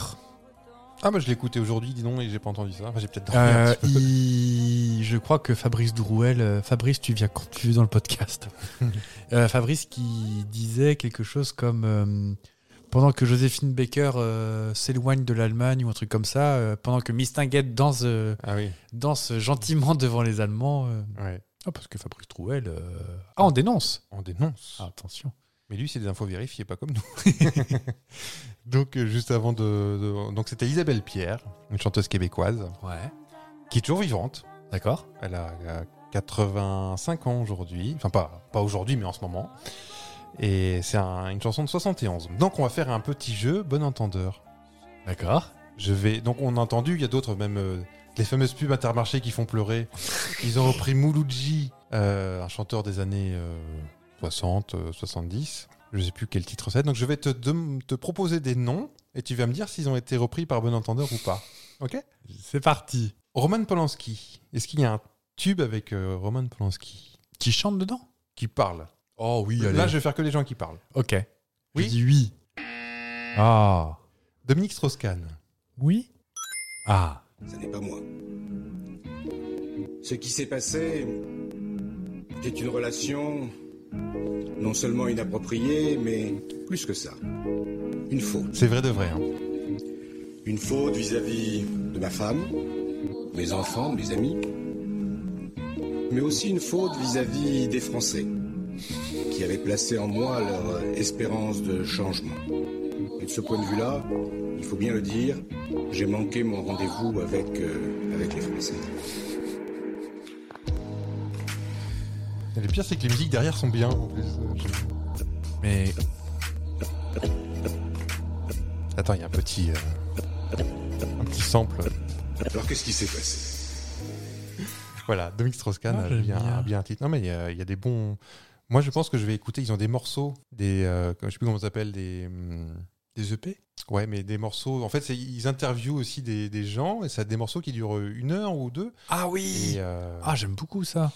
Speaker 5: Ah bah je l'écoutais aujourd'hui, dis donc, et j'ai pas entendu ça. Enfin, j'ai peut-être dormi un
Speaker 4: Euh,
Speaker 5: petit peu.
Speaker 4: il- Je crois que Fabrice Drouel, euh, Fabrice, tu viens quand tu veux dans
Speaker 5: [laughs]
Speaker 4: le podcast. Euh, Fabrice qui disait quelque chose comme euh, pendant que Joséphine Baker euh, s'éloigne de l'Allemagne ou un truc comme ça, euh, pendant que Mistinguette danse. euh,
Speaker 5: Ah oui,
Speaker 4: danse gentiment devant les Allemands. euh.
Speaker 5: ouais.
Speaker 4: Ah, parce que Fabrice Trouel. euh, Ah, on dénonce
Speaker 5: on dénonce.
Speaker 4: Ah, Attention.
Speaker 5: Mais lui, c'est des infos vérifiées, pas comme nous. [laughs] donc euh, juste avant de, de- donc c'était Isabelle Pierre, une chanteuse québécoise
Speaker 4: Ouais.
Speaker 5: qui est toujours vivante.
Speaker 4: D'accord.
Speaker 5: Elle a euh, 85 ans aujourd'hui, enfin pas pas aujourd'hui, mais en ce moment. Et c'est un- une chanson de 71. Donc on va faire un petit jeu, bon entendeur.
Speaker 4: D'accord.
Speaker 5: Je vais. Donc on a entendu, il y a d'autres même euh, les fameuses pubs Intermarché qui font pleurer. Ils ont repris Mouloudji, euh, un chanteur des années euh, 60, euh, 70. Je sais plus quel titre c'est. Donc je vais te, dem- te proposer des noms et tu vas me dire s'ils ont été repris par bon entendeur ou pas. Ok
Speaker 4: C'est parti.
Speaker 5: Roman Polanski. Est-ce qu'il y a un tube avec euh, Roman Polanski
Speaker 4: Qui chante dedans
Speaker 5: qui parle
Speaker 4: Oh oui,
Speaker 5: Là, je vais faire que des gens qui parlent.
Speaker 4: Ok.
Speaker 5: Oui.
Speaker 4: Je dis oui. Ah.
Speaker 5: Dominique Strauss-Kahn.
Speaker 4: Oui Ah.
Speaker 9: Ce n'est pas moi. Ce qui s'est passé est une relation non seulement inappropriée, mais plus que ça. Une faute.
Speaker 5: C'est vrai de vrai. hein.
Speaker 9: Une faute vis-à-vis de ma femme, mes enfants, mes amis, mais aussi une faute vis-à-vis des Français, qui avaient placé en moi leur espérance de changement. Et de ce point de vue-là, il faut bien le dire, j'ai manqué mon rendez-vous avec, euh, avec les Français.
Speaker 5: Et le pire, c'est que les musiques derrière sont bien. en plus. Euh, je-
Speaker 4: Mais.
Speaker 5: Attends, il y a un petit, euh, un petit sample.
Speaker 9: Alors qu'est-ce qui s'est passé
Speaker 5: Voilà, Dominique Strauss-Kahn
Speaker 4: Ah,
Speaker 5: a
Speaker 4: j'aime
Speaker 5: bien,
Speaker 4: bien.
Speaker 5: a bien un titre. Non, mais il y, a- il y a des bons. Moi, je pense que je vais écouter. Ils ont des morceaux, des, euh, je sais plus comment ça s'appelle, des. hum,
Speaker 4: Des EP
Speaker 5: Ouais, mais des morceaux. En fait, c'est- ils interviewent aussi des, des gens et ça a des morceaux qui durent une heure ou deux.
Speaker 4: Ah
Speaker 5: Et,
Speaker 4: oui
Speaker 5: euh,
Speaker 4: Ah, j'aime beaucoup ça.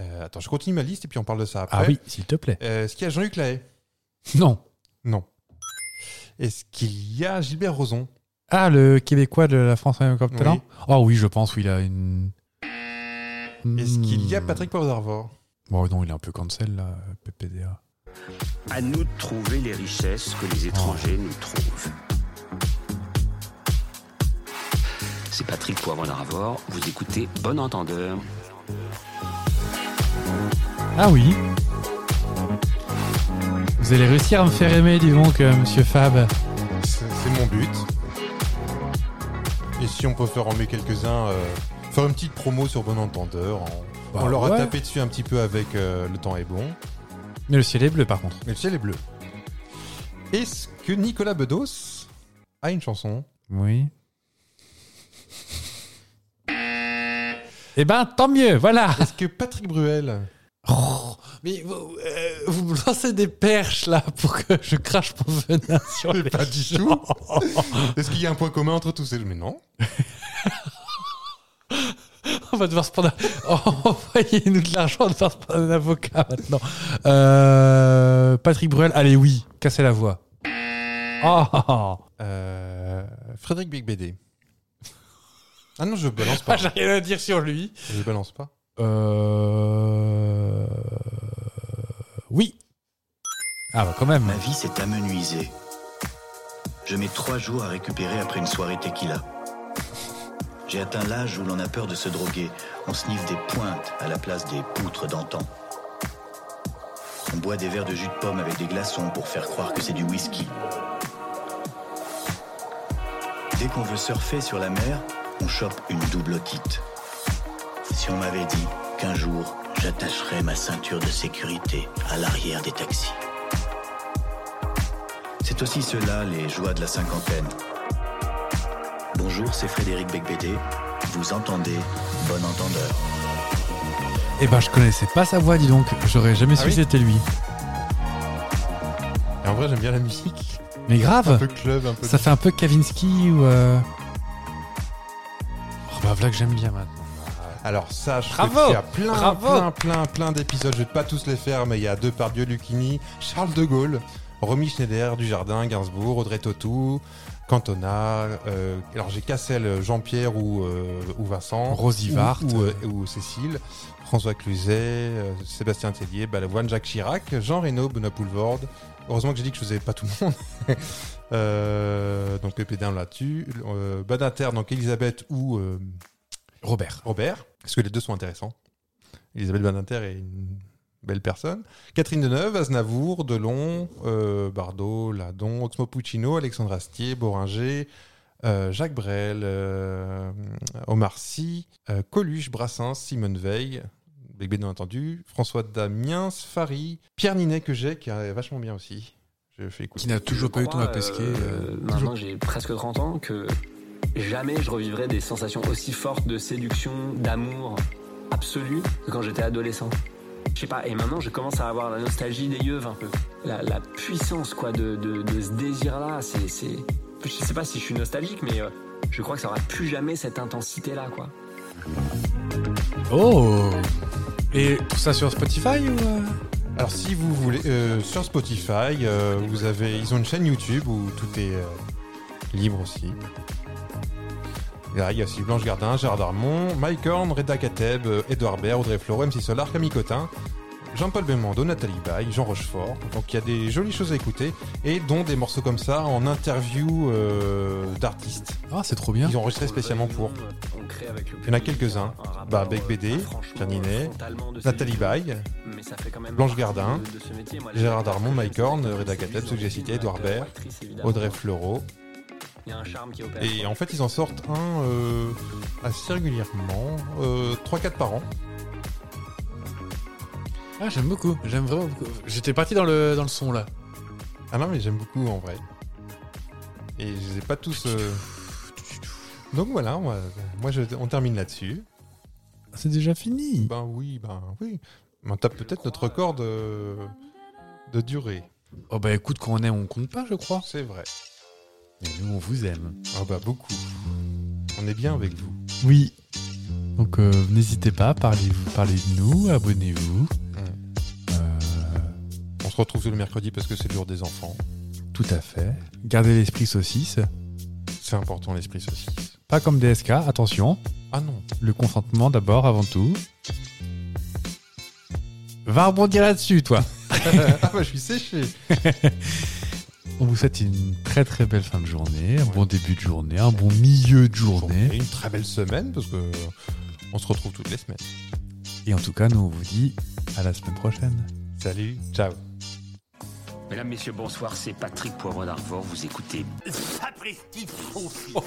Speaker 5: Euh, attends, je continue ma liste et puis on parle de ça après.
Speaker 4: Ah oui, s'il te plaît.
Speaker 5: Euh, Est-ce qu'il y a Jean-Luc Lahaye
Speaker 4: Non.
Speaker 5: Non. Est-ce qu'il y a Gilbert Rozon
Speaker 4: Ah, le Québécois de la France comme
Speaker 5: Oui.
Speaker 4: talent Oh oui, je pense, oui, il a une.
Speaker 5: Est-ce qu'il y a
Speaker 4: Hmm.
Speaker 5: Patrick Poivre d'Arvor
Speaker 4: Bon, non, il est un peu cancel, là, PPDA.
Speaker 10: À nous de trouver les richesses que les étrangers nous trouvent. C'est Patrick Poivre d'Arvor, vous écoutez Bon Entendeur.
Speaker 4: Ah oui Vous allez réussir à me faire aimer, dis donc, euh, monsieur Fab.
Speaker 5: C'est c'est mon but. Et si on peut faire en mieux quelques-uns, euh, faire une petite promo sur Bon Entendeur. On,
Speaker 4: Bah
Speaker 5: on leur a
Speaker 4: ouais.
Speaker 5: tapé dessus un petit peu avec euh, Le temps est bon.
Speaker 4: Mais le ciel est bleu, par contre.
Speaker 5: Mais le ciel est bleu. Est-ce que Nicolas Bedos a une chanson
Speaker 4: Oui. Eh ben, tant mieux, voilà
Speaker 5: Est-ce que Patrick Bruel
Speaker 4: Oh, Mais vous, euh, vous me lancez des perches, là, pour que je crache mon [laughs] venin sur les
Speaker 5: pas du
Speaker 4: gens.
Speaker 5: tout. Est-ce qu'il y a un point commun entre tous ces... Mais non.
Speaker 4: [laughs] On va devoir se prendre. un- [laughs] Oh, Envoyez-nous de l'argent, on va devoir se prendre un avocat maintenant. Euh, Patrick Bruel, allez, oui, cassez la voix. Oh, oh, oh.
Speaker 5: Euh, Frédéric BigBD. Ah non, je balance
Speaker 4: [laughs] Ah,
Speaker 5: pas.
Speaker 4: j'ai rien à dire sur lui.
Speaker 5: je balance pas.
Speaker 4: Euh. Oui. Ah, bah quand même.
Speaker 11: Ma vie s'est amenuisée. Je mets trois jours à récupérer après une soirée tequila. J'ai atteint l'âge où l'on a peur de se droguer. On sniffe des pointes à la place des poutres d'antan. On boit des verres de jus de pomme avec des glaçons pour faire croire que c'est du whisky. Dès qu'on veut surfer sur la mer, on chope une double quitte. Si on m'avait dit qu'un jour j'attacherais ma ceinture de sécurité à l'arrière des taxis. C'est aussi cela les joies de la cinquantaine. Bonjour, c'est Frédéric Becbédé. Vous entendez Bon Entendeur.
Speaker 4: Eh ben, je connaissais pas sa voix, dis donc. J'aurais jamais su
Speaker 5: oui
Speaker 4: que c'était lui.
Speaker 5: Et en vrai, j'aime bien la musique.
Speaker 4: Mais grave.
Speaker 5: Un peu club, un peu.
Speaker 4: Ça fait un peu Kavinsky ou. euh, Oh bah voilà que j'aime bien maintenant.
Speaker 5: Alors ça, je
Speaker 4: Bravo
Speaker 5: sais qu'il y a plein,
Speaker 4: Bravo
Speaker 5: plein, plein, plein d'épisodes. Je vais pas tous les faire, mais il y a Depardieu, Lucchini, Charles de Gaulle, Romy Schneider, Dujardin, Gainsbourg, Audrey Tautou, Cantona. euh, alors j'ai Cassel, Jean-Pierre ou, euh, ou Vincent,
Speaker 4: Rosy Vart.
Speaker 5: ou, ou, euh, ou Cécile, François Cluzet, euh, Sébastien Tellier, Balavoine, Jacques Chirac, Jean Reno, Benoît Poulvorde. Heureusement que j'ai dit que je faisais pas tout le monde. [laughs] Euh, donc Pépé on là-dessus. Euh, Badinter, donc Elisabeth ou euh,
Speaker 4: Robert.
Speaker 5: Robert, parce que les deux sont intéressants. Elisabeth Badinter est une belle personne. Catherine Deneuve, Aznavour, Delon, euh, Bardot, Ladon, Oxmo Puccino, Alexandre Astier, Boringer, euh, Jacques Brel, euh, Omar Sy, euh, Coluche, Brassens, Simone Veil, Big Ben, bien entendu, François Damiens, Fary, Pierre Ninet que j'ai, qui est vachement bien aussi. Je fais écouter.
Speaker 4: Qui n'a toujours pas eu ton à pesquer. euh,
Speaker 10: maintenant, j'ai presque 30 ans que jamais je revivrai des sensations aussi fortes de séduction, d'amour absolu que quand j'étais adolescent. Je sais pas, et maintenant je commence à avoir la nostalgie des yeux un peu. La, la puissance quoi de, de- de ce désir-là, c'est, c'est... Je sais pas si je suis nostalgique, mais euh, je crois que ça aura plus jamais cette intensité-là, quoi.
Speaker 4: Oh Et tout ça sur Spotify ou. euh
Speaker 5: Alors si vous voulez euh, sur Spotify, euh, vous avez ils ont une chaîne YouTube où tout est euh, libre aussi. Et là, il y a aussi Blanche Gardin, Gérard Darmon, Mike Horn, Reda Kateb, euh, Edouard Baird, Audrey Fleurot, MC Solar, Camille Cotin, Jean-Paul Belmondo, Nathalie Baye, Jean Rochefort. Donc il y a des jolies choses à écouter et dont des morceaux comme ça en interview euh, d'artistes.
Speaker 4: Ah, c'est trop bien.
Speaker 5: Ils ont enregistré spécialement pour.
Speaker 10: Il
Speaker 5: y en a quelques-uns. Bah, Beck
Speaker 10: euh,
Speaker 5: BD, Pierre Ninet, Nathalie Baye, Blanche Gardin, Gérard Darmon, Mike Horn, Reda Kateb, ceux que j'ai cités, Edouard Baird, Audrey Fleurot.
Speaker 10: Il y a un charme qui opère.
Speaker 5: Et en fait, ils en sortent un euh, assez régulièrement, euh, 3-4 par an.
Speaker 4: Ah, j'aime beaucoup. J'aime vraiment beaucoup. J'étais parti dans le, dans le son là.
Speaker 5: Ah non, mais j'aime beaucoup en vrai. Et je les ai pas tous. euh, Donc voilà, moi, moi, je- on termine là-dessus.
Speaker 4: C'est déjà fini.
Speaker 5: Ben oui, ben oui. Mais on tape peut-être notre record de, de durée.
Speaker 4: Oh bah écoute, quand on aime, on compte pas, je crois.
Speaker 5: C'est vrai.
Speaker 4: Et nous, on vous aime.
Speaker 5: Ah bah beaucoup. On est bien avec vous.
Speaker 4: Oui. Donc euh, n'hésitez pas, parlez, parlez de nous, abonnez-vous.
Speaker 5: On se retrouve tous le mercredi parce que c'est le jour des enfants.
Speaker 4: Tout à fait. Gardez l'esprit saucisse.
Speaker 5: C'est important l'esprit saucisse.
Speaker 4: Pas comme DSK, attention.
Speaker 5: Ah non.
Speaker 4: Le consentement d'abord, avant tout. Va rebondir là-dessus, toi.
Speaker 5: ah bah je suis séché.
Speaker 4: On vous souhaite une très très belle fin de journée, un bon début de journée, un bon milieu de
Speaker 5: Et
Speaker 4: journée.
Speaker 5: une très belle semaine parce que on se retrouve toutes les semaines.
Speaker 4: Et en tout cas, nous, on vous dit à la semaine prochaine.
Speaker 5: Salut, ciao.
Speaker 10: Mesdames, Messieurs, bonsoir, c'est Patrick Poivre d'Arvor, vous écoutez
Speaker 2: Sapristi, faux.